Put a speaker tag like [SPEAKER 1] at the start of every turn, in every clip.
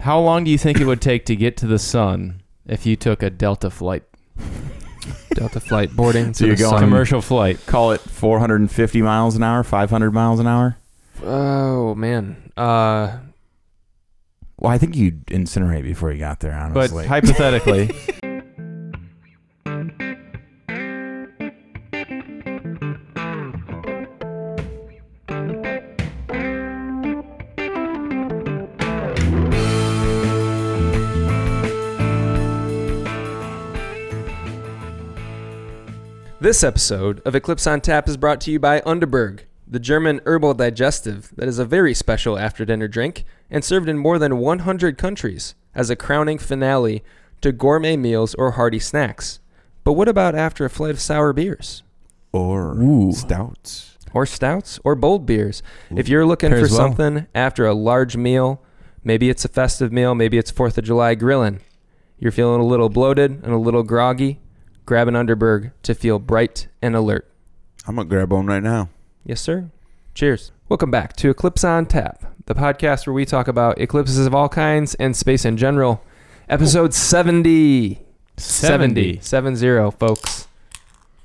[SPEAKER 1] How long do you think it would take to get to the sun if you took a Delta flight,
[SPEAKER 2] Delta flight boarding.
[SPEAKER 3] So
[SPEAKER 2] to
[SPEAKER 3] you're
[SPEAKER 2] the
[SPEAKER 3] going-
[SPEAKER 2] sun.
[SPEAKER 1] commercial flight?
[SPEAKER 3] Call it 450 miles an hour, 500 miles an hour.
[SPEAKER 2] Oh man. Uh,
[SPEAKER 3] Well, I think you'd incinerate before you got there,
[SPEAKER 1] But
[SPEAKER 3] honestly.
[SPEAKER 1] hypothetically,
[SPEAKER 2] This episode of Eclipse on Tap is brought to you by Underberg, the German herbal digestive that is a very special after dinner drink and served in more than 100 countries as a crowning finale to gourmet meals or hearty snacks. But what about after a flight of sour beers?
[SPEAKER 3] or
[SPEAKER 1] Ooh.
[SPEAKER 3] stouts.
[SPEAKER 2] Or stouts or bold beers. If you're looking for
[SPEAKER 1] Pairs well.
[SPEAKER 2] something after a large meal, maybe it's a festive meal, maybe it's 4th of July grilling, you're feeling a little bloated and a little groggy, grab an Underberg to feel bright and alert.
[SPEAKER 4] I'm gonna grab one right now.
[SPEAKER 2] Yes, sir. Cheers. Welcome back to Eclipse on Tap, the podcast where we talk about eclipses of all kinds and space in general. Episode 70. 70.
[SPEAKER 1] 70.
[SPEAKER 2] 70, folks.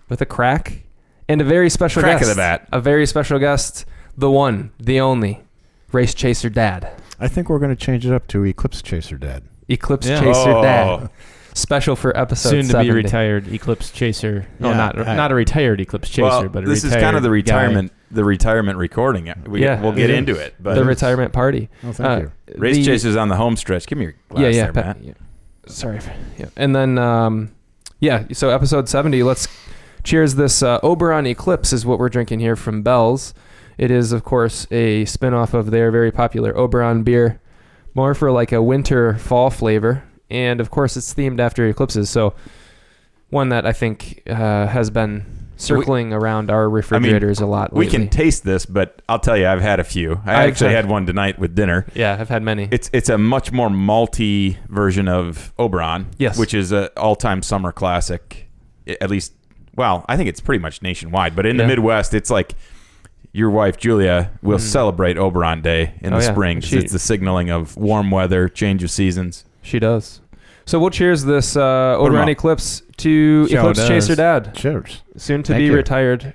[SPEAKER 2] With a crack and a very special
[SPEAKER 3] Crack of
[SPEAKER 2] guest.
[SPEAKER 3] the bat.
[SPEAKER 2] A very special guest, the one, the only, Race Chaser Dad.
[SPEAKER 5] I think we're going to change it up to Eclipse Chaser Dad.
[SPEAKER 2] Eclipse
[SPEAKER 1] Yeah.
[SPEAKER 2] Chaser
[SPEAKER 3] Oh.
[SPEAKER 2] Dad. Special for episode
[SPEAKER 1] soon to
[SPEAKER 2] 70.
[SPEAKER 1] be retired eclipse chaser. No,
[SPEAKER 5] Yeah,
[SPEAKER 1] not
[SPEAKER 5] I-
[SPEAKER 1] not a retired eclipse chaser,
[SPEAKER 3] well,
[SPEAKER 1] but a
[SPEAKER 3] this is
[SPEAKER 1] retired
[SPEAKER 3] kind of the
[SPEAKER 1] guy.
[SPEAKER 3] retirement, the retirement recording. We,
[SPEAKER 2] Yeah.
[SPEAKER 3] we'll get
[SPEAKER 2] Yeah.
[SPEAKER 3] into it. But
[SPEAKER 2] The retirement party.
[SPEAKER 5] Oh, thank
[SPEAKER 2] Uh,
[SPEAKER 5] you.
[SPEAKER 3] race
[SPEAKER 2] the-
[SPEAKER 3] chasers on the home stretch. Give me your glass
[SPEAKER 2] yeah, yeah,
[SPEAKER 3] there,
[SPEAKER 2] Pat-
[SPEAKER 3] Matt.
[SPEAKER 2] yeah. Sorry. for- Yeah. And then, um, yeah, so episode 70, let's cheers this uh, Oberon Eclipse is what we're drinking here from Bell's. It is, of course, a spinoff of their very popular Oberon beer, more for like a winter fall flavor. And of course, it's themed after eclipses. So, one that I think uh, has been circling around our refrigerators a lot.
[SPEAKER 3] We
[SPEAKER 2] Lately.
[SPEAKER 3] can taste this, but I'll tell you, I've had a few. I,
[SPEAKER 2] I
[SPEAKER 3] actually
[SPEAKER 2] accept.
[SPEAKER 3] had one tonight with dinner.
[SPEAKER 2] yeah, I've had many.
[SPEAKER 3] It's it's a much more malty version of Oberon,
[SPEAKER 2] Yes.
[SPEAKER 3] which is an all time summer classic. i- At least, well, I think it's pretty much nationwide, but in
[SPEAKER 2] Yeah.
[SPEAKER 3] the Midwest, it's like your wife Julia will
[SPEAKER 2] Mm.
[SPEAKER 3] celebrate Oberon Day in
[SPEAKER 2] Oh,
[SPEAKER 3] the
[SPEAKER 2] yeah.
[SPEAKER 3] spring 'cause
[SPEAKER 2] She-
[SPEAKER 3] it's the signaling of warm weather, change of seasons.
[SPEAKER 2] She does. So we'll cheers this uh, Oberon
[SPEAKER 3] up.
[SPEAKER 2] Eclipse to
[SPEAKER 1] Show
[SPEAKER 2] Eclipse
[SPEAKER 1] does.
[SPEAKER 2] Chaser Dad,
[SPEAKER 5] Cheers.
[SPEAKER 2] soon to
[SPEAKER 5] Thank
[SPEAKER 2] be
[SPEAKER 5] you.
[SPEAKER 2] retired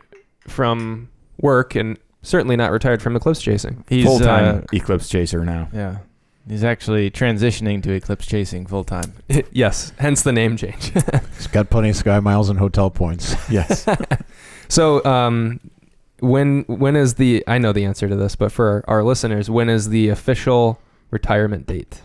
[SPEAKER 2] from work and certainly not retired from eclipse chasing.
[SPEAKER 1] He's
[SPEAKER 3] Full time
[SPEAKER 1] uh,
[SPEAKER 3] eclipse chaser now.
[SPEAKER 1] yeah, he's actually transitioning to eclipse chasing full time.
[SPEAKER 2] yes, hence the name change.
[SPEAKER 5] It's got plenty of sky miles and hotel points.
[SPEAKER 3] Yes.
[SPEAKER 2] so um, when when is the I know the answer to this, but for our listeners, when is the official retirement date?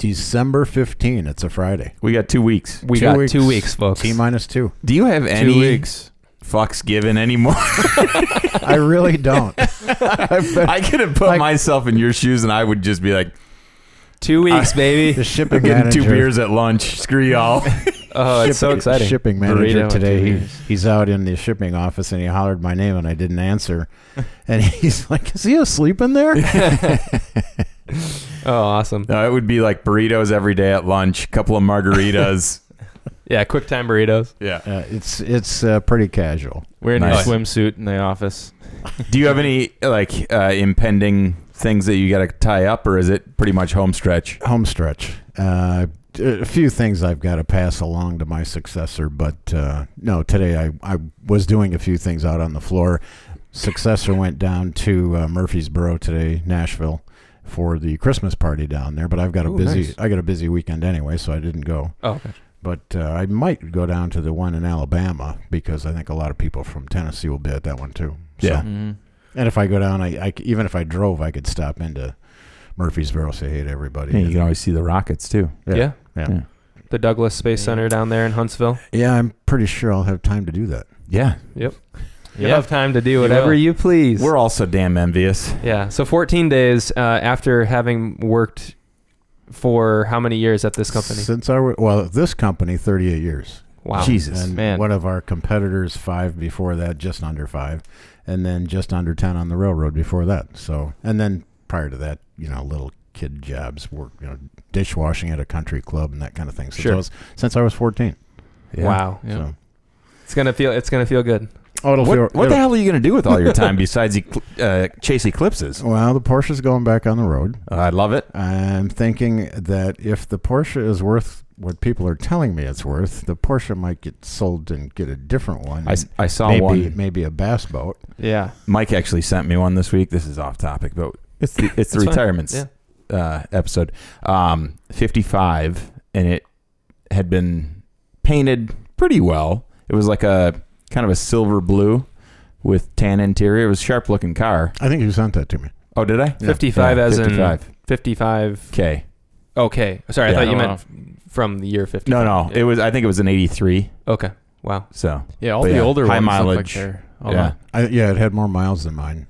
[SPEAKER 5] December 15. It's a Friday.
[SPEAKER 3] we got two weeks.
[SPEAKER 2] We
[SPEAKER 5] Two
[SPEAKER 2] got
[SPEAKER 5] weeks.
[SPEAKER 2] two weeks, folks.
[SPEAKER 5] T minus two.
[SPEAKER 3] Do you have any
[SPEAKER 1] Two weeks.
[SPEAKER 3] fucks given anymore?
[SPEAKER 5] I really don't. I've been-
[SPEAKER 3] I could have put
[SPEAKER 5] Like-
[SPEAKER 3] myself in your shoes and I would just be like,
[SPEAKER 2] two weeks, baby.
[SPEAKER 5] the
[SPEAKER 3] I'm
[SPEAKER 5] shipping
[SPEAKER 3] getting
[SPEAKER 5] manager.
[SPEAKER 3] two beers at lunch. Screw y'all.
[SPEAKER 2] Oh, it's so
[SPEAKER 5] shipping-
[SPEAKER 2] exciting.
[SPEAKER 5] Shipping
[SPEAKER 1] Burrito
[SPEAKER 5] manager
[SPEAKER 1] in
[SPEAKER 5] today.
[SPEAKER 1] two
[SPEAKER 5] He,
[SPEAKER 1] years.
[SPEAKER 5] he's out in the shipping office and he hollered my name and I didn't answer. And he's like, "Is he asleep in there?"
[SPEAKER 2] Oh, awesome.
[SPEAKER 3] No, it would be like burritos every day at lunch, a couple of margaritas.
[SPEAKER 2] Yeah, quick time burritos.
[SPEAKER 3] yeah.
[SPEAKER 5] Uh, it's it's uh, pretty casual.
[SPEAKER 1] Wearing
[SPEAKER 3] Nice.
[SPEAKER 1] a swimsuit in the office.
[SPEAKER 3] Do you have any like uh, impending things that you got to tie up, or is it pretty much home stretch?
[SPEAKER 5] home stretch. Uh, a few things I've got to pass along to my successor, but uh, no, today I, I was doing a few things out on the floor. Successor went down to uh, Murfreesboro today, Nashville, for the Christmas party down there. But I've got a
[SPEAKER 2] Ooh,
[SPEAKER 5] busy
[SPEAKER 2] nice.
[SPEAKER 5] I got a busy weekend anyway, so I didn't go.
[SPEAKER 2] Oh, okay.
[SPEAKER 5] But uh, I might go down to the one in Alabama because I think a lot of people from Tennessee will be at that one too. So-
[SPEAKER 3] Yeah.
[SPEAKER 1] Mhm.
[SPEAKER 5] and if I go down, I, I c- even if I drove, I could stop into Murfreesboro, say hey to everybody.
[SPEAKER 3] Yeah, you can always see the rockets too.
[SPEAKER 5] Yeah.
[SPEAKER 2] yeah.
[SPEAKER 5] yeah.
[SPEAKER 3] Yeah.
[SPEAKER 2] the Douglas Space
[SPEAKER 1] Yeah.
[SPEAKER 2] Center down there in Huntsville.
[SPEAKER 5] Yeah, I'm pretty sure I'll have time to do that.
[SPEAKER 3] Yeah,
[SPEAKER 2] You'll have time to do
[SPEAKER 1] You
[SPEAKER 2] whatever
[SPEAKER 1] will.
[SPEAKER 2] you, please.
[SPEAKER 3] we're all so damn envious.
[SPEAKER 2] yeah. So 14 days uh, after having worked for how many years at this company?
[SPEAKER 5] Since I were, well, this company, 38 years.
[SPEAKER 2] Wow.
[SPEAKER 3] Jesus,
[SPEAKER 5] and
[SPEAKER 1] man.
[SPEAKER 5] one of our competitors, five before that, just under five, and then just under 10 on the railroad before that. So, and then prior to that, you know, little kid jobs, work, you know, dishwashing at a country club and that kind of thing. Since
[SPEAKER 2] Sure.
[SPEAKER 5] I was, since I was 14.
[SPEAKER 3] Yeah.
[SPEAKER 2] Wow.
[SPEAKER 1] Yeah.
[SPEAKER 5] So,
[SPEAKER 2] It's gonna feel. It's gonna feel good.
[SPEAKER 5] Oh, it'll
[SPEAKER 3] What,
[SPEAKER 5] feel.
[SPEAKER 3] what the
[SPEAKER 5] it'll-
[SPEAKER 3] hell are you going to do with all your time besides ecl- uh, chase eclipses?
[SPEAKER 5] Well, the Porsche's going back on the road.
[SPEAKER 3] I Uh, love it.
[SPEAKER 5] I'm thinking that if the Porsche is worth what people are telling me it's worth, the Porsche might get sold and get a different one.
[SPEAKER 3] I, s- I saw
[SPEAKER 5] maybe
[SPEAKER 3] one.
[SPEAKER 5] maybe a bass boat.
[SPEAKER 2] Yeah.
[SPEAKER 3] Mike actually sent me one this week. This is off topic, but it's the, it's
[SPEAKER 2] That's
[SPEAKER 3] the
[SPEAKER 2] fine.
[SPEAKER 3] retirements uh, episode. Um, 55, and it had been painted pretty well. It was like a kind of a silver blue with tan interior. It was a sharp looking car.
[SPEAKER 5] I think you sent that to me.
[SPEAKER 3] Oh, did I?
[SPEAKER 5] Yeah.
[SPEAKER 2] 55 as in
[SPEAKER 3] 55.
[SPEAKER 2] 55.
[SPEAKER 3] Okay.
[SPEAKER 2] Okay. Sorry, I
[SPEAKER 3] Yeah.
[SPEAKER 2] thought you
[SPEAKER 1] Oh,
[SPEAKER 2] meant
[SPEAKER 1] wow.
[SPEAKER 2] f- from the year 50.
[SPEAKER 3] No, no. It was. I think it was an 83.
[SPEAKER 2] Okay. Wow.
[SPEAKER 3] So
[SPEAKER 1] Yeah, all
[SPEAKER 3] But
[SPEAKER 1] the
[SPEAKER 3] yeah,
[SPEAKER 1] older
[SPEAKER 3] high
[SPEAKER 1] ones look like
[SPEAKER 3] mileage.
[SPEAKER 1] they're. all
[SPEAKER 3] yeah.
[SPEAKER 1] that.
[SPEAKER 5] I, yeah, it had more miles than mine.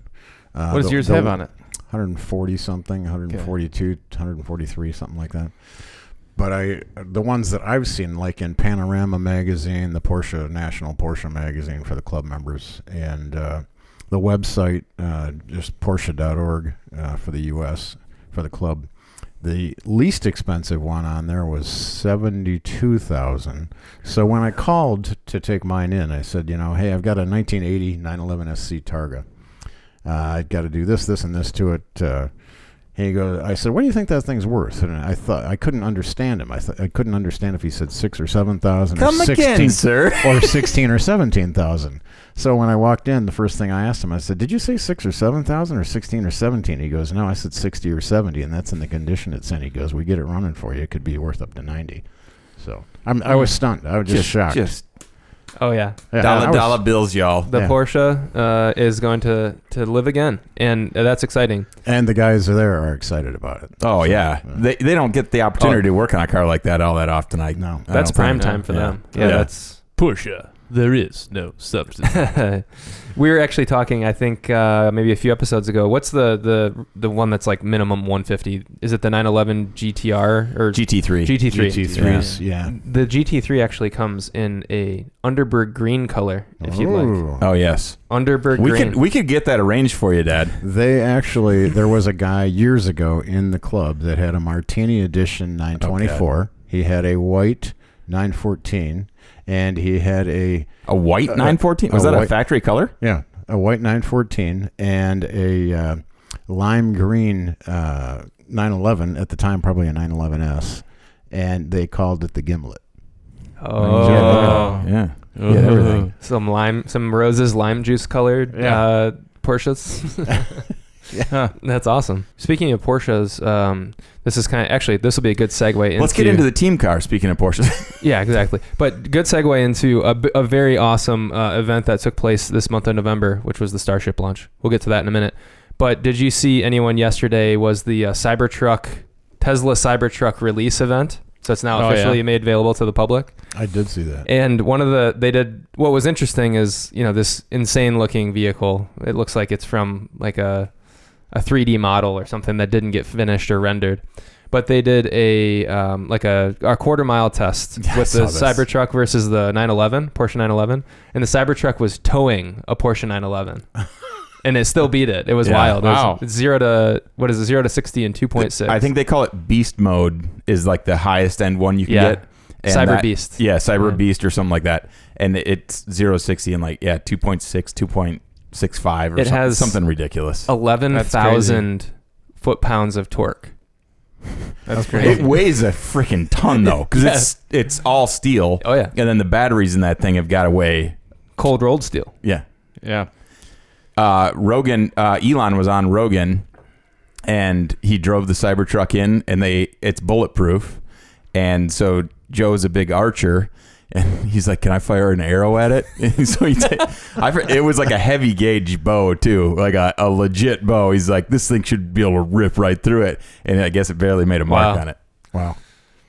[SPEAKER 5] Uh,
[SPEAKER 1] What does
[SPEAKER 5] the-
[SPEAKER 1] yours
[SPEAKER 5] the
[SPEAKER 1] have on it?
[SPEAKER 5] 140 something, 142, 143, something like that. But I, the ones that I've seen, like in Panorama magazine, the Porsche National Porsche magazine for the club members, and uh, the website uh, just Porsche.org uh, for the U.S. for the club. The least expensive one on there was seventy-two thousand. So when I called to take mine in, I said, you know, hey, I've got a 1980 911 SC Targa. Uh, I got to do this, this, and this to it. Uh, he goes. I said, "What do you think that thing's worth?" And I thought I couldn't understand him. I th- I couldn't understand if he said six or seven thousand or
[SPEAKER 3] Come
[SPEAKER 5] sixteen
[SPEAKER 3] again, sir.
[SPEAKER 5] or sixteen or seventeen thousand. So when I walked in, the first thing I asked him, I said, "Did you say six or seven thousand or sixteen or 17? He goes, "No, I said sixty or seventy, and that's in the condition it's in." He goes, "We get it running for you. It could be worth up to ninety. So I'm, I was stunned. I was just, shocked.
[SPEAKER 3] Just
[SPEAKER 2] Oh, yeah.
[SPEAKER 5] Yeah,
[SPEAKER 3] dollar
[SPEAKER 5] I was-
[SPEAKER 3] dollar bills, y'all.
[SPEAKER 2] The
[SPEAKER 5] Yeah.
[SPEAKER 2] Porsche uh, is going to, to live again, and uh, that's exciting.
[SPEAKER 5] And the guys there are excited about it.
[SPEAKER 3] Oh
[SPEAKER 5] So, uh,
[SPEAKER 3] yeah, they they don't get the opportunity to work on a car like that all that often. I,
[SPEAKER 5] no.
[SPEAKER 3] I
[SPEAKER 2] That's
[SPEAKER 3] don't think.
[SPEAKER 2] prime time for
[SPEAKER 3] Yeah.
[SPEAKER 2] them.
[SPEAKER 3] Yeah.
[SPEAKER 2] Yeah,
[SPEAKER 3] Yeah.
[SPEAKER 2] that's.
[SPEAKER 1] Porsche. There is no substance.
[SPEAKER 2] we were actually talking, I think, uh, maybe a few episodes ago. What's the, the the one that's like minimum 150? Is it the 911 GTR or
[SPEAKER 3] GT3.
[SPEAKER 2] GT3?
[SPEAKER 5] GT3s, yeah.
[SPEAKER 2] The GT3 actually comes in a Underberg green color, if you'd like.
[SPEAKER 5] Ooh.
[SPEAKER 3] oh yes,
[SPEAKER 2] Underberg
[SPEAKER 3] we
[SPEAKER 2] green.
[SPEAKER 3] could we could get that arranged for you, Dad.
[SPEAKER 5] They actually, there was a guy years ago in the club that had a Martini Edition 924. he had a white 914, and he had a
[SPEAKER 3] A white
[SPEAKER 5] Uh,
[SPEAKER 3] 914 was
[SPEAKER 5] a
[SPEAKER 3] that a
[SPEAKER 5] white-
[SPEAKER 3] factory color?
[SPEAKER 5] yeah a white 914 and a uh, lime green uh, 911 at the time, probably a 911s, and they called it the Gimlet.
[SPEAKER 2] oh.
[SPEAKER 3] yeah, yeah. Yeah,
[SPEAKER 1] Uh-huh.
[SPEAKER 3] everything.
[SPEAKER 2] Some lime, some roses, lime juice colored
[SPEAKER 5] Yeah.
[SPEAKER 2] uh, Porsches.
[SPEAKER 1] Yeah.
[SPEAKER 2] That's awesome. Speaking of Porsches, um, this is kind of actually this will be a good segue. Into,
[SPEAKER 3] Let's get into the team car. Speaking of Porsches,
[SPEAKER 2] yeah, exactly. But good segue into a, b- a very awesome uh, event that took place this month of November, which was the Starship launch. We'll get to that in a minute. But did you see anyone yesterday? Was the uh, Cybertruck Tesla Cybertruck release event? So it's now
[SPEAKER 1] Oh, yeah.
[SPEAKER 2] officially made available to the public.
[SPEAKER 5] I did see that.
[SPEAKER 2] And one of the they did what was interesting is you know this insane looking vehicle. It looks like it's from like a a 3D model or something that didn't get finished or rendered. But they did a um, like a, a quarter mile test
[SPEAKER 3] Yeah, I
[SPEAKER 2] with the
[SPEAKER 3] saw this.
[SPEAKER 2] Cybertruck versus the 911 Porsche 911, and the Cybertruck was towing a Porsche 911, and it still beat it. It was
[SPEAKER 3] Yeah.
[SPEAKER 2] wild. It was
[SPEAKER 1] Wow.
[SPEAKER 2] zero to what is it? Zero to sixty in 2.6.
[SPEAKER 3] I think they call it Beast Mode is like the highest end one you can
[SPEAKER 2] Yeah.
[SPEAKER 3] get.
[SPEAKER 2] Cyber
[SPEAKER 3] that-
[SPEAKER 2] Beast.
[SPEAKER 3] Yeah, Cyber
[SPEAKER 2] Yeah.
[SPEAKER 3] Beast or something like that. And it's 0 to 60 and like yeah, 2.6, 2.65 or
[SPEAKER 2] It
[SPEAKER 3] something,
[SPEAKER 2] has-
[SPEAKER 3] something ridiculous.
[SPEAKER 2] eleven thousand foot pounds of torque.
[SPEAKER 1] That's
[SPEAKER 3] It
[SPEAKER 1] crazy.
[SPEAKER 3] weighs a freaking ton though, because it's it's all steel,
[SPEAKER 2] Oh yeah,
[SPEAKER 3] and then the batteries in that thing have got to weigh.
[SPEAKER 2] cold rolled steel.
[SPEAKER 3] Yeah,
[SPEAKER 1] Yeah.
[SPEAKER 3] uh, Rogan uh, Elon was on Rogan, and he drove the Cybertruck in, and they it's bulletproof, and so Joe's a big archer. And he's like, "Can I fire an arrow at it?" And so he, ta- I, fr- it was like a heavy gauge bow too, like a, a legit bow. He's like, "This thing should be able to rip right through it," and I guess it barely made a mark
[SPEAKER 2] Wow.
[SPEAKER 3] on it.
[SPEAKER 5] Wow.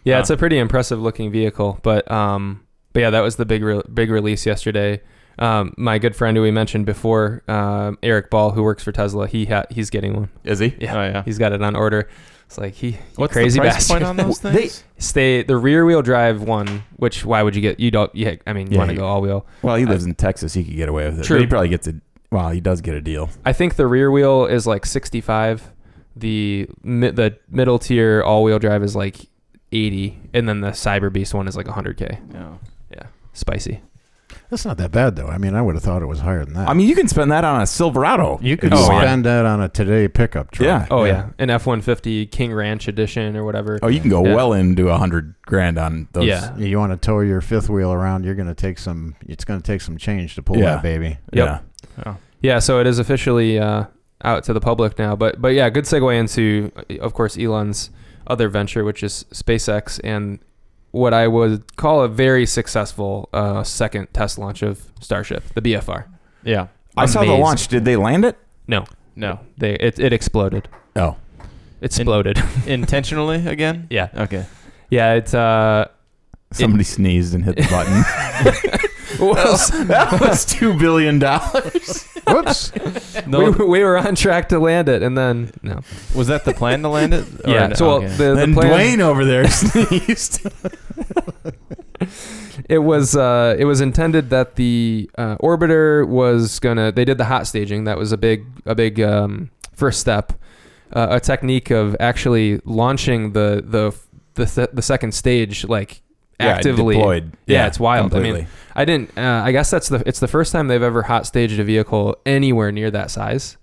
[SPEAKER 2] Yeah,
[SPEAKER 1] Huh.
[SPEAKER 2] it's a pretty impressive looking vehicle. But um, but yeah, that was the big re- big release yesterday. Um, my good friend who we mentioned before, um, Eric Ball, who works for Tesla, he ha- he's getting one.
[SPEAKER 3] Is he?
[SPEAKER 1] Oh yeah.
[SPEAKER 2] He's got it on order. It's like he you
[SPEAKER 1] What's
[SPEAKER 2] crazy
[SPEAKER 1] the price
[SPEAKER 2] bastard.
[SPEAKER 1] point on those
[SPEAKER 3] They-
[SPEAKER 1] things?
[SPEAKER 2] Stay the rear wheel drive one, which why would you get? You don't. Yeah, I mean, you
[SPEAKER 3] Yeah,
[SPEAKER 2] want to
[SPEAKER 3] you-
[SPEAKER 2] go all wheel.
[SPEAKER 3] Well, he lives in Texas. He could get away with it.
[SPEAKER 2] True.
[SPEAKER 3] But he probably gets a. Well, he does get a deal.
[SPEAKER 2] I think the rear wheel is like 65. The mi- the middle tier all wheel drive is like 80, and then the Cyber Beast one is like 100k.
[SPEAKER 1] Yeah.
[SPEAKER 2] Spicy.
[SPEAKER 5] That's not that bad though. I mean, I would have thought it was higher than that.
[SPEAKER 3] I mean, you can spend that on a Silverado.
[SPEAKER 5] you could Oh,
[SPEAKER 3] if want.
[SPEAKER 5] spend that on a today pickup truck.
[SPEAKER 3] Yeah.
[SPEAKER 2] Oh yeah. an F one fifty King Ranch edition or whatever.
[SPEAKER 3] Oh, you can go
[SPEAKER 2] Yeah.
[SPEAKER 3] well into a hundred grand on those.
[SPEAKER 2] Yeah.
[SPEAKER 5] You want to tow your fifth wheel around? You're going to take some. It's going to take some change to pull
[SPEAKER 3] Yeah.
[SPEAKER 5] that baby.
[SPEAKER 2] Yep.
[SPEAKER 3] Yeah.
[SPEAKER 2] Yeah, so it is officially uh, out to the public now. But but yeah, good segue into of course Elon's other venture, which is SpaceX, and what I would call a very successful uh, second test launch of Starship, the BFR.
[SPEAKER 1] Yeah.
[SPEAKER 3] I saw the
[SPEAKER 2] Amazing.
[SPEAKER 3] launch. Did they land it?
[SPEAKER 1] No.
[SPEAKER 2] They it, it exploded.
[SPEAKER 3] Oh.
[SPEAKER 2] exploded.
[SPEAKER 1] Intentionally again?
[SPEAKER 2] yeah,
[SPEAKER 1] Okay.
[SPEAKER 2] yeah. It's uh,
[SPEAKER 3] Somebody sneezed and hit the button.
[SPEAKER 2] well,
[SPEAKER 3] that was two billion dollars.
[SPEAKER 5] Whoops.
[SPEAKER 2] we,
[SPEAKER 1] No,
[SPEAKER 2] were- we were on track to land it, and then no.
[SPEAKER 1] was that the plan to land it? Or
[SPEAKER 2] yeah.
[SPEAKER 1] no?
[SPEAKER 2] So well,
[SPEAKER 1] Okay.
[SPEAKER 2] the, the
[SPEAKER 3] Then
[SPEAKER 2] plan,
[SPEAKER 3] Dwayne over there sneezed.
[SPEAKER 2] it was uh, it was intended that the uh, orbiter was gonna they did the hot staging that was a big a big um, first step uh, a technique of actually launching the the the, se- the second stage like actively
[SPEAKER 3] deployed.
[SPEAKER 2] Yeah, it's wild. I mean,
[SPEAKER 3] Completely.
[SPEAKER 2] I didn't. Uh, I guess that's the. It's the first time they've ever hot staged a vehicle anywhere near that size,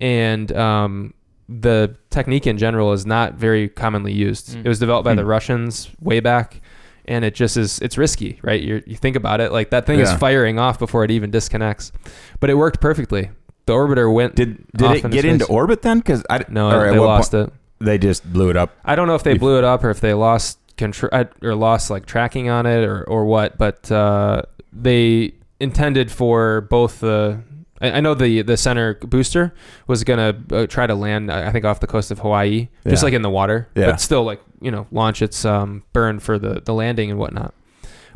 [SPEAKER 2] and um, the technique in general is not very commonly used.
[SPEAKER 1] Mm.
[SPEAKER 2] It was developed by the
[SPEAKER 3] Hmm.
[SPEAKER 2] Russians way back, and it just is. It's risky, right? You you think about it, like that thing is
[SPEAKER 3] Yeah.
[SPEAKER 2] firing off before it even disconnects, but it worked perfectly. The orbiter went.
[SPEAKER 3] did
[SPEAKER 2] off
[SPEAKER 3] did it
[SPEAKER 2] into
[SPEAKER 3] get into
[SPEAKER 2] space.
[SPEAKER 3] orbit then? Because I
[SPEAKER 2] no,
[SPEAKER 3] or at
[SPEAKER 2] they
[SPEAKER 3] what
[SPEAKER 2] lost it.
[SPEAKER 3] point- they just blew it up.
[SPEAKER 2] I don't know if they
[SPEAKER 3] If-
[SPEAKER 2] blew it up or if they lost control or lost like tracking on it or, or what, but uh, they intended for both the. I I know the the center booster was gonna uh, try to land, I I think, off the coast of Hawaii, just
[SPEAKER 3] Yeah.
[SPEAKER 2] like in the water,
[SPEAKER 3] Yeah.
[SPEAKER 2] but still like you know launch its um, burn for the the landing and whatnot.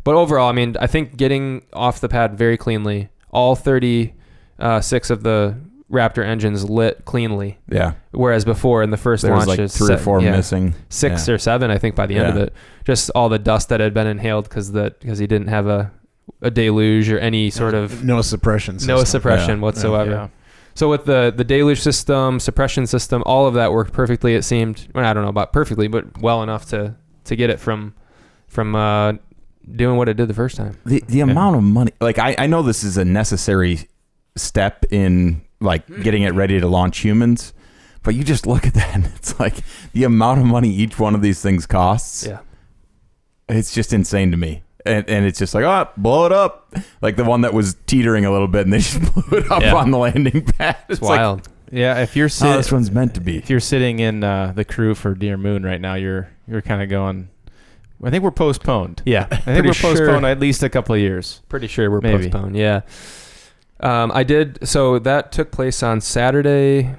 [SPEAKER 2] But overall, I mean, I think getting off the pad very cleanly, all thirty uh, six of the Raptor engines lit cleanly,
[SPEAKER 3] Yeah,
[SPEAKER 2] whereas before in the first
[SPEAKER 3] there was
[SPEAKER 2] launch,
[SPEAKER 3] like
[SPEAKER 2] it's
[SPEAKER 3] three or
[SPEAKER 2] set-
[SPEAKER 3] four
[SPEAKER 2] yeah
[SPEAKER 3] missing.
[SPEAKER 2] six or seven, I think, by the end of
[SPEAKER 3] Yeah.
[SPEAKER 2] it. Just all the dust that had been inhaled because that because he didn't have a a deluge or any sort of
[SPEAKER 5] no suppression. System.
[SPEAKER 2] no suppression whatsoever.
[SPEAKER 1] Yeah.
[SPEAKER 2] So with the the deluge system, suppression system, all of that worked perfectly. It seemed well, I don't know about perfectly, but well enough to to get it from from uh, doing what it did the first time.
[SPEAKER 3] The the amount of money, like I I know this is a necessary step in like getting it ready to launch humans, but you just look at that and it's like the amount of money each one of these things costs.
[SPEAKER 2] Yeah.
[SPEAKER 3] It's just insane to me. And, and it's just like, oh, blow it up. Like the one that was teetering a little bit and they just blew it up
[SPEAKER 1] Yeah.
[SPEAKER 3] on the landing pad. It's,
[SPEAKER 2] It's, wild.
[SPEAKER 1] Yeah, if you're
[SPEAKER 3] like,
[SPEAKER 1] sitting
[SPEAKER 3] oh, this one's meant to be.
[SPEAKER 1] if you're sitting in uh, the crew for Dear Moon right now, you're you're kind of going I think we're postponed.
[SPEAKER 2] yeah,
[SPEAKER 1] I think we're postponed at least a couple of years.
[SPEAKER 2] Pretty sure we're
[SPEAKER 1] Maybe.
[SPEAKER 2] postponed. Yeah. Um, I did. So that took place on Saturday,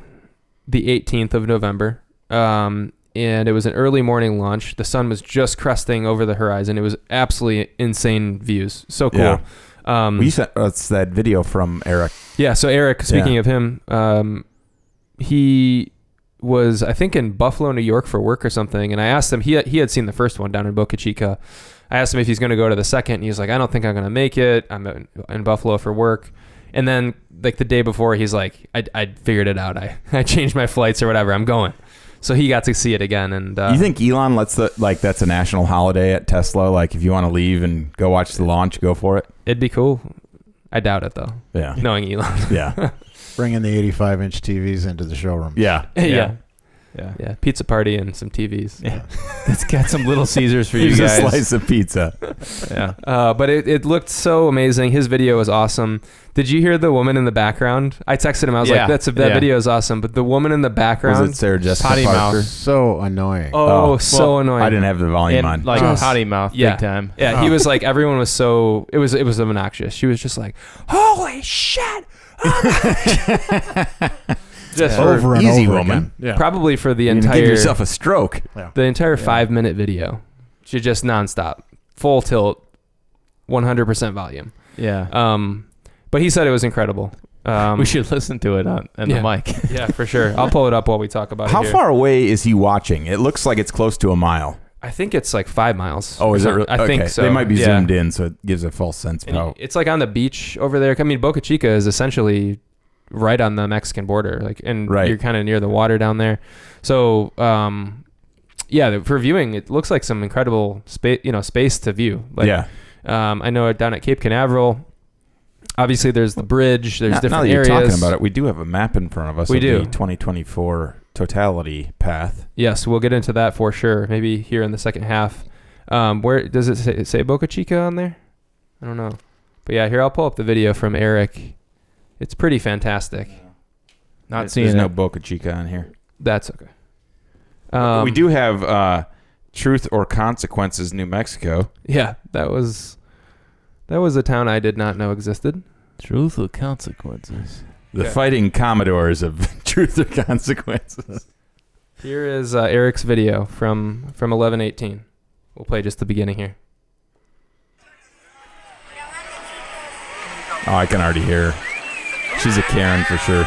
[SPEAKER 2] the 18th of November. Um, and it was an early morning launch. The sun was just cresting over the horizon. It was absolutely insane views. So cool.
[SPEAKER 3] Yeah.
[SPEAKER 2] Um,
[SPEAKER 3] We sent us that video from Eric.
[SPEAKER 2] yeah. So Eric, speaking
[SPEAKER 3] Yeah.
[SPEAKER 2] of him, um, he was I think in Buffalo, New York for work or something, and I asked him. He he had seen the first one down in Boca Chica. I asked him if he's going to go to the second, and he was like, "I don't think I'm going to make it. I'm in, in Buffalo for work." And then like the day before, he's like, "I, I figured it out. I I changed my flights or whatever. I'm going." So he got to see it again, and uh,
[SPEAKER 3] you think Elon lets the like that's a national holiday at Tesla? Like if you want to leave and go watch the launch, go for it.
[SPEAKER 2] it'd be cool. I doubt it though,
[SPEAKER 3] Yeah,
[SPEAKER 2] knowing Elon.
[SPEAKER 3] yeah,
[SPEAKER 5] Bringing the 85 inch TVs into the showroom.
[SPEAKER 3] yeah.
[SPEAKER 2] yeah,
[SPEAKER 1] Yeah.
[SPEAKER 2] yeah. Pizza party and some TVs.
[SPEAKER 1] Yeah. it's got some little Caesars for you
[SPEAKER 3] Here's
[SPEAKER 1] guys.
[SPEAKER 3] a slice of pizza.
[SPEAKER 1] Yeah.
[SPEAKER 2] Uh, but it, it looked so amazing. His video was awesome. Did you hear the woman in the background? I texted him. I was
[SPEAKER 1] Yeah.
[SPEAKER 2] like, "That's that
[SPEAKER 1] Yeah.
[SPEAKER 2] video is awesome." But the woman in the
[SPEAKER 3] Was
[SPEAKER 2] background,
[SPEAKER 3] it Sarah Jessica
[SPEAKER 1] Potty
[SPEAKER 3] Parker?
[SPEAKER 1] mouth.
[SPEAKER 5] So annoying.
[SPEAKER 2] oh,
[SPEAKER 3] Oh,
[SPEAKER 2] so
[SPEAKER 1] well,
[SPEAKER 2] annoying.
[SPEAKER 3] I didn't have the volume
[SPEAKER 1] And
[SPEAKER 3] on.
[SPEAKER 1] like
[SPEAKER 5] Just-
[SPEAKER 1] potty mouth
[SPEAKER 2] Yeah.
[SPEAKER 1] big time.
[SPEAKER 2] Yeah, he was like, everyone was so it was it was obnoxious. She was just like, "Holy shit!" Just for-
[SPEAKER 5] over and
[SPEAKER 3] Easy
[SPEAKER 5] over
[SPEAKER 3] woman.
[SPEAKER 5] again. Yeah.
[SPEAKER 2] probably for the
[SPEAKER 3] you gonna
[SPEAKER 2] entire
[SPEAKER 3] give yourself a stroke.
[SPEAKER 2] the entire five minute video. She just nonstop, full tilt, one hundred percent volume.
[SPEAKER 1] Yeah.
[SPEAKER 2] Um, but he said it was incredible. Um,
[SPEAKER 1] we should listen to it on, on the
[SPEAKER 2] Yeah.
[SPEAKER 1] mic.
[SPEAKER 2] yeah, for sure. I'll pull it up while we talk about it.
[SPEAKER 3] How
[SPEAKER 2] here.
[SPEAKER 3] far away is he watching? It looks like it's close to a mile.
[SPEAKER 2] I think it's like five miles.
[SPEAKER 3] Oh, is it?
[SPEAKER 2] Or
[SPEAKER 3] Really?
[SPEAKER 2] something. I think
[SPEAKER 3] okay.
[SPEAKER 2] so.
[SPEAKER 3] They might be
[SPEAKER 2] Yeah.
[SPEAKER 3] zoomed in, Oh. so it gives a false sense of
[SPEAKER 2] And
[SPEAKER 3] how.
[SPEAKER 2] It's like on the beach over there. I mean, Boca Chica is essentially right on the Mexican border, like, and
[SPEAKER 3] Right.
[SPEAKER 2] you're kind of near the water down there. So, um, yeah, the- for viewing, it looks like some incredible space, you know, space to view. Like,
[SPEAKER 3] yeah,
[SPEAKER 2] um, I know down at Cape Canaveral, obviously there's the bridge. There's
[SPEAKER 3] Now- now
[SPEAKER 2] different
[SPEAKER 3] that you're
[SPEAKER 2] areas.
[SPEAKER 3] talking about it, we do have a map in front of us.
[SPEAKER 2] We
[SPEAKER 3] of
[SPEAKER 2] do.
[SPEAKER 3] the 2024 totality path.
[SPEAKER 2] Yes, we'll get into that for sure. Maybe here in the second half. Um, where does it say, say Boca Chica on there? I don't know. But yeah, here I'll pull up the video from Eric. It's pretty fantastic.
[SPEAKER 1] Not
[SPEAKER 3] There's-
[SPEAKER 1] seeing
[SPEAKER 3] There's
[SPEAKER 1] it.
[SPEAKER 3] no Boca Chica on here.
[SPEAKER 2] That's okay. Um,
[SPEAKER 3] we do have uh, Truth or Consequences, New Mexico.
[SPEAKER 2] Yeah, that was that was a town I did not know existed.
[SPEAKER 1] Truth or consequences.
[SPEAKER 3] The
[SPEAKER 2] Yeah.
[SPEAKER 3] fighting Commodores of Truth or Consequences.
[SPEAKER 2] Here is uh, Eric's video from from 1118. We'll play just the beginning here.
[SPEAKER 3] Oh, I can already hear her. She's a Karen for sure.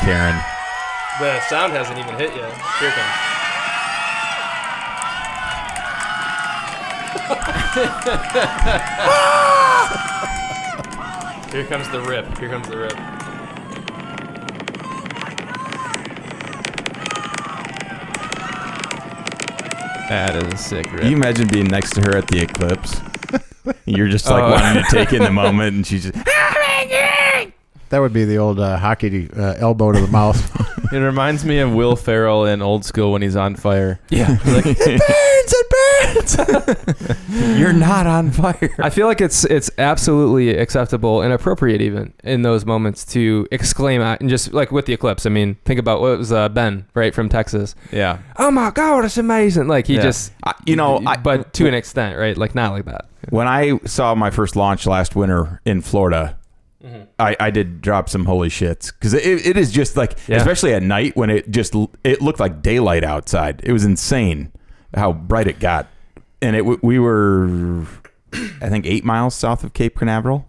[SPEAKER 3] Karen.
[SPEAKER 2] The sound hasn't even hit yet. Here it comes. Here comes the rip. Here comes the rip.
[SPEAKER 1] That is a sick
[SPEAKER 3] Can you
[SPEAKER 1] rip.
[SPEAKER 3] imagine being next to her at the eclipse? You're just like
[SPEAKER 2] Oh.
[SPEAKER 3] wanting to take in the moment, and she's just
[SPEAKER 5] That would be the old uh, hockey uh, elbow to the mouth.
[SPEAKER 1] It reminds me of Will Ferrell in Old School when he's on fire.
[SPEAKER 3] yeah.
[SPEAKER 1] It burns! It burns!
[SPEAKER 3] You're not on fire.
[SPEAKER 2] I feel like it's it's absolutely acceptable and appropriate even in those moments to exclaim out and just like with the eclipse. I mean, think about what was uh, Ben right from Texas.
[SPEAKER 1] yeah.
[SPEAKER 2] Oh my God, it's amazing! Like he
[SPEAKER 1] Yeah.
[SPEAKER 2] just
[SPEAKER 3] I, you know, I,
[SPEAKER 2] but to an extent, right? Like not like that.
[SPEAKER 3] when I saw my first launch last winter in Florida,
[SPEAKER 2] Mm-hmm.
[SPEAKER 3] I, I did drop some holy shits because it, it is just like,
[SPEAKER 2] Yeah.
[SPEAKER 3] especially at night when it just l- it looked like daylight outside. It was insane how bright it got, and it w- we were, I think, eight miles south of Cape Canaveral.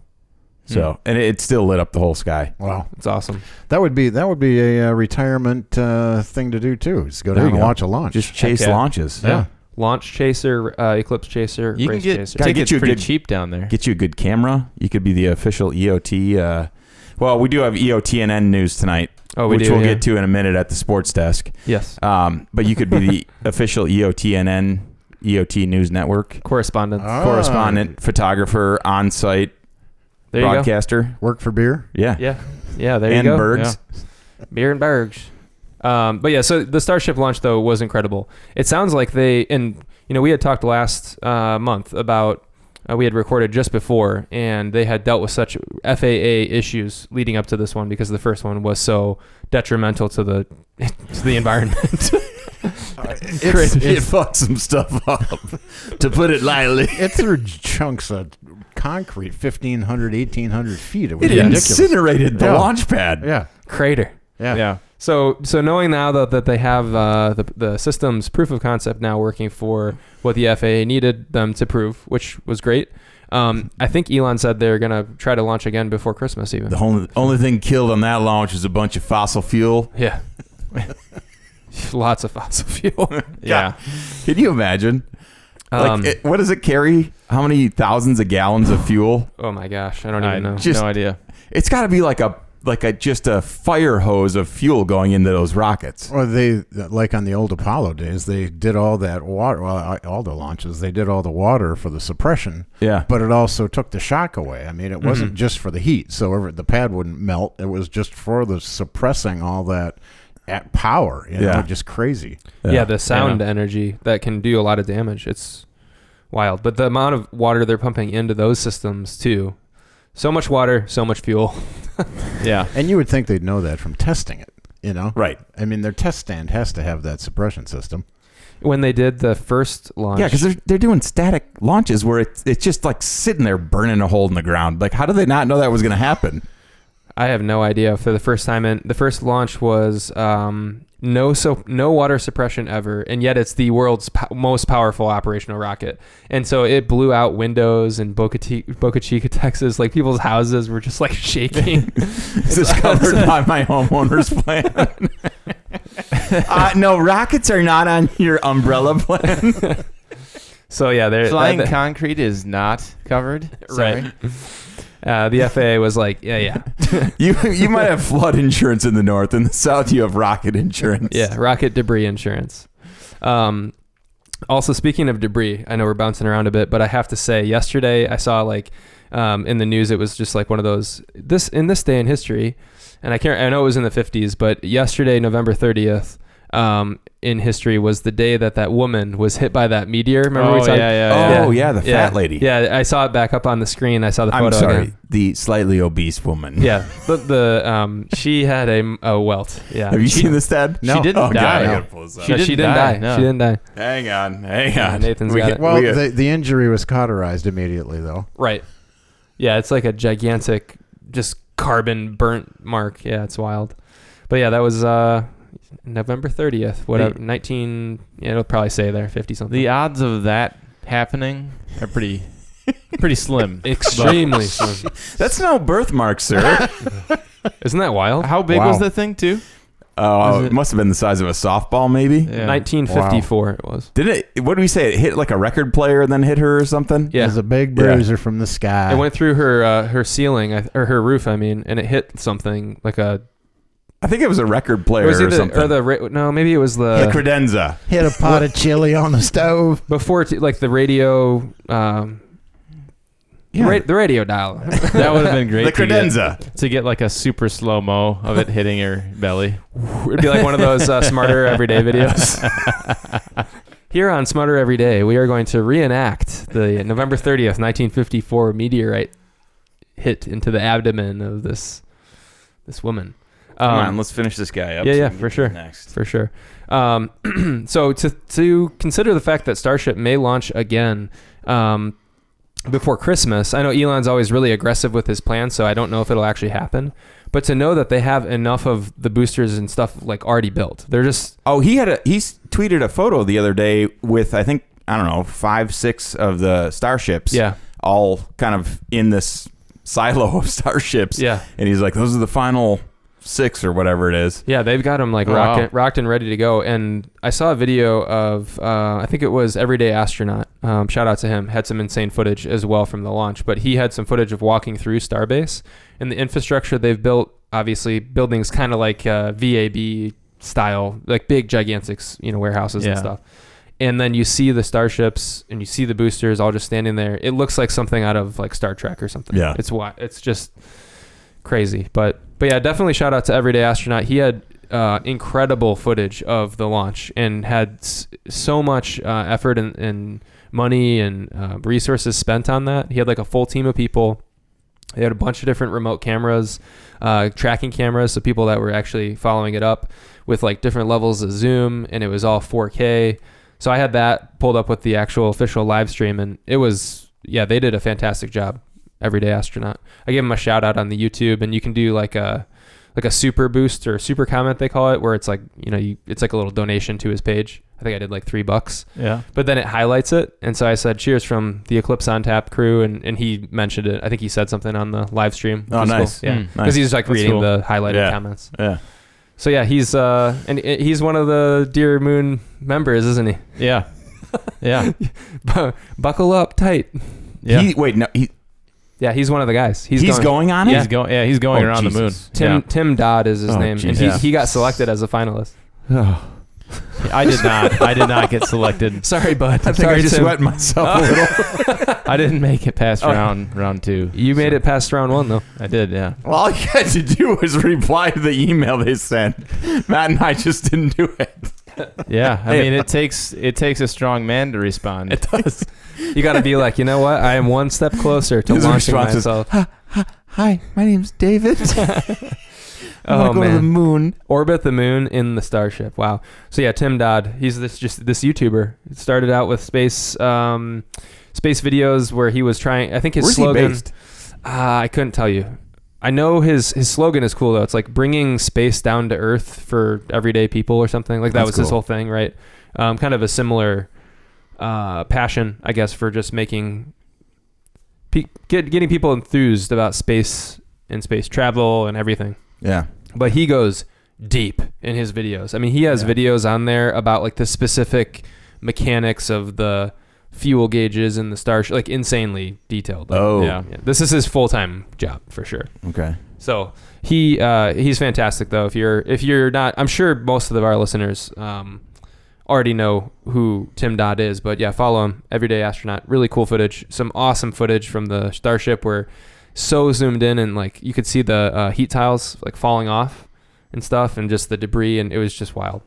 [SPEAKER 2] Hmm.
[SPEAKER 3] So and it, it still lit up the whole sky.
[SPEAKER 5] wow,
[SPEAKER 2] It's awesome.
[SPEAKER 5] that would be that would be a uh, retirement uh, thing to do too. Is go
[SPEAKER 3] There
[SPEAKER 5] down
[SPEAKER 3] you
[SPEAKER 5] and
[SPEAKER 3] go.
[SPEAKER 5] watch a launch.
[SPEAKER 3] Just chase
[SPEAKER 2] yeah.
[SPEAKER 3] launches.
[SPEAKER 5] yeah.
[SPEAKER 2] Launch chaser, uh, eclipse chaser,
[SPEAKER 1] You can
[SPEAKER 2] race
[SPEAKER 1] get
[SPEAKER 2] chaser.
[SPEAKER 3] Gotta get
[SPEAKER 1] tickets
[SPEAKER 3] you a
[SPEAKER 1] pretty
[SPEAKER 3] good-
[SPEAKER 1] cheap down there.
[SPEAKER 3] Get you a good camera. You could be the official EOT. Uh, well, we do have E EOTNN news tonight,
[SPEAKER 2] oh, we
[SPEAKER 3] which
[SPEAKER 2] do,
[SPEAKER 3] we'll
[SPEAKER 2] yeah.
[SPEAKER 3] get to in a minute at the sports desk.
[SPEAKER 2] Yes,
[SPEAKER 3] Um, but you could be the official E EOTNN EOT E News Network
[SPEAKER 2] correspondence.
[SPEAKER 5] Ah.
[SPEAKER 3] correspondent, photographer, on-site
[SPEAKER 2] there you
[SPEAKER 3] broadcaster.
[SPEAKER 5] Work for beer.
[SPEAKER 3] Yeah,
[SPEAKER 2] go. Yeah, yeah. There
[SPEAKER 3] and
[SPEAKER 2] you go.
[SPEAKER 3] Bergs.
[SPEAKER 2] Beer and Bergs. Um, but yeah, so the Starship launch though was incredible. It sounds like they and you know we had talked last uh, month about uh, we had recorded just before and they had dealt with such FAA issues leading up to this one because the first one was so detrimental to the to the environment.
[SPEAKER 5] It's,
[SPEAKER 3] It
[SPEAKER 5] it's,
[SPEAKER 3] fucked some stuff up, to put it lightly.
[SPEAKER 5] it threw chunks of concrete, 1,500, 1,800 feet. It was
[SPEAKER 3] It
[SPEAKER 5] ridiculous.
[SPEAKER 3] incinerated the
[SPEAKER 5] Yeah.
[SPEAKER 3] launch pad.
[SPEAKER 5] yeah,
[SPEAKER 2] Crater.
[SPEAKER 5] yeah,
[SPEAKER 1] yeah.
[SPEAKER 2] So, so knowing now that, that they have uh, the, the system's proof of concept now working for what the FAA needed them to prove, which was great. Um, I think Elon said they're going to try to launch again before Christmas, even.
[SPEAKER 3] The only, only thing killed on that launch was a bunch of fossil fuel.
[SPEAKER 2] yeah. Lots of fossil fuel.
[SPEAKER 1] Yeah.
[SPEAKER 3] Oh, Can you imagine?
[SPEAKER 2] Um,
[SPEAKER 3] like, it, what does it carry? How many thousands of gallons of fuel?
[SPEAKER 2] oh my gosh. I don't
[SPEAKER 1] I
[SPEAKER 2] even know.
[SPEAKER 1] have
[SPEAKER 3] Just-
[SPEAKER 1] no idea.
[SPEAKER 3] It's got to be like a like a just a fire hose of fuel going into those rockets.
[SPEAKER 5] Or they like on the old Apollo days, they did all that water, well, I- all the launches. They did all the water for the suppression,
[SPEAKER 3] Yeah.
[SPEAKER 5] but it also took the shock away. I mean, it wasn't just for the heat, so ever, the pad wouldn't melt. It was just for the suppressing all that at power. You know,
[SPEAKER 3] Yeah.
[SPEAKER 5] just crazy.
[SPEAKER 2] yeah. the sound energy that can do a lot of damage. It's wild. But the amount of water they're pumping into those systems, too. So much water, so much fuel.
[SPEAKER 1] Yeah.
[SPEAKER 5] And you would think they'd know that from testing it. You know,
[SPEAKER 3] Right.
[SPEAKER 5] I mean, their test stand has to have that suppression system.
[SPEAKER 2] When they did the first launch.
[SPEAKER 3] Yeah, because they're they're doing static launches where it's it's just like sitting there burning a hole in the ground. Like, how do they not know that was going to happen?
[SPEAKER 2] I have no idea. For the first time, in the first launch was um, no so no water suppression ever, and yet it's the world's po- most powerful operational rocket. And so it blew out windows in Boca, T- Boca Chica, Texas. Like people's houses were just like shaking.
[SPEAKER 3] Is this covered by my homeowner's plan? uh, no, rockets are not on your umbrella plan.
[SPEAKER 2] So yeah, there.
[SPEAKER 1] Flying
[SPEAKER 2] that-
[SPEAKER 1] concrete is not covered. Sorry.
[SPEAKER 2] Right. uh, the FAA was like, yeah, yeah,
[SPEAKER 3] You you might have flood insurance in the north. In the south, you have rocket insurance.
[SPEAKER 2] yeah, rocket debris insurance. Um, also, speaking of debris, I know we're bouncing around a bit, but I have to say, yesterday I saw like um, in the news, it was just like one of those this in this day in history, and I can't. I know it was in the fifties, but yesterday, November thirtieth. Um, in history was the day that that woman was hit by that meteor. Remember we
[SPEAKER 1] oh,
[SPEAKER 2] talked?
[SPEAKER 1] yeah, yeah, yeah.
[SPEAKER 3] Oh yeah, the
[SPEAKER 2] yeah,
[SPEAKER 3] fat lady.
[SPEAKER 2] Yeah, I saw it back up on the screen. I saw the photo.
[SPEAKER 3] I'm sorry,
[SPEAKER 2] Again.
[SPEAKER 3] the slightly obese woman.
[SPEAKER 2] Yeah, the, the um, she had a, a welt. Yeah,
[SPEAKER 3] Have you
[SPEAKER 2] she,
[SPEAKER 3] seen this, Dad?
[SPEAKER 1] She didn't
[SPEAKER 3] Oh, God,
[SPEAKER 1] die.
[SPEAKER 3] I gotta pull this up.
[SPEAKER 2] She,
[SPEAKER 1] No,
[SPEAKER 2] didn't, die.
[SPEAKER 1] no.
[SPEAKER 2] She didn't die.
[SPEAKER 3] Hang on, hang
[SPEAKER 2] Yeah,
[SPEAKER 3] on.
[SPEAKER 2] Nathan's got
[SPEAKER 3] can-
[SPEAKER 2] it.
[SPEAKER 5] Well,
[SPEAKER 3] we-
[SPEAKER 5] the, the injury was cauterized immediately, though.
[SPEAKER 2] Right. Yeah, it's like a gigantic, just carbon burnt mark. Yeah, it's wild. But yeah, that was uh, November thirtieth, whatever, nineteen. Yeah, it'll probably say there fifty something.
[SPEAKER 1] The odds of that happening are pretty pretty slim.
[SPEAKER 2] extremely slim.
[SPEAKER 3] that's no birthmark, sir.
[SPEAKER 2] Isn't that wild?
[SPEAKER 1] How big was
[SPEAKER 5] Wow.
[SPEAKER 1] the thing too?
[SPEAKER 3] uh,
[SPEAKER 1] Is
[SPEAKER 3] it
[SPEAKER 1] it-
[SPEAKER 3] must have been the size of a softball, maybe.
[SPEAKER 1] Yeah.
[SPEAKER 2] Nineteen fifty-four. It was.
[SPEAKER 3] Did it? What did we say? It hit like a record player and then hit her or something.
[SPEAKER 2] Yeah.
[SPEAKER 5] It was a big
[SPEAKER 3] Yeah.
[SPEAKER 5] bruiser from the sky.
[SPEAKER 2] It went through her uh, her ceiling I- or her roof, I mean, and it hit something like a.
[SPEAKER 3] I think it was a record
[SPEAKER 2] It
[SPEAKER 3] player
[SPEAKER 2] was
[SPEAKER 3] or
[SPEAKER 2] either-
[SPEAKER 3] something.
[SPEAKER 2] or the uh, ra- no, maybe it was
[SPEAKER 3] the
[SPEAKER 2] the
[SPEAKER 3] credenza.
[SPEAKER 5] Hit a pot of chili on the stove.
[SPEAKER 2] before t- like the radio. Um,
[SPEAKER 3] Yeah.
[SPEAKER 2] ra- the radio dial.
[SPEAKER 1] That would have been great.
[SPEAKER 3] The
[SPEAKER 1] to get-
[SPEAKER 3] credenza.
[SPEAKER 1] to get like a super slow mo of it hitting her belly.
[SPEAKER 2] It'd be like one of those uh, smarter everyday videos. Here on Smarter Every Day, we are going to reenact the November 30th, 1954 meteorite hit into the abdomen of this this woman.
[SPEAKER 3] Come
[SPEAKER 2] Um,
[SPEAKER 3] on, let's finish this guy up.
[SPEAKER 2] yeah,
[SPEAKER 3] so
[SPEAKER 2] yeah,
[SPEAKER 3] we can
[SPEAKER 2] for
[SPEAKER 3] get
[SPEAKER 2] sure.
[SPEAKER 3] Next.
[SPEAKER 2] for sure. Um, so to to consider the fact that Starship may launch again um, before Christmas, I know Elon's always really aggressive with his plans, so I don't know if it'll actually happen. But to know that they have enough of the boosters and stuff like already built, they're just
[SPEAKER 3] Oh, he had a he s- tweeted a photo the other day with I think I don't know five six of the starships.
[SPEAKER 2] yeah
[SPEAKER 3] all kind of in this silo of starships.
[SPEAKER 2] yeah
[SPEAKER 3] and he's like, those are the final six or whatever it is.
[SPEAKER 2] yeah they've got them like
[SPEAKER 1] Oh, Wow.
[SPEAKER 2] rocked, and, rocked and ready to go. And I saw a video of uh, I think it was Everyday Astronaut. Um, shout out to him. Had some insane footage as well from the launch, but he had some footage of walking through Starbase. and the infrastructure they've built obviously buildings kind of like uh, vab style like big gigantic s- you know warehouses and
[SPEAKER 1] Yeah.
[SPEAKER 2] stuff and then you see the starships and you see the boosters all just standing there it looks like something out of like star trek or something
[SPEAKER 3] Yeah.
[SPEAKER 2] it's why it's just crazy but but yeah definitely shout out to everyday astronaut he had uh, incredible footage of the launch and had s- so much uh, effort and, and money and uh, resources spent on that he had like a full team of people they had a bunch of different remote cameras, uh, tracking cameras, so people that were actually following it up with like different levels of zoom, and it was all 4K. So I had that pulled up with the actual official live stream, and it was yeah, they did a fantastic job. Everyday astronaut. I gave them a shout out on the YouTube, and you can do like a like a super boost or super comment they call it, where it's like you know you, it's like a little donation to his page. I think I did like three bucks
[SPEAKER 1] Yeah.
[SPEAKER 2] but then it highlights it. And so I said, cheers from the Eclipse on Tap crew. And, and he mentioned it. I think he said something on the live stream. which
[SPEAKER 3] Oh,
[SPEAKER 2] is
[SPEAKER 3] nice.
[SPEAKER 2] Cool. Yeah.
[SPEAKER 1] Mm.
[SPEAKER 2] Because he's like
[SPEAKER 1] That's
[SPEAKER 2] reading
[SPEAKER 1] cool.
[SPEAKER 2] the highlighted
[SPEAKER 3] Yeah.
[SPEAKER 2] comments.
[SPEAKER 3] Yeah.
[SPEAKER 2] So yeah, he's uh, and i- he's one of the Dear Moon members, isn't he?
[SPEAKER 1] Yeah. Yeah.
[SPEAKER 2] Bu- Buckle up tight.
[SPEAKER 1] Yeah.
[SPEAKER 3] He wait no he,
[SPEAKER 2] Yeah, he's one of the guys. He's,
[SPEAKER 3] he's, going, on it.
[SPEAKER 1] He's going. Yeah, he's going
[SPEAKER 3] Oh,
[SPEAKER 1] around the moon.
[SPEAKER 3] Jesus.
[SPEAKER 2] Tim Tim Dodd is his
[SPEAKER 3] Oh,
[SPEAKER 2] name, and
[SPEAKER 3] Jesus.
[SPEAKER 2] he,
[SPEAKER 1] Yeah.
[SPEAKER 2] he got selected as a finalist.
[SPEAKER 1] Yeah. I did not. I did not get selected.
[SPEAKER 2] Sorry, bud.
[SPEAKER 3] I think
[SPEAKER 2] Sorry,
[SPEAKER 3] I just
[SPEAKER 2] Tim.
[SPEAKER 3] wet myself a little.
[SPEAKER 1] I didn't make it past
[SPEAKER 2] Oh.
[SPEAKER 1] round round two.
[SPEAKER 2] You made it past round one though.
[SPEAKER 1] I did. Yeah.
[SPEAKER 3] Well, all you had to do was reply to the email they sent. Matt and I just didn't do it.
[SPEAKER 1] Yeah. I
[SPEAKER 3] Hey.
[SPEAKER 1] mean, it takes it takes a strong man to respond.
[SPEAKER 3] It does.
[SPEAKER 2] You got to be like, you know what? I am one step closer to
[SPEAKER 3] His
[SPEAKER 2] launching
[SPEAKER 3] response is,
[SPEAKER 2] myself.
[SPEAKER 3] Hi, my name's David. I
[SPEAKER 2] oh
[SPEAKER 3] wanna
[SPEAKER 2] man.
[SPEAKER 3] moon.
[SPEAKER 2] orbit the moon in the starship wow so yeah tim dodd he's this just this youtuber it started out with space um space videos where he was trying i think his
[SPEAKER 3] Where's he
[SPEAKER 2] slogan
[SPEAKER 3] based?
[SPEAKER 2] Ah, i couldn't tell you i know his his slogan is cool though it's like bringing space down to earth for everyday people or something like that
[SPEAKER 3] That's
[SPEAKER 2] was his
[SPEAKER 3] cool.
[SPEAKER 2] whole thing right um kind of a similar uh passion i guess for just making pe- get, getting people enthused about space and space travel and everything
[SPEAKER 3] Yeah.
[SPEAKER 2] but he goes deep in his videos. I mean, he has
[SPEAKER 3] Yeah.
[SPEAKER 2] videos on there about like the specific mechanics of the fuel gauges and the star like insanely detailed. Like,
[SPEAKER 3] Oh.
[SPEAKER 1] Yeah.
[SPEAKER 2] yeah, this is his full time job for sure.
[SPEAKER 3] Okay.
[SPEAKER 2] So he uh, he's fantastic though. If you're if you're not, I'm sure most of our listeners um, already know who Tim Dodd is. But yeah, follow him. Everyday astronaut. Really cool footage. Some awesome footage from the Starship where so zoomed in and like you could see the uh, heat tiles like falling off and stuff and just the debris and it was just wild.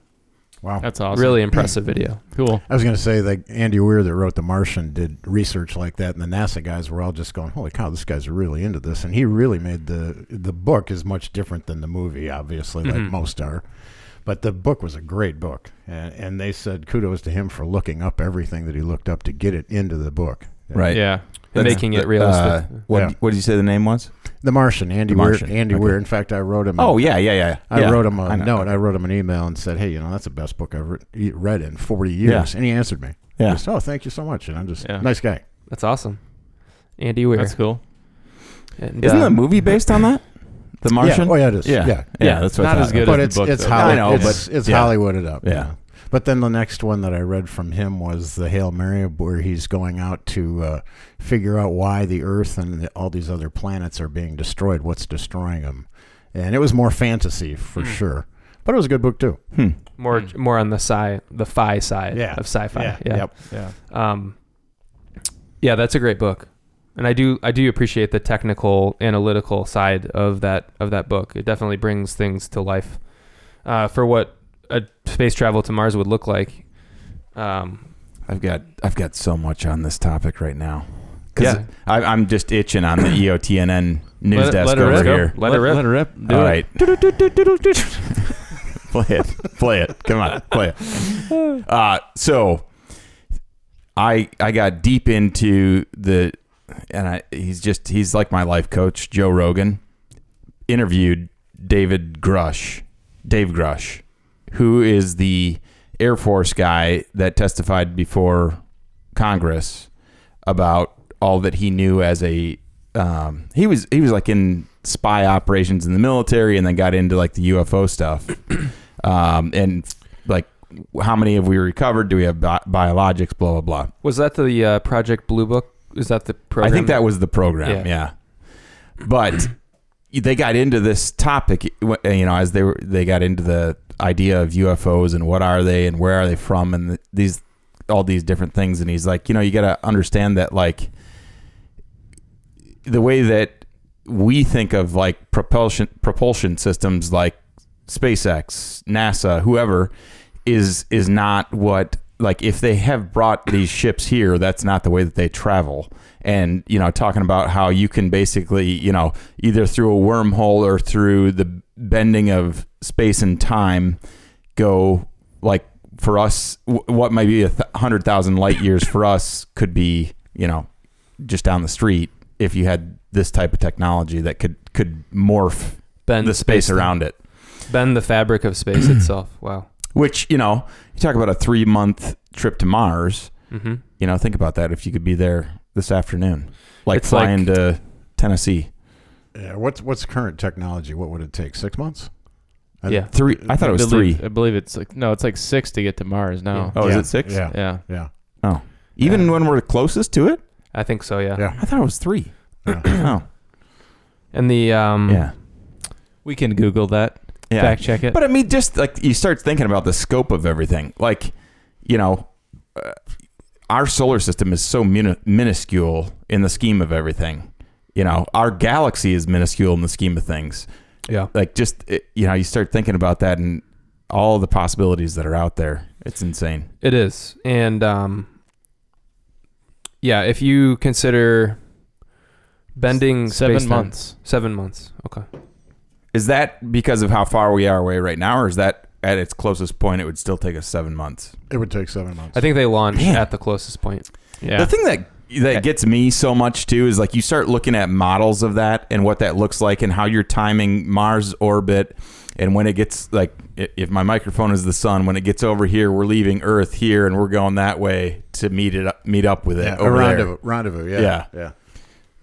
[SPEAKER 5] Wow.
[SPEAKER 1] That's awesome.
[SPEAKER 2] Really impressive video.
[SPEAKER 1] cool.
[SPEAKER 5] I was going to say that Andy Weir that wrote The Martian did research like that, and the NASA guys were all just going, "Holy cow, this guy's really into this!" And he really made the the book is much different than the movie, obviously,
[SPEAKER 2] Mhm.
[SPEAKER 3] Mm-hmm.
[SPEAKER 5] like most are. But the book was a great book, and, and they said kudos to him for looking up everything that he looked up to get it into the book.
[SPEAKER 3] Right.
[SPEAKER 1] Yeah.
[SPEAKER 2] And
[SPEAKER 3] That's
[SPEAKER 2] making
[SPEAKER 3] the-
[SPEAKER 2] it realistic.
[SPEAKER 3] uh, what
[SPEAKER 5] Yeah.
[SPEAKER 3] What did you say the name was?
[SPEAKER 5] The Martian, Andy
[SPEAKER 3] The Martian,
[SPEAKER 5] Weir. Andy
[SPEAKER 3] okay.
[SPEAKER 5] Weir. In fact, I wrote him.
[SPEAKER 3] Oh yeah, yeah, yeah.
[SPEAKER 5] I
[SPEAKER 3] yeah.
[SPEAKER 5] wrote him a
[SPEAKER 3] I know.
[SPEAKER 5] note. I wrote him an email and said, "Hey, you know, that's the best book I've re- e, read in 40 years," and he answered me.
[SPEAKER 3] Yeah.
[SPEAKER 5] Just, oh, thank you so much. And I'm just
[SPEAKER 1] Yeah.
[SPEAKER 5] nice guy.
[SPEAKER 2] That's awesome. Andy Weir.
[SPEAKER 1] That's cool.
[SPEAKER 2] And,
[SPEAKER 3] Isn't
[SPEAKER 2] uh,
[SPEAKER 3] the movie based on that? The Martian.
[SPEAKER 5] Yeah. Oh yeah, it is.
[SPEAKER 3] Yeah.
[SPEAKER 5] Yeah.
[SPEAKER 3] Yeah,
[SPEAKER 1] Yeah,
[SPEAKER 3] that's what I
[SPEAKER 1] not
[SPEAKER 3] thought.
[SPEAKER 1] as good
[SPEAKER 5] Uh, But
[SPEAKER 1] as
[SPEAKER 5] it's
[SPEAKER 1] the book.
[SPEAKER 5] it's
[SPEAKER 1] though.
[SPEAKER 5] Hollywood.
[SPEAKER 3] I know,
[SPEAKER 5] it's
[SPEAKER 3] but-
[SPEAKER 5] it's
[SPEAKER 3] yeah.
[SPEAKER 5] Hollywood it up.
[SPEAKER 3] Yeah.
[SPEAKER 5] But then the next one that I read from him was the Hail Mary, where he's going out to uh, figure out why the Earth and the, all these other planets are being destroyed. What's destroying them? And it was more fantasy for
[SPEAKER 2] Hmm.
[SPEAKER 5] sure, but it was a good book too.
[SPEAKER 3] Hmm.
[SPEAKER 2] more
[SPEAKER 1] Mm.
[SPEAKER 2] more on the sci the fi side
[SPEAKER 5] Yeah.
[SPEAKER 2] of sci-fi. Yeah.
[SPEAKER 5] Yep.
[SPEAKER 1] Yeah.
[SPEAKER 2] Um, yeah, that's a great book, and I do I do appreciate the technical analytical side of that of that book. It definitely brings things to life uh, for what a space travel to Mars would look like. Um,
[SPEAKER 3] I've got I've got so much on this topic right now. 'Cause
[SPEAKER 2] yeah,
[SPEAKER 3] I, I'm just itching on the E EOTNN news
[SPEAKER 1] Let it-
[SPEAKER 3] desk
[SPEAKER 1] let it
[SPEAKER 3] over
[SPEAKER 1] rip.
[SPEAKER 3] here.
[SPEAKER 2] Let it rip.
[SPEAKER 1] Let it rip. Do
[SPEAKER 3] All
[SPEAKER 1] it.
[SPEAKER 3] right. play it. Play it. Come on. Play it. Uh, so I I got deep into the and I, he's just he's like my life coach, Joe Rogan. Interviewed David Grush, Dave Grush, who is the Air Force guy that testified before Congress about all that he knew as a um, he was he was like in spy operations in the military and then got into like the UFO stuff um, and like how many have we recovered? Do we have bi- biologics? Blah blah blah.
[SPEAKER 2] was that the uh, Project Blue Book? Is that the program?
[SPEAKER 3] I think that was the program. Yeah. But they got into this topic, you know, as they were they got into the idea of UFOs and what are they and where are they from and these all these different things. And he's like, you know, you got to understand that like the way that we think of like propulsion propulsion systems like SpaceX, NASA, whoever is is not what like if they have brought these ships here, that's not the way that they travel. And you know, talking about how you can basically, you know, either through a wormhole or through the bending of space and time, go like for us, w- what might be a th- hundred thousand light years for us could be, you know, just down the street if you had this type of technology that could could morph
[SPEAKER 2] bend
[SPEAKER 3] the space
[SPEAKER 2] thing.
[SPEAKER 3] around it
[SPEAKER 2] bend the fabric of space itself. Wow.
[SPEAKER 3] which you know you talk about a three month trip to mars
[SPEAKER 2] Mm-hmm.
[SPEAKER 3] you know think about that if you could be there this afternoon like
[SPEAKER 2] It's like-
[SPEAKER 3] flying to tennessee
[SPEAKER 5] Yeah. What's what's current technology? What would it take? Six months? I-
[SPEAKER 2] Yeah.
[SPEAKER 3] three i thought it was
[SPEAKER 1] believe,
[SPEAKER 3] three.
[SPEAKER 1] I believe it's like no, it's like six to get to Mars now.
[SPEAKER 3] Oh, is
[SPEAKER 5] Yeah.
[SPEAKER 3] it six
[SPEAKER 5] Yeah.
[SPEAKER 1] Yeah.
[SPEAKER 5] Yeah.
[SPEAKER 3] even when we're closest to it
[SPEAKER 2] I think so. Yeah.
[SPEAKER 5] Yeah.
[SPEAKER 3] i thought it was three
[SPEAKER 5] Yeah.
[SPEAKER 3] oh
[SPEAKER 2] And the um,
[SPEAKER 3] yeah
[SPEAKER 1] We can Google that.
[SPEAKER 3] yeah
[SPEAKER 1] Fact check it.
[SPEAKER 3] but i mean just like you start thinking about the scope of everything like you know uh, our solar system is so mini- minuscule in the scheme of everything you know our galaxy is minuscule in the scheme of things
[SPEAKER 2] yeah.
[SPEAKER 3] like just it, you know you start thinking about that and all the possibilities that are out there it's insane
[SPEAKER 2] It is, and um, yeah, if you consider bending
[SPEAKER 1] seven
[SPEAKER 2] space-time-
[SPEAKER 1] months.
[SPEAKER 2] seven months. Okay,
[SPEAKER 3] is that because of how far we are away right now or is that at its closest point it would still take us seven months
[SPEAKER 5] It would take seven months.
[SPEAKER 2] I think they launch
[SPEAKER 3] Man.
[SPEAKER 2] at the closest point.
[SPEAKER 1] Yeah.
[SPEAKER 3] the thing that that gets me so much too is like you start looking at models of that and what that looks like and how you're timing mars orbit and when it gets like i- if my microphone is the sun when it gets over here we're leaving earth here and we're going that way to meet it up meet up with it
[SPEAKER 5] yeah, a
[SPEAKER 3] over there.
[SPEAKER 5] rendezvous. Rendezvous. Yeah.
[SPEAKER 3] Yeah.
[SPEAKER 5] Yeah.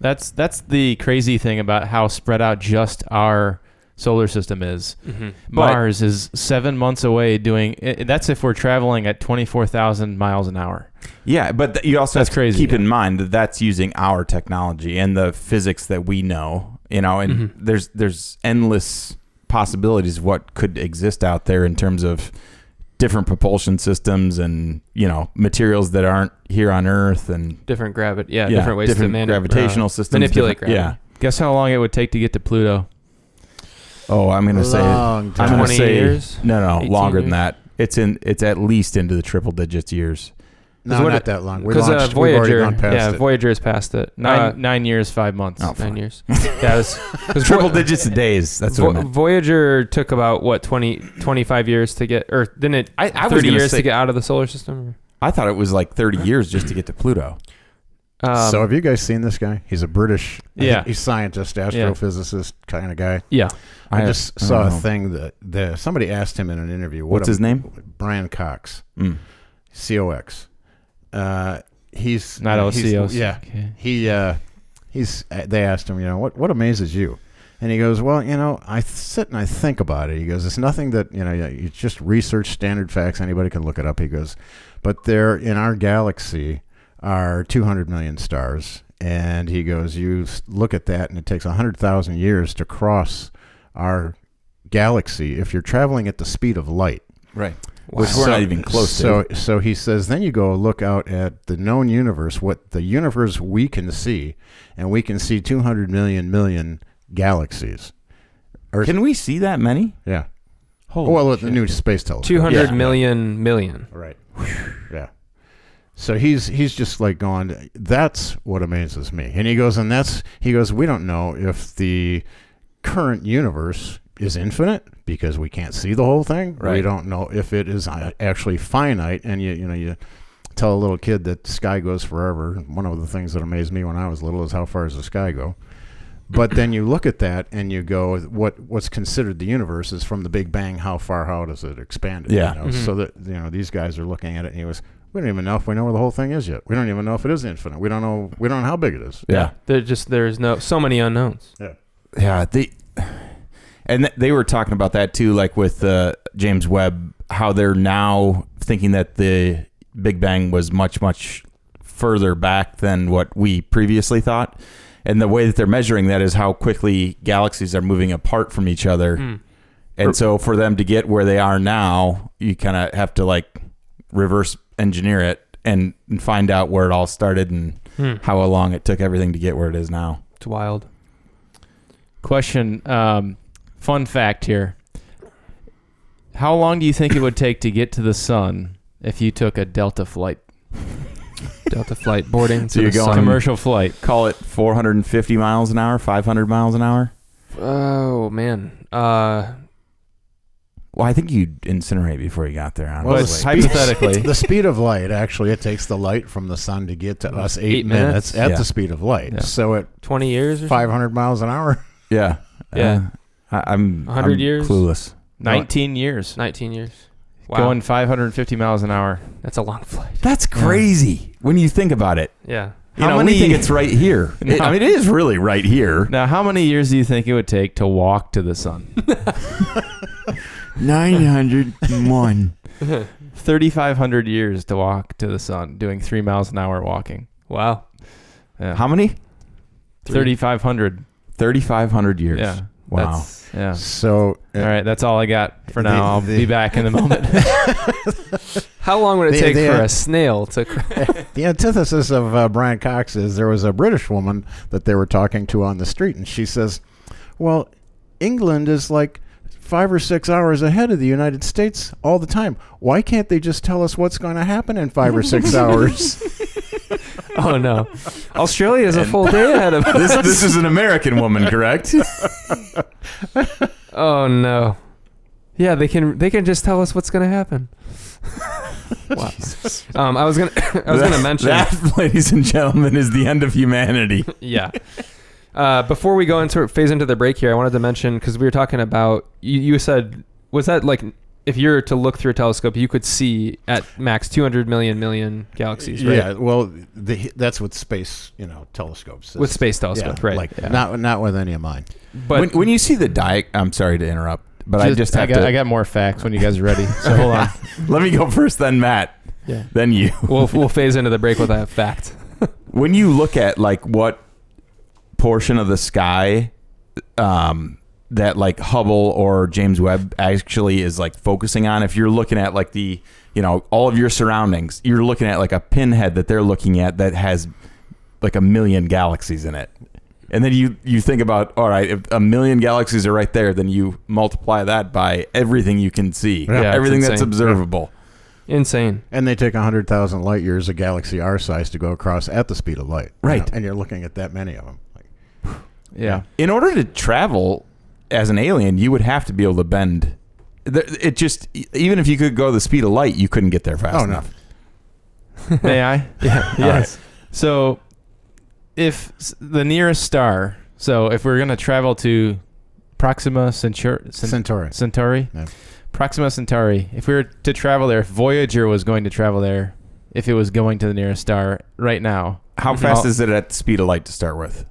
[SPEAKER 1] That's that's the crazy thing about how spread out just our solar system is.
[SPEAKER 2] Mm-hmm.
[SPEAKER 1] Mars is seven months away. Doing i- that's if we're traveling at twenty four thousand miles an hour.
[SPEAKER 3] Yeah, but th- you also
[SPEAKER 1] That's
[SPEAKER 3] have to
[SPEAKER 1] crazy,
[SPEAKER 3] keep
[SPEAKER 1] yeah.
[SPEAKER 3] in mind that that's using our technology and the physics that we know, you know, and
[SPEAKER 2] Mhm.
[SPEAKER 3] there's there's endless possibilities of what could exist out there in terms of different propulsion systems and, you know, materials that aren't here on earth and
[SPEAKER 2] Different gravity. Yeah, different ways to mani- uh,
[SPEAKER 3] gravitational systems
[SPEAKER 2] manipulate
[SPEAKER 3] different-
[SPEAKER 2] gravity.
[SPEAKER 1] Guess how long it would take to get to Pluto?
[SPEAKER 3] Yeah. Oh, I'm going to say
[SPEAKER 5] Long
[SPEAKER 3] I'm
[SPEAKER 5] time.
[SPEAKER 3] gonna
[SPEAKER 2] 20
[SPEAKER 3] say-
[SPEAKER 2] years.
[SPEAKER 3] no, no,
[SPEAKER 2] 18
[SPEAKER 3] longer
[SPEAKER 2] years?
[SPEAKER 3] than that. It's in it's at least into the triple digits years.
[SPEAKER 5] no,
[SPEAKER 2] what
[SPEAKER 5] not
[SPEAKER 2] it-
[SPEAKER 5] that long. We
[SPEAKER 2] Because uh,
[SPEAKER 5] launched, we've already
[SPEAKER 2] Voyager,
[SPEAKER 5] gone past
[SPEAKER 2] yeah,
[SPEAKER 5] it.
[SPEAKER 2] Voyager is past it.
[SPEAKER 1] Nine
[SPEAKER 2] Uh,
[SPEAKER 1] nine years, five months.
[SPEAKER 3] Oh,
[SPEAKER 2] nine
[SPEAKER 3] fuck.
[SPEAKER 2] years. Yeah, it was, 'cause
[SPEAKER 3] Triple
[SPEAKER 2] Voy-
[SPEAKER 3] digits of days. That's what I
[SPEAKER 2] Vo-
[SPEAKER 3] meant.
[SPEAKER 2] Voyager took about what 20, 25 years to get, or didn't it? I,
[SPEAKER 3] I was
[SPEAKER 2] thirty
[SPEAKER 3] gonna
[SPEAKER 2] years
[SPEAKER 3] say-
[SPEAKER 2] to get out of the solar system.
[SPEAKER 3] I thought it was like 30 years just to get to Pluto.
[SPEAKER 2] Um,
[SPEAKER 5] so have you guys seen this guy? He's a British. I think
[SPEAKER 1] Yeah.
[SPEAKER 5] he's scientist, astrophysicist kind of guy.
[SPEAKER 1] Yeah.
[SPEAKER 5] I,
[SPEAKER 3] I-
[SPEAKER 5] just
[SPEAKER 3] I
[SPEAKER 5] saw a
[SPEAKER 3] don't know.
[SPEAKER 5] thing that, that somebody asked him in an interview. What
[SPEAKER 3] What's his name?
[SPEAKER 5] name? Brian Cox,
[SPEAKER 3] Mm.
[SPEAKER 5] C O X. Uh, he's
[SPEAKER 1] Not
[SPEAKER 5] he's-
[SPEAKER 1] LCOs.
[SPEAKER 5] Yeah,
[SPEAKER 1] Okay.
[SPEAKER 5] he uh, he's. uh, They asked him, you know, what what amazes you, and he goes, well, you know, I th- sit and I think about it. He goes, it's nothing that you know, you- it's just research, standard facts. Anybody can look it up. He goes, but there in our galaxy are 200 million stars, and he goes, you s- look at that, and it takes 100,000 years to cross our galaxy if you're traveling at the speed of light
[SPEAKER 3] Right.
[SPEAKER 2] wow.
[SPEAKER 3] Which we're not even close to.
[SPEAKER 5] so, So he says, then you go look out at the known universe, what the universe we can see, and we can see 200 million million galaxies. Earth-
[SPEAKER 3] Can we see that many?
[SPEAKER 5] Yeah.
[SPEAKER 3] Holy
[SPEAKER 5] well, with the new space telescope.
[SPEAKER 2] Two hundred
[SPEAKER 3] Yeah.
[SPEAKER 2] million million.
[SPEAKER 5] Right. yeah. So he's he's just like going. That's what amazes me. And he goes, and that's he goes. We don't know if the current universe is infinite because we can't see the whole thing. We
[SPEAKER 3] Right.
[SPEAKER 5] don't know if it is uh, actually finite. And you you know you tell a little kid that sky goes forever. One of the things that amazed me when I was little is how far does the sky go. But then you look at that and you go, what what's considered the universe is from the Big Bang. How far out is it expanded?
[SPEAKER 3] Yeah.
[SPEAKER 5] You know?
[SPEAKER 2] Mhm.
[SPEAKER 5] So that you know these guys are looking at it and he was, we don't even know if we know where the whole thing is yet. We don't even know if it is infinite. We don't know. We don't know how big it is.
[SPEAKER 3] Yeah.
[SPEAKER 2] There just there's no so many unknowns.
[SPEAKER 3] Yeah. They and th- they were talking about that too, like with uh, James Webb, how they're now thinking that the Big Bang was much much further back than what we previously thought, and the way that they're measuring that is how quickly galaxies are moving apart from each other.
[SPEAKER 2] Mm.
[SPEAKER 3] And so for them to get where they are now, you kind of have to like reverse engineer it and, and find out where it all started and
[SPEAKER 2] Hmm.
[SPEAKER 3] how long it took everything to get where it is now.
[SPEAKER 2] It's wild.
[SPEAKER 1] Question. Um, fun fact here. How long do you think it would take to get to the sun if you took a Delta flight,
[SPEAKER 2] Delta flight boarding.
[SPEAKER 3] So
[SPEAKER 2] to
[SPEAKER 3] you're
[SPEAKER 2] the
[SPEAKER 3] going-
[SPEAKER 2] sun.
[SPEAKER 1] commercial flight?
[SPEAKER 3] Call it 450 miles an hour, 500 miles an hour.
[SPEAKER 2] Oh man. Uh,
[SPEAKER 3] Well, I think you'd incinerate before you got there,
[SPEAKER 5] Well,
[SPEAKER 1] But
[SPEAKER 5] the
[SPEAKER 3] honestly.
[SPEAKER 5] speed-
[SPEAKER 1] hypothetically,
[SPEAKER 5] the speed of light actually it takes the light from the sun to get to us eight,
[SPEAKER 2] Eight minutes?
[SPEAKER 5] minutes, at
[SPEAKER 3] Yeah.
[SPEAKER 5] the speed of light.
[SPEAKER 1] Yeah.
[SPEAKER 5] So at
[SPEAKER 2] twenty years or something?
[SPEAKER 5] 500 miles an hour.
[SPEAKER 3] yeah.
[SPEAKER 2] Yeah.
[SPEAKER 3] Uh, I, I'm
[SPEAKER 2] 100
[SPEAKER 3] I'm
[SPEAKER 2] years?
[SPEAKER 3] clueless.
[SPEAKER 1] 19 years.
[SPEAKER 2] nineteen years. Wow.
[SPEAKER 1] Going 550 miles an hour.
[SPEAKER 2] That's a long flight.
[SPEAKER 3] That's crazy when you think about it.
[SPEAKER 2] Yeah.
[SPEAKER 3] You
[SPEAKER 1] How
[SPEAKER 3] know,
[SPEAKER 1] many-
[SPEAKER 3] we think it's right here. It- I mean, it is really right here.
[SPEAKER 1] Now, how many years do you think it would take to walk to the sun?
[SPEAKER 3] 901.
[SPEAKER 1] 3,500 years to walk to the sun, doing three miles an hour walking.
[SPEAKER 2] Wow.
[SPEAKER 1] Yeah.
[SPEAKER 3] How many?
[SPEAKER 2] Three.
[SPEAKER 1] 3,500.
[SPEAKER 3] 3,500 years.
[SPEAKER 1] Yeah.
[SPEAKER 3] Wow.
[SPEAKER 2] That's-
[SPEAKER 1] Yeah.
[SPEAKER 5] So uh,
[SPEAKER 1] All right. That's all I got for now.
[SPEAKER 5] The-
[SPEAKER 1] I'll
[SPEAKER 5] the-
[SPEAKER 1] be back in a moment.
[SPEAKER 2] How long would it
[SPEAKER 5] They-
[SPEAKER 2] take
[SPEAKER 5] they
[SPEAKER 2] for
[SPEAKER 5] are-
[SPEAKER 2] a snail to?
[SPEAKER 5] the antithesis of uh, Brian Cox is there was a British woman that they were talking to on the street, and she says, "Well, England is like." Five or six hours ahead of the United States all the time. Why can't they just tell us what's going to happen in five or six hours?
[SPEAKER 2] Oh no. Australia is a full day ahead of us.
[SPEAKER 3] this, this is an American woman, correct?
[SPEAKER 2] Oh no. Yeah, they can they can just tell us what's gonna happen. wow. Um, I was gonna I was gonna mention
[SPEAKER 3] that, ladies and gentlemen, is the end of humanity.
[SPEAKER 2] yeah. Uh, before we go into phase into the break here, I wanted to mention because we were talking about you, you said was that like if you're to look through a telescope, you could see at max 200 million million galaxies, right?
[SPEAKER 5] Yeah, well, the, that's with space, you know, telescopes.
[SPEAKER 2] With space telescope, right?
[SPEAKER 5] Like
[SPEAKER 2] yeah.
[SPEAKER 5] not not with any of mine.
[SPEAKER 2] but
[SPEAKER 3] when, when you see the di, I'm sorry to interrupt, but I just have
[SPEAKER 1] I got,
[SPEAKER 3] to.
[SPEAKER 1] I got more facts when you guys are ready. So hold on.
[SPEAKER 3] Let me go first, then Matt,
[SPEAKER 2] yeah.
[SPEAKER 3] then you.
[SPEAKER 2] we'll we'll phase into the break with that fact.
[SPEAKER 3] when you look at like what portion of the sky um that like Hubble or James Webb actually is like focusing on if you're looking at like the you know all of your surroundings you're looking at like a pinhead that they're looking at that has like a million galaxies in it and then you you think about all right if a million galaxies are right there then you multiply that by everything you can see
[SPEAKER 2] Yeah, it's
[SPEAKER 3] everything that's
[SPEAKER 2] insane.
[SPEAKER 3] observable
[SPEAKER 2] Insane.
[SPEAKER 5] And they take 100,000 light years, a galaxy our size, to go across at the speed of light. you
[SPEAKER 3] Right.
[SPEAKER 5] know, and you're looking at that many of them. Like,
[SPEAKER 1] Yeah.
[SPEAKER 3] in order to travel as an alien, you would have to be able to bend. There- It just e, even if you could go the speed of light, you couldn't get there fast
[SPEAKER 5] oh, no.
[SPEAKER 3] enough.
[SPEAKER 1] May I?
[SPEAKER 2] Yeah.
[SPEAKER 3] All
[SPEAKER 2] yes.
[SPEAKER 1] So, if s- the nearest star, so if we're going to travel to Proxima Centauri,
[SPEAKER 5] Centauri.
[SPEAKER 1] Centauri,
[SPEAKER 5] Yeah.
[SPEAKER 1] Proxima Centauri, if we were to travel there, if Voyager was going to travel there, if it was going to the nearest star right now,
[SPEAKER 3] How
[SPEAKER 1] Mhm.
[SPEAKER 3] fast
[SPEAKER 1] Well-
[SPEAKER 3] is it at the speed of light to start with?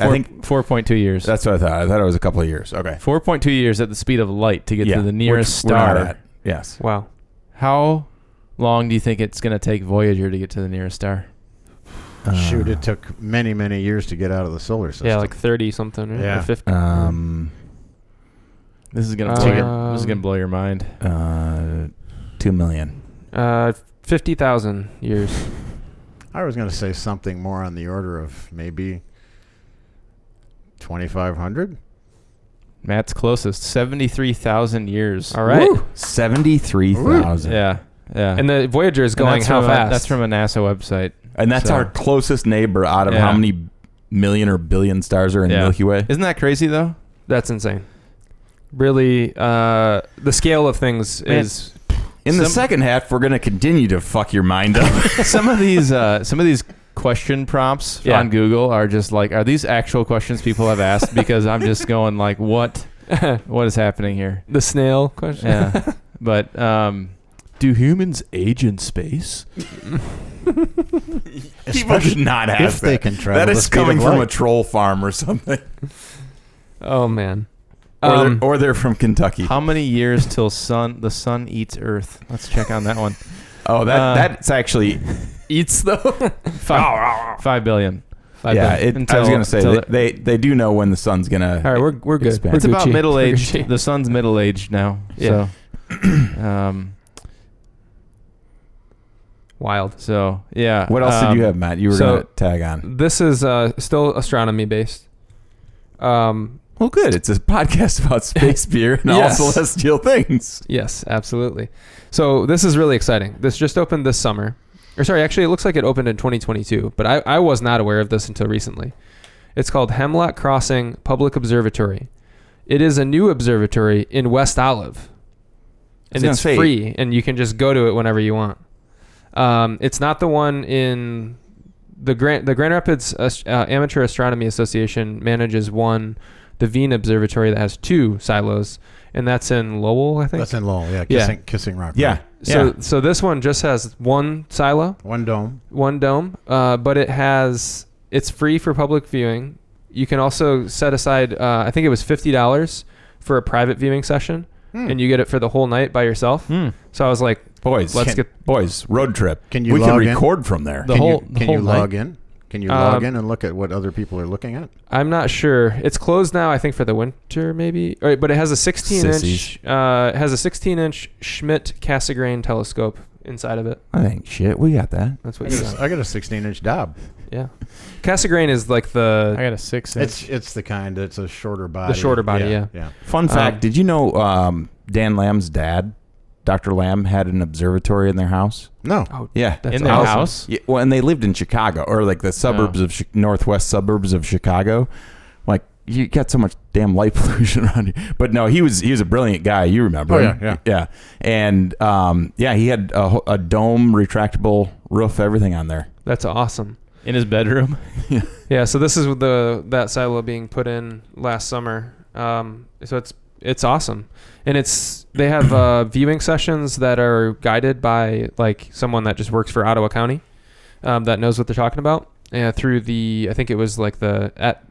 [SPEAKER 3] I
[SPEAKER 1] four-
[SPEAKER 3] think
[SPEAKER 1] 4.2 years.
[SPEAKER 3] that's what I thought. I thought it was a couple of years. Okay,
[SPEAKER 1] 4.2 years at the speed of light to get
[SPEAKER 3] Yeah,
[SPEAKER 1] to the nearest
[SPEAKER 3] which we're not
[SPEAKER 1] star.
[SPEAKER 3] at. Yes,
[SPEAKER 2] Wow.
[SPEAKER 1] How long do you think it's going to take Voyager to get to the nearest star?
[SPEAKER 5] Shoot, it took many, many years to get out of the solar system.
[SPEAKER 2] Yeah, like 30 something right?
[SPEAKER 5] Yeah.
[SPEAKER 2] or 50.
[SPEAKER 3] Um,
[SPEAKER 1] This is going to
[SPEAKER 2] Uh,
[SPEAKER 1] blow your, this is going to blow your mind.
[SPEAKER 3] uh, two million.
[SPEAKER 2] Uh, 50,000 years.
[SPEAKER 5] I was going to say something more on the order of maybe 2,500.
[SPEAKER 1] Matt's closest, 73,000 years.
[SPEAKER 2] All right.
[SPEAKER 3] Seventy-three thousand.
[SPEAKER 1] Yeah. Yeah.
[SPEAKER 2] And the Voyager is
[SPEAKER 1] And
[SPEAKER 2] going
[SPEAKER 1] that's
[SPEAKER 2] how
[SPEAKER 1] from a-
[SPEAKER 2] fast?
[SPEAKER 1] that's from a NASA website.
[SPEAKER 3] and that's
[SPEAKER 1] So-
[SPEAKER 3] our closest neighbor out of
[SPEAKER 1] Yeah.
[SPEAKER 3] how many million or billion stars are in
[SPEAKER 1] Yeah.
[SPEAKER 3] Milky Way?
[SPEAKER 1] Isn't that crazy though?
[SPEAKER 2] That's insane. Really, uh, the scale of things
[SPEAKER 1] Man.
[SPEAKER 2] is
[SPEAKER 3] In the
[SPEAKER 1] Some-
[SPEAKER 3] second half, we're gonna continue to fuck your mind up.
[SPEAKER 1] some of these uh, some of these question prompts
[SPEAKER 2] Yeah.
[SPEAKER 1] on Google are just like are these actual questions people have asked because I'm just going like what
[SPEAKER 2] the
[SPEAKER 1] what is happening here?
[SPEAKER 2] snail question.
[SPEAKER 1] Yeah. But um do humans age in space?
[SPEAKER 3] People should not ask
[SPEAKER 5] if
[SPEAKER 3] that.
[SPEAKER 5] they can travel
[SPEAKER 3] that
[SPEAKER 5] the
[SPEAKER 3] is
[SPEAKER 5] speed of
[SPEAKER 3] coming from a
[SPEAKER 5] light.
[SPEAKER 3] troll farm or something,
[SPEAKER 2] Oh man.
[SPEAKER 3] or,
[SPEAKER 2] Um,
[SPEAKER 3] they're, or they're from Kentucky.
[SPEAKER 1] How many years till sun the sun eats earth? Let's check on that one.
[SPEAKER 3] oh, that
[SPEAKER 1] uh,
[SPEAKER 3] that's actually eats though.
[SPEAKER 1] Five, five billion. Five
[SPEAKER 3] yeah,
[SPEAKER 1] billion.
[SPEAKER 3] it, I was
[SPEAKER 1] Until-
[SPEAKER 3] gonna say
[SPEAKER 1] until
[SPEAKER 3] they,
[SPEAKER 1] the-
[SPEAKER 3] they they do know when the sun's gonna.
[SPEAKER 2] all right, we're we're good.
[SPEAKER 3] Expand.
[SPEAKER 2] We're
[SPEAKER 1] It's about
[SPEAKER 2] Gucci.
[SPEAKER 1] middle
[SPEAKER 2] We're
[SPEAKER 1] aged.
[SPEAKER 2] Gucci.
[SPEAKER 1] The sun's middle aged now.
[SPEAKER 2] Yeah.
[SPEAKER 1] So, um,
[SPEAKER 2] Wild.
[SPEAKER 1] so yeah.
[SPEAKER 3] What else did
[SPEAKER 1] um,
[SPEAKER 3] you have, Matt? You were
[SPEAKER 2] so-
[SPEAKER 3] gonna tag on.
[SPEAKER 2] This is uh, still astronomy based. Um,
[SPEAKER 3] Well, good. It's a podcast about space beer and
[SPEAKER 2] Yes.
[SPEAKER 3] all celestial things.
[SPEAKER 2] yes, absolutely. So this is really exciting. This just opened this summer. Or sorry, actually, it looks like it opened in 2022, but I, I was not aware of this until recently. It's called Hemlock Crossing Public Observatory. It is a new observatory in West Olive, and
[SPEAKER 3] gonna
[SPEAKER 2] it's
[SPEAKER 3] say-
[SPEAKER 2] free, and you can just go to it whenever you want. Um, it's not the one in the Grand the Grand Rapids Ast- uh, Amateur Astronomy Association manages one, the Veen Observatory that has two silos, and that's in Lowell, I think.
[SPEAKER 5] That's in Lowell, yeah.
[SPEAKER 2] Yeah.
[SPEAKER 5] Kissing, kissing Rock.
[SPEAKER 3] Yeah.
[SPEAKER 5] right?
[SPEAKER 2] so
[SPEAKER 3] yeah.
[SPEAKER 2] so this one just has one silo,
[SPEAKER 5] One dome.
[SPEAKER 2] one dome, uh, but it has it's free for public viewing. You can also set aside, uh, I think it was fifty dollars for a private viewing session,
[SPEAKER 5] Hmm.
[SPEAKER 2] and you get it for the whole night by yourself.
[SPEAKER 1] Hmm.
[SPEAKER 2] So I was like,
[SPEAKER 3] Boys,
[SPEAKER 2] let's
[SPEAKER 3] can- boys road trip.
[SPEAKER 5] Can you
[SPEAKER 3] we
[SPEAKER 5] log
[SPEAKER 3] can
[SPEAKER 5] in?
[SPEAKER 3] record from there?
[SPEAKER 1] The
[SPEAKER 5] can
[SPEAKER 1] whole-
[SPEAKER 5] you,
[SPEAKER 1] the
[SPEAKER 5] can
[SPEAKER 1] whole
[SPEAKER 5] you
[SPEAKER 1] night?
[SPEAKER 5] log in? Can you log
[SPEAKER 2] Um,
[SPEAKER 5] in and look at what other people are looking at?
[SPEAKER 2] I'm not sure. It's closed now, I think, for the winter maybe. All right, but it has a 16
[SPEAKER 3] Sissies.
[SPEAKER 2] inch, uh, it has a 16 inch Schmidt Cassegrain telescope inside of it.
[SPEAKER 3] I think shit. We got that.
[SPEAKER 2] That's
[SPEAKER 5] I
[SPEAKER 2] what you
[SPEAKER 5] got
[SPEAKER 2] got.
[SPEAKER 5] a- I got a 16 inch Dob.
[SPEAKER 2] Yeah, Cassegrain is like the
[SPEAKER 1] I got a six.
[SPEAKER 5] It's
[SPEAKER 1] inch.
[SPEAKER 5] it's the kind that's a shorter body.
[SPEAKER 2] shorter body, yeah.
[SPEAKER 5] yeah.
[SPEAKER 3] Fun
[SPEAKER 2] Um,
[SPEAKER 3] fact: Uh, Did you know um, Dan Lamb's dad, Dr. Lamb, had an observatory in their house?
[SPEAKER 5] No.
[SPEAKER 2] oh,
[SPEAKER 3] Yeah.
[SPEAKER 2] that's
[SPEAKER 1] in their
[SPEAKER 2] awesome. Oh.
[SPEAKER 1] house.
[SPEAKER 3] yeah well, and they lived in Chicago, or like the suburbs of chi- northwest suburbs of Chicago. Like you got so much damn light pollution around here. But no, he was he was a brilliant guy. You remember?
[SPEAKER 5] Oh,
[SPEAKER 3] him.
[SPEAKER 5] yeah, yeah.
[SPEAKER 3] And um, yeah, he had a, ho- a dome, retractable roof, everything on there.
[SPEAKER 2] That's awesome.
[SPEAKER 1] In his bedroom.
[SPEAKER 2] Yeah, so this is with the that silo being put in last summer. Um, so it's it's awesome, and it's they have uh, viewing sessions that are guided by like someone that just works for Ottawa County, um, that knows what they're talking about. Uh, through the I think it was like the at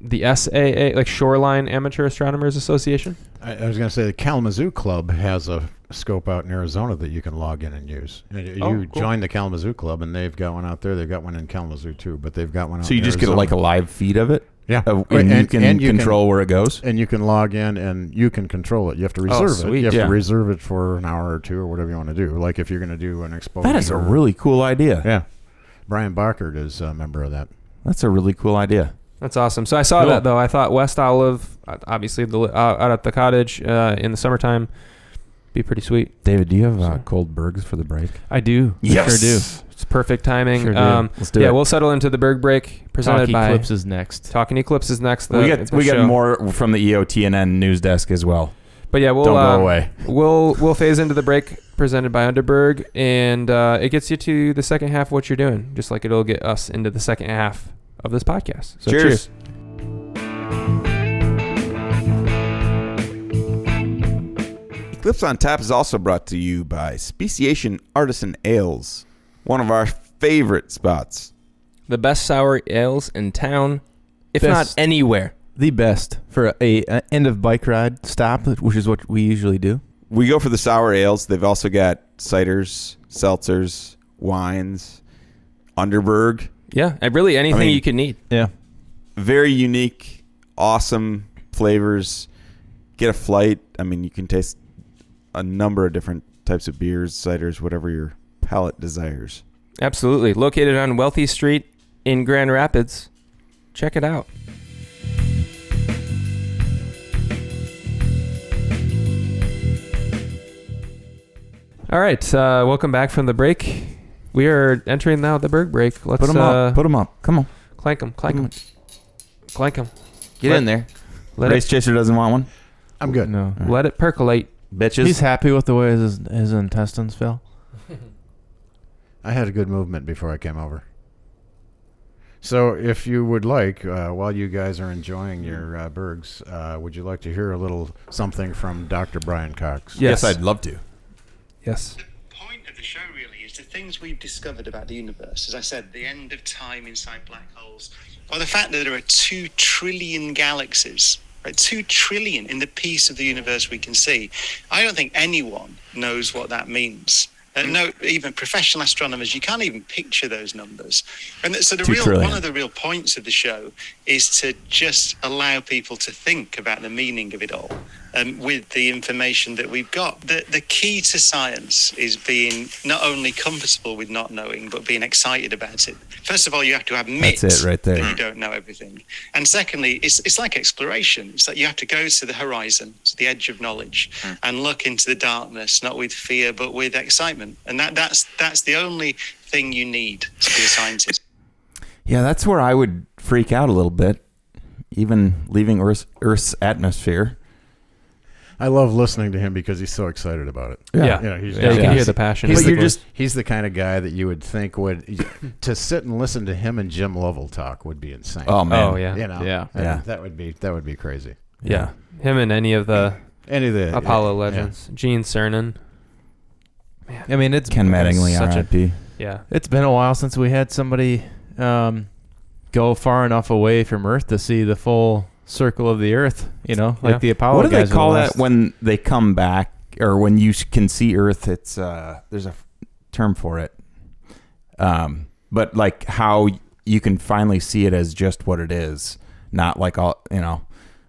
[SPEAKER 2] the SAA like Shoreline Amateur Astronomers Association.
[SPEAKER 5] I, I was going to say the Kalamazoo Club has a scope out in Arizona that you can log in and use. And You
[SPEAKER 2] Oh,
[SPEAKER 5] you
[SPEAKER 2] cool.
[SPEAKER 5] join the Kalamazoo Club, and they've got one out there. They've got one in Kalamazoo too, but they've got one. Out
[SPEAKER 3] So you
[SPEAKER 5] in
[SPEAKER 3] just get
[SPEAKER 5] Arizona.
[SPEAKER 3] like a live feed of it,
[SPEAKER 5] yeah,
[SPEAKER 3] of,
[SPEAKER 5] Right,
[SPEAKER 3] and, you can control where it goes.
[SPEAKER 5] can- and you can log in and you can control it. You have to reserve it.
[SPEAKER 2] sweet.
[SPEAKER 5] You have
[SPEAKER 3] Oh, Yeah.
[SPEAKER 5] to reserve it for an hour or two or whatever you want to do. Like if you're going to do an exposure.
[SPEAKER 3] That is a really cool idea.
[SPEAKER 5] yeah. Brian Barkert is a member of that.
[SPEAKER 3] That's a really cool idea.
[SPEAKER 2] That's awesome. So I saw
[SPEAKER 3] Cool.
[SPEAKER 2] that though. I thought West Olive, uh, obviously the uh, out at the cottage uh, in the summertime, be pretty sweet.
[SPEAKER 3] David, do you have
[SPEAKER 2] uh,
[SPEAKER 3] cold bergs for the break?
[SPEAKER 1] I do.
[SPEAKER 3] Yes,
[SPEAKER 1] Sure
[SPEAKER 2] It's perfect timing.
[SPEAKER 1] Sure do.
[SPEAKER 2] um,
[SPEAKER 3] do. Let's do
[SPEAKER 2] yeah,
[SPEAKER 3] it.
[SPEAKER 2] we'll settle into the Berg Break presented
[SPEAKER 1] Talkie
[SPEAKER 2] by
[SPEAKER 1] Clips is next.
[SPEAKER 2] Talking Eclipse is next. The,
[SPEAKER 3] we got
[SPEAKER 2] the
[SPEAKER 3] we
[SPEAKER 2] uh, show.
[SPEAKER 3] got more from
[SPEAKER 4] E
[SPEAKER 3] the EOTNN news desk as well.
[SPEAKER 2] But yeah, we'll
[SPEAKER 3] Don't
[SPEAKER 2] um,
[SPEAKER 3] go away.
[SPEAKER 2] we'll we'll phase into the break presented by Underberg, and uh, it gets you to the second half of what you're doing, just like it'll get us into the second half of this podcast. So
[SPEAKER 3] Cheers.
[SPEAKER 2] cheers.
[SPEAKER 4] Eclipse on Tap is also brought to you by Speciation Artisan Ales, one of our favorite spots.
[SPEAKER 2] The best sour ales in town, if
[SPEAKER 1] Best.
[SPEAKER 2] not anywhere.
[SPEAKER 1] The best for a, a end of bike ride stop, which is what we usually do.
[SPEAKER 4] We go for the sour ales. They've also got ciders, seltzers, wines, Underberg.
[SPEAKER 2] Yeah, and really anything
[SPEAKER 4] mean-
[SPEAKER 2] you can need.
[SPEAKER 1] Yeah.
[SPEAKER 4] Very unique, awesome flavors. Get a flight. I mean, you can taste a number of different types of beers, ciders, whatever your palate desires.
[SPEAKER 2] Absolutely. Located on Wealthy Street in Grand Rapids. Check it out. All right. Uh, welcome back from the break. We are entering now the Berg break. Let's
[SPEAKER 3] Put them
[SPEAKER 2] uh,
[SPEAKER 3] up. Put them up. Come on.
[SPEAKER 2] clank 'em, clank 'em, clank 'em.
[SPEAKER 3] Get
[SPEAKER 2] Let-
[SPEAKER 3] in there.
[SPEAKER 2] Let
[SPEAKER 3] Race
[SPEAKER 2] it,
[SPEAKER 3] Chaser doesn't want one.
[SPEAKER 5] I'm good.
[SPEAKER 1] No.
[SPEAKER 2] let it percolate.
[SPEAKER 3] Bitches.
[SPEAKER 1] He's happy with the way his his intestines feel.
[SPEAKER 5] I had a good movement before I came over. So, if you would like, uh, while you guys are enjoying your uh, Bergs, uh, would you like to hear a little something from Dr. Brian Cox?
[SPEAKER 2] Yes.
[SPEAKER 3] love to.
[SPEAKER 2] Yes.
[SPEAKER 6] The point of the show really is the things we've discovered about the universe. As I said, the end of time inside black holes, or the fact that there are two trillion galaxies, right? Two trillion in the piece of the universe we can see. I don't think anyone knows what that means. Uh, no, even professional astronomers, you can't even picture those numbers. And that- so the
[SPEAKER 3] Two
[SPEAKER 6] real
[SPEAKER 3] trillion.
[SPEAKER 6] one of the real points of the show is to just allow people to think about the meaning of it all um, with the information that we've got. The, the key to science is being not only comfortable with not knowing, but being excited about it. First of all, you have to admit
[SPEAKER 3] That's it right there.
[SPEAKER 6] that you don't know everything. And secondly, it's, it's like exploration. It's that you have to go to the horizon, to the edge of knowledge, and look into the darkness, not with fear, but with excitement. And that, that's, that's the only thing you need to be a scientist.
[SPEAKER 3] Yeah, that's where I would freak out a little bit, even leaving Earth's, Earth's atmosphere.
[SPEAKER 5] I love listening to him because he's so excited about it.
[SPEAKER 2] Yeah.
[SPEAKER 5] You know, he's
[SPEAKER 2] Yeah, you
[SPEAKER 3] Yeah.
[SPEAKER 2] can hear the passion.
[SPEAKER 5] He's
[SPEAKER 3] But
[SPEAKER 5] the,
[SPEAKER 3] you're just-
[SPEAKER 5] he's the kind of guy that you would think would to sit and listen to him and Jim Lovell talk would be insane.
[SPEAKER 3] Oh man.
[SPEAKER 2] oh yeah.
[SPEAKER 5] you know,
[SPEAKER 1] Yeah.
[SPEAKER 5] I-
[SPEAKER 3] Yeah.
[SPEAKER 5] that would be that would be crazy.
[SPEAKER 2] yeah. Him and any of the
[SPEAKER 5] Any of the
[SPEAKER 2] Apollo
[SPEAKER 5] yeah.
[SPEAKER 2] legends. Gene Cernan.
[SPEAKER 1] I mean, it's
[SPEAKER 3] Ken Mattingly,
[SPEAKER 2] Such a-
[SPEAKER 3] RIP.
[SPEAKER 2] Yeah.
[SPEAKER 1] It's been a while since we had somebody um, go far enough away from Earth to see the full circle of the Earth. You know, like
[SPEAKER 2] Yeah.
[SPEAKER 1] the Apollo.
[SPEAKER 3] What do they
[SPEAKER 1] guys were
[SPEAKER 3] call
[SPEAKER 1] last-
[SPEAKER 3] that when they come back, or when you s- can see Earth? It's uh, there's a f- term for it. Um, but like how you can finally see it as just what it is, not like all you know,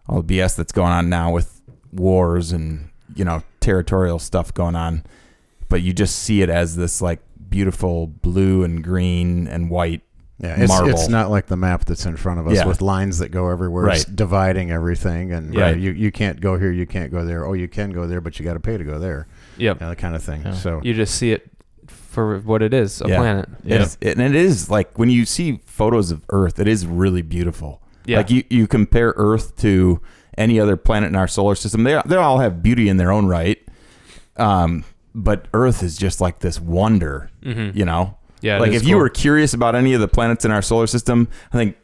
[SPEAKER 3] all the BS that's going on now with wars and you know territorial stuff going on. But you just see it as this like beautiful blue and green and white.
[SPEAKER 5] Yeah, it's,
[SPEAKER 3] Marble.
[SPEAKER 5] it's not like the map that's in front of us
[SPEAKER 3] Yeah.
[SPEAKER 5] with lines that go everywhere, it's
[SPEAKER 3] Right.
[SPEAKER 5] dividing everything, and
[SPEAKER 3] Right.
[SPEAKER 5] uh, you you can't go here, you can't go there. Oh, you can go there, but you got to pay to go there.
[SPEAKER 2] Yep.
[SPEAKER 5] You know, that kind of thing.
[SPEAKER 1] Yeah.
[SPEAKER 5] So
[SPEAKER 2] You just see it for what it is, a
[SPEAKER 3] Yeah.
[SPEAKER 2] planet.
[SPEAKER 3] And it's- And it is like when you see photos of Earth, it is really beautiful.
[SPEAKER 2] Yeah.
[SPEAKER 3] Like you, you compare Earth to any other planet in our solar system. They they all have beauty in their own right. Um, but Earth is just like this wonder,
[SPEAKER 2] Mhm.
[SPEAKER 3] you know.
[SPEAKER 2] Yeah, it
[SPEAKER 3] Like
[SPEAKER 2] is
[SPEAKER 3] if you
[SPEAKER 2] cool.
[SPEAKER 3] were curious about any of the planets in our solar system, I think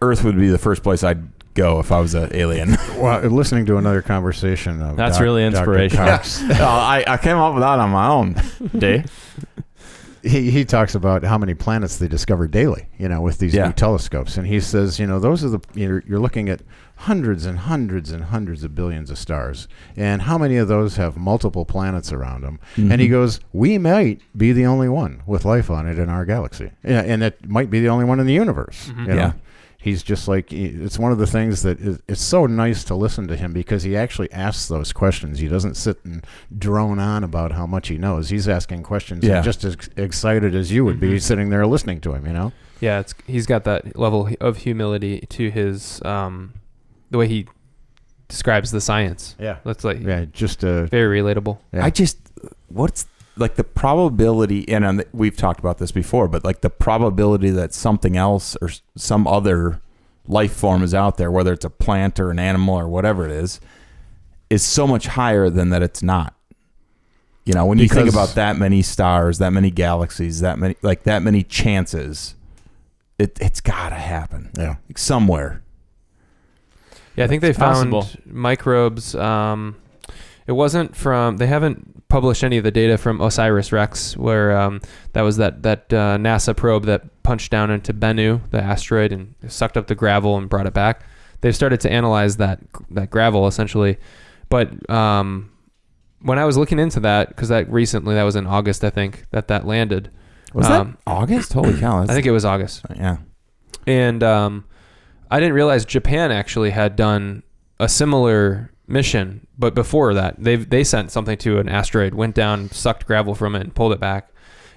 [SPEAKER 3] Earth would be the first place I'd go if I was an alien.
[SPEAKER 5] Well, listening to another conversation of
[SPEAKER 1] That's
[SPEAKER 5] Doc-
[SPEAKER 1] really
[SPEAKER 5] Dr.
[SPEAKER 1] inspirational.
[SPEAKER 5] Cox,
[SPEAKER 3] Uh, I, I came up with that on my own. Day.
[SPEAKER 5] he, he talks about how many planets they discover daily, you know, with these
[SPEAKER 3] Yeah.
[SPEAKER 5] new telescopes. And he says, you know, those are the, you're, you're looking at hundreds and hundreds and hundreds of billions of stars. And how many of those have multiple planets around them? And he
[SPEAKER 3] Mm-hmm.
[SPEAKER 5] goes, we might be the only one with life on it in our galaxy. Yeah, And it might be the only one in the universe. you know?
[SPEAKER 3] Yeah.
[SPEAKER 5] He's just like, it's one of the things that is, it's so nice to listen to him because he actually asks those questions. He doesn't sit and drone on about how much he knows. He's asking questions
[SPEAKER 3] Yeah.
[SPEAKER 5] and just as excited as you would be sitting there listening to him, you know?
[SPEAKER 2] Yeah, it's he's got that level hu- of humility to his um, the way he describes the science.
[SPEAKER 5] Yeah.
[SPEAKER 2] That's like
[SPEAKER 5] Yeah, just uh,
[SPEAKER 2] very relatable.
[SPEAKER 5] Yeah.
[SPEAKER 3] I just what's like the probability and um, we've talked about this before but like the probability that something else or s- some other life form is out there whether it's a plant or an animal or whatever it is is so much higher than that it's not you know when you think
[SPEAKER 5] Because-
[SPEAKER 3] about that many stars that many galaxies that many like that many chances it, it's gotta happen
[SPEAKER 5] yeah.
[SPEAKER 3] like somewhere
[SPEAKER 2] Yeah, I think they
[SPEAKER 1] It's
[SPEAKER 2] found
[SPEAKER 1] possible.
[SPEAKER 2] microbes. Um, it wasn't from. They haven't published any of the data from OSIRIS REx, where um, that was that that uh, NASA probe that punched down into Bennu, the asteroid, and sucked up the gravel and brought it back. They've started to analyze that that gravel essentially, but um, when I was looking into that, because that recently that was in August, I think that that landed.
[SPEAKER 3] was
[SPEAKER 2] Um,
[SPEAKER 3] that august holy cow
[SPEAKER 2] I think it was August
[SPEAKER 3] yeah
[SPEAKER 2] and um, I didn't realize Japan actually had done a similar mission, but before that, they they sent something to an asteroid, went down, sucked gravel from it, and pulled it back.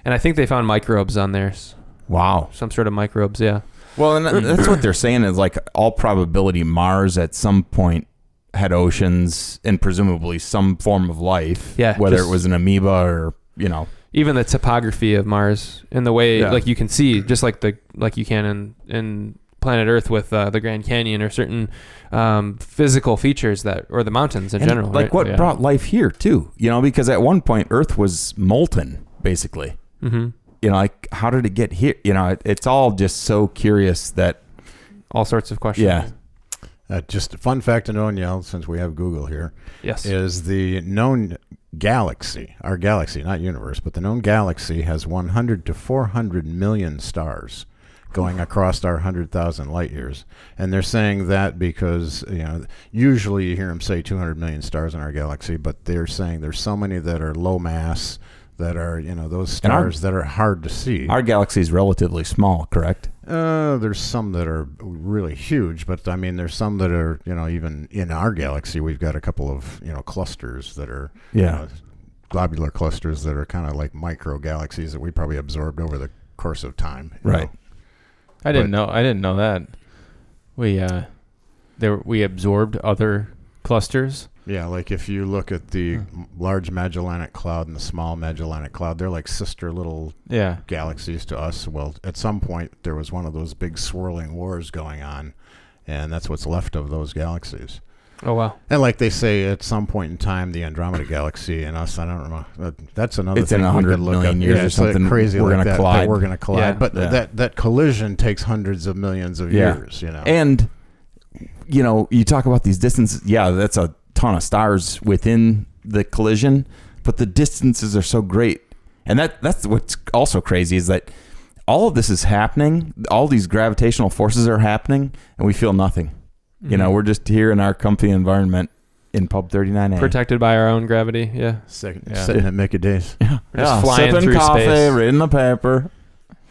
[SPEAKER 2] And I think they found microbes on there, s-
[SPEAKER 3] wow
[SPEAKER 2] some sort of microbes. Yeah,
[SPEAKER 3] Well, and that- that's what they're saying is like all probability Mars at some point had oceans and presumably some form of life.
[SPEAKER 2] Yeah,
[SPEAKER 3] Whether
[SPEAKER 2] just-
[SPEAKER 3] it was an amoeba or, you know,
[SPEAKER 2] even the topography of Mars and the way,
[SPEAKER 3] Yeah.
[SPEAKER 2] like you can see, just like the like you can in in planet Earth with uh, the Grand Canyon or certain um, physical features that, or the mountains in
[SPEAKER 3] and
[SPEAKER 2] general.
[SPEAKER 3] like
[SPEAKER 2] right?
[SPEAKER 3] what
[SPEAKER 2] Yeah.
[SPEAKER 3] brought life here too, you know, because at one point Earth was molten basically.
[SPEAKER 2] Mhm.
[SPEAKER 3] You know, like how did it get here? You know, it, it's all just so curious that,
[SPEAKER 2] all sorts of questions.
[SPEAKER 3] yeah.
[SPEAKER 5] Uh, just a fun fact to know, Neil, since we have Google here,
[SPEAKER 2] Yes.
[SPEAKER 5] is the known galaxy, our galaxy, not universe, but the known galaxy has 100 to 400 million stars going across our 100,000 light years. And they're saying that because, you know, usually you hear them say 200 million stars in our galaxy, but they're saying there's so many that are low mass that are, you know, those
[SPEAKER 3] And our-
[SPEAKER 5] stars that are hard to see.
[SPEAKER 3] Our galaxy is relatively small, correct?
[SPEAKER 5] Uh, there's some that are really huge, but I mean, there's some that are, you know, even in our galaxy, we've got a couple of, you know, clusters that are, you
[SPEAKER 3] Yeah.
[SPEAKER 5] know, globular clusters that are kind of like micro galaxies that we probably absorbed over the course of time. you
[SPEAKER 3] Right.
[SPEAKER 5] know.
[SPEAKER 1] I didn't know. I didn't know that. We uh, there we absorbed other clusters.
[SPEAKER 5] Yeah, like if you look at the
[SPEAKER 3] Hmm.
[SPEAKER 5] m- large Magellanic Cloud and the small Magellanic Cloud, they're like sister little
[SPEAKER 1] Yeah.
[SPEAKER 5] galaxies to us. Well, at some point, there was one of those big swirling wars going on, and that's what's left of those galaxies.
[SPEAKER 2] Oh wow.
[SPEAKER 5] And like they say, at some point in time, the Andromeda Galaxy and us, I don't remember. that- That's another
[SPEAKER 3] It's
[SPEAKER 5] thing
[SPEAKER 3] in
[SPEAKER 5] we
[SPEAKER 3] 100
[SPEAKER 5] could look
[SPEAKER 3] million
[SPEAKER 5] up.
[SPEAKER 3] years
[SPEAKER 5] yeah,
[SPEAKER 3] or
[SPEAKER 5] it's like
[SPEAKER 3] something,
[SPEAKER 5] crazy
[SPEAKER 3] we're
[SPEAKER 5] like
[SPEAKER 3] gonna
[SPEAKER 5] that, that
[SPEAKER 3] collide.
[SPEAKER 5] we're going to collide.
[SPEAKER 2] Yeah.
[SPEAKER 5] But
[SPEAKER 3] Yeah.
[SPEAKER 5] That, that collision takes hundreds of millions of
[SPEAKER 3] Yeah.
[SPEAKER 5] years, you know.
[SPEAKER 3] And you know, you talk about these distances. Yeah, that's a ton of stars within the collision, but the distances are so great. And that that's what's also crazy is that all of this is happening. All these gravitational forces are happening, and we feel nothing.
[SPEAKER 2] Mm-hmm.
[SPEAKER 3] You know, we're just here in our comfy environment in Pub 39A.
[SPEAKER 2] protected by our own gravity. Yeah.
[SPEAKER 5] Sitting-
[SPEAKER 1] Yeah.
[SPEAKER 5] Sitting at Mickey D's.
[SPEAKER 3] yeah,
[SPEAKER 2] We're just flying
[SPEAKER 3] sipping
[SPEAKER 2] through
[SPEAKER 3] coffee,
[SPEAKER 2] space.
[SPEAKER 3] reading the paper.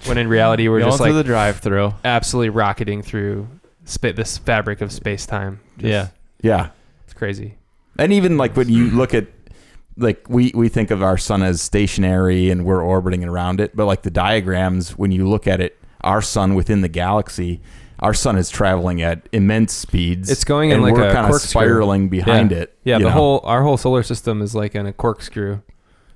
[SPEAKER 2] When in reality, we're
[SPEAKER 1] Going
[SPEAKER 2] just
[SPEAKER 1] through
[SPEAKER 2] like
[SPEAKER 1] the drive-through.
[SPEAKER 2] absolutely rocketing through spa- this fabric of space time.
[SPEAKER 1] Yeah.
[SPEAKER 3] Yeah,
[SPEAKER 2] It's crazy.
[SPEAKER 3] And even like when you look at like we we think of our sun as stationary and we're orbiting around it, but like the diagrams when you look at it, our sun within the galaxy, our sun is traveling at immense speeds.
[SPEAKER 2] It's going in
[SPEAKER 3] and
[SPEAKER 2] like
[SPEAKER 3] we're
[SPEAKER 2] a
[SPEAKER 3] kind of
[SPEAKER 2] corkscrew.
[SPEAKER 3] spiraling behind it.
[SPEAKER 2] Yeah.
[SPEAKER 3] you
[SPEAKER 2] The
[SPEAKER 3] know?
[SPEAKER 2] whole our whole solar system is like in a corkscrew.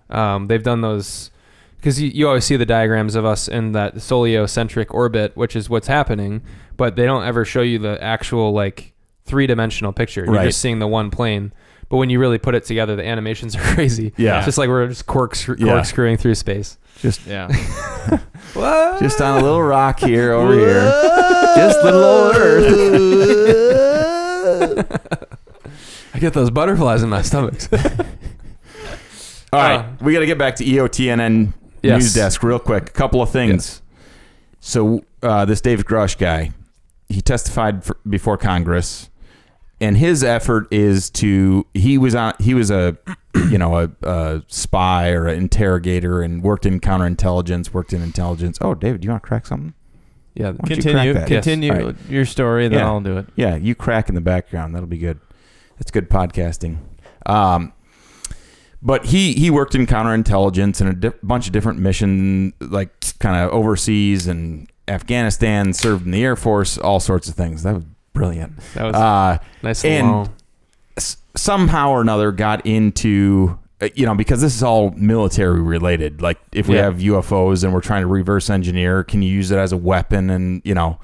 [SPEAKER 2] Um, they've done those because you, you always see the diagrams of us in that soliocentric orbit, which is what's happening, but they don't ever show you the actual like three dimensional picture. You're
[SPEAKER 3] Right.
[SPEAKER 2] just seeing the one plane. But when you really put it together, the animations are crazy.
[SPEAKER 3] Yeah.
[SPEAKER 2] It's just like we're just corkscrew-
[SPEAKER 3] Yeah.
[SPEAKER 2] corkscrewing through space.
[SPEAKER 1] Yeah.
[SPEAKER 3] just on a little rock here over here, just little old Earth.
[SPEAKER 2] I get those butterflies in my stomachs.
[SPEAKER 3] All right,
[SPEAKER 2] Uh,
[SPEAKER 3] we got to get back to E EOTNN
[SPEAKER 2] Yes.
[SPEAKER 3] news desk real quick. A couple of things. So uh, this Dave Grush guy, he testified for, before Congress, and his effort is to he was on he was a you know a, a spy or an interrogator and worked in counterintelligence, worked in intelligence. Oh, David, do you want to crack something?
[SPEAKER 2] yeah.
[SPEAKER 3] Why don't you
[SPEAKER 1] Continue,
[SPEAKER 3] crack that?
[SPEAKER 1] continue
[SPEAKER 3] Yes. All
[SPEAKER 1] your story, and then
[SPEAKER 3] Yeah.
[SPEAKER 1] I'll do it.
[SPEAKER 3] Yeah, you crack in the background. That'll be good. That's good podcasting. Um, but he he worked in counterintelligence and a di- bunch of different mission, like kind of overseas and Afghanistan. Served in the Air Force, all sorts of things. That was brilliant.
[SPEAKER 2] That was
[SPEAKER 3] Uh,
[SPEAKER 2] nice
[SPEAKER 3] and-
[SPEAKER 2] and long.
[SPEAKER 3] s- somehow or another got into uh, you know because this is all military related like if we
[SPEAKER 2] Yeah.
[SPEAKER 3] have UFOs and we're trying to reverse engineer can you use it as a weapon and you know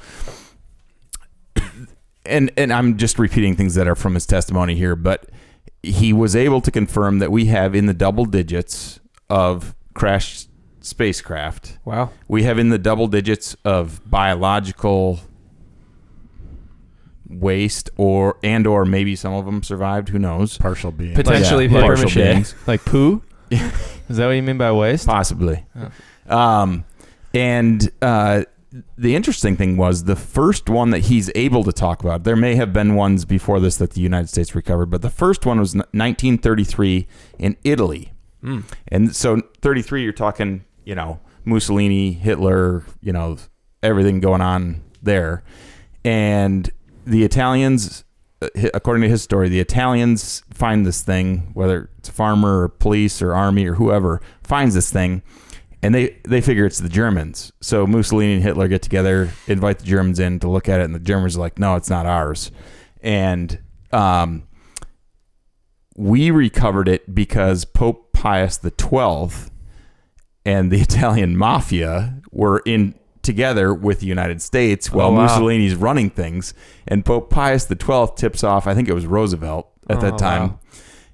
[SPEAKER 3] and and I'm just repeating things that are from his testimony here but he was able to confirm that we have in the double digits of crashed spacecraft
[SPEAKER 2] Wow.
[SPEAKER 3] we have in the double digits of biological waste or and or maybe some of them survived who knows
[SPEAKER 5] Partial being.
[SPEAKER 2] Potentially
[SPEAKER 3] Yeah,
[SPEAKER 2] paper
[SPEAKER 3] partial
[SPEAKER 2] mache.
[SPEAKER 3] beings.
[SPEAKER 1] Like poo? Is that what you mean by waste?
[SPEAKER 3] possibly um, and uh, the interesting thing was the first one that he's able to talk about there may have been ones before this that the united states recovered but the first one was n- 1933 in italy and so 33 you're talking you know mussolini hitler you know everything going on there and the italians uh, hi- according to his story the italians find this thing whether it's a farmer or police or army or whoever finds this thing and they they figure it's the germans so mussolini and hitler get together invite the germans in to look at it and the germans are like no it's not ours and um we recovered it because Pope Pius the Twelfth and the Italian mafia were in together with the United States while
[SPEAKER 2] wow.
[SPEAKER 3] Mussolini's running things, and Pope Pius the Twelfth tips off. I think it was Roosevelt at
[SPEAKER 2] Oh,
[SPEAKER 3] that time,
[SPEAKER 2] wow.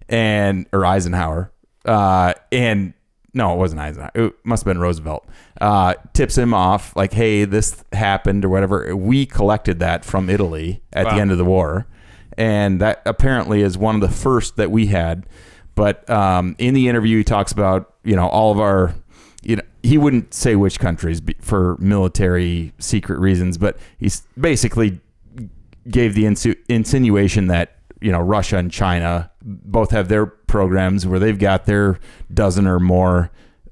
[SPEAKER 3] and or Eisenhower, uh, and no, it wasn't Eisenhower. It must have been Roosevelt. Uh, tips him off like, "Hey, this happened or whatever." We collected that from Italy at the end of the war, and that apparently is one of the first that we had. But um, in the interview, he talks about you know all of our, you know, he wouldn't say which countries be- for military secret reasons, but he's basically gave the insu- insinuation that you know Russia and China both have their programs where they've got their dozen or more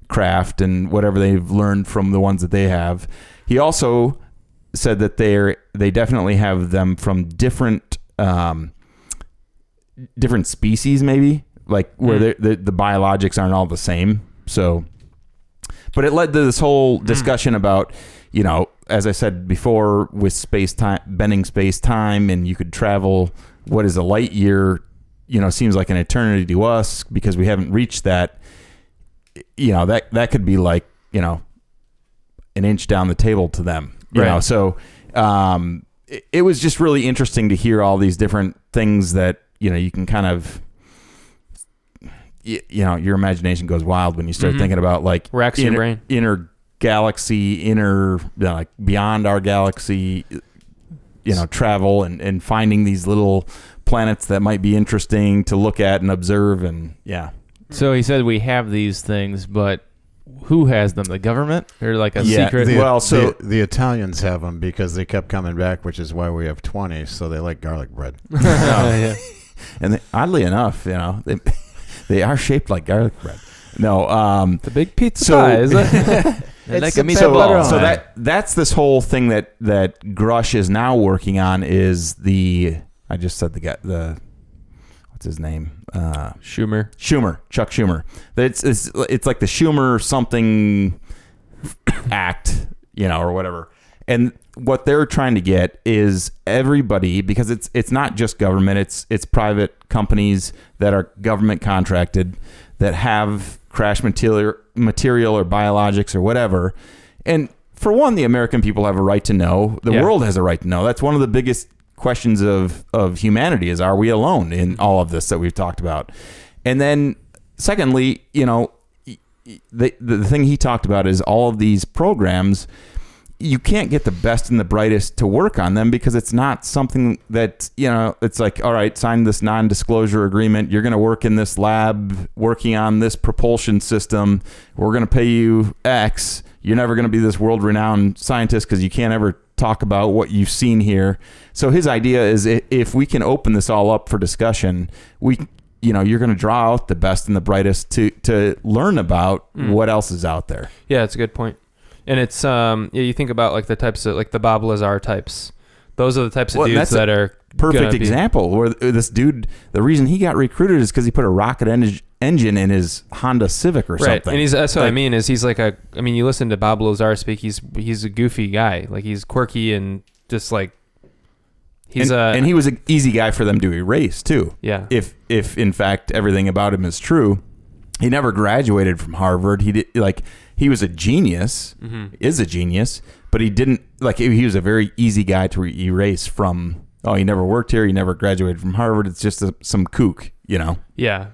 [SPEAKER 3] craft and whatever they've learned from the ones that they have. He also said that they're they definitely have them from different um, different species, maybe like where
[SPEAKER 2] Mm.
[SPEAKER 3] they're the, the biologics aren't all the same. So, but it led to this whole discussion about you know, as I said before, with space time bending space time, and you could travel what is a light year, you know, seems like an eternity to us because we haven't reached that. You know that that could be like you know, an inch down the table to them. You
[SPEAKER 2] Right.
[SPEAKER 3] know, so um, it, it was just really interesting to hear all these different things that you know you can kind of. y- You know, your imagination goes wild when you start
[SPEAKER 2] Mhm.
[SPEAKER 3] thinking about like
[SPEAKER 2] Racks your
[SPEAKER 3] inner-
[SPEAKER 2] brain.
[SPEAKER 3] inner galaxy, inner you know, like beyond our galaxy, you know, travel and and finding these little planets that might be interesting to look at and observe and yeah.
[SPEAKER 1] So he said we have these things, but who has them? The government or like a
[SPEAKER 3] Yeah,
[SPEAKER 1] secret?
[SPEAKER 3] the- well, so-
[SPEAKER 5] the, the Italians have them because they kept coming back, which is why we have twenty. So they like garlic bread.
[SPEAKER 2] yeah.
[SPEAKER 3] And they, oddly enough, you know, they they are shaped like garlic bread. No, um
[SPEAKER 2] The big pizza
[SPEAKER 3] So-
[SPEAKER 2] pie, is it?
[SPEAKER 1] like
[SPEAKER 3] so,
[SPEAKER 1] a meatball.
[SPEAKER 3] so that that's this whole thing that that Grush is now working on is the I just said the guy the what's his name? Uh
[SPEAKER 2] Schumer.
[SPEAKER 3] Schumer, Chuck Schumer. It's it's it's like the Schumer something act, you know, or whatever. And what they're trying to get is everybody because it's it's not just government, it's it's private companies that are government contracted that have crash material material or biologics or whatever. And for one, the American people have a right to know. The
[SPEAKER 2] Yeah.
[SPEAKER 3] world has a right to know. That's one of the biggest questions of of humanity is are we alone in all of this that we've talked about? And then secondly, you know, the the thing he talked about is all of these programs you can't get the best and the brightest to work on them because it's not something that you know it's like all right sign this non-disclosure agreement you're going to work in this lab working on this propulsion system we're going to pay you x you're never going to be this world-renowned scientist because you can't ever talk about what you've seen here so his idea is i- if we can open this all up for discussion we you know you're going to draw out the best and the brightest to to learn about
[SPEAKER 2] Mm.
[SPEAKER 3] what else is out there
[SPEAKER 2] Yeah, it's a good point. And it's um yeah, you think about like the types of like the Bob Lazar types. Those are the types of
[SPEAKER 3] Well,
[SPEAKER 2] dudes
[SPEAKER 3] that's a
[SPEAKER 2] that are
[SPEAKER 3] perfect
[SPEAKER 2] gonna be-
[SPEAKER 3] example where th- this dude the reason he got recruited is because he put a rocket en- engine in his honda civic or
[SPEAKER 2] Right,
[SPEAKER 3] something
[SPEAKER 2] and he's that's what I
[SPEAKER 3] Like-
[SPEAKER 2] mean is he's like a. I mean, you listen to Bob Lazar speak. He's he's a goofy guy. Like he's quirky and just like he's
[SPEAKER 3] and,
[SPEAKER 2] a
[SPEAKER 3] and he was an easy guy for them to erase too
[SPEAKER 2] yeah
[SPEAKER 3] if if in fact everything about him is true he never graduated from harvard he did like he was a genius
[SPEAKER 2] Mm-hmm.
[SPEAKER 3] is a genius but he didn't like he was a very easy guy to re- erase from oh he never worked here he never graduated from harvard it's just a, some kook you know
[SPEAKER 2] yeah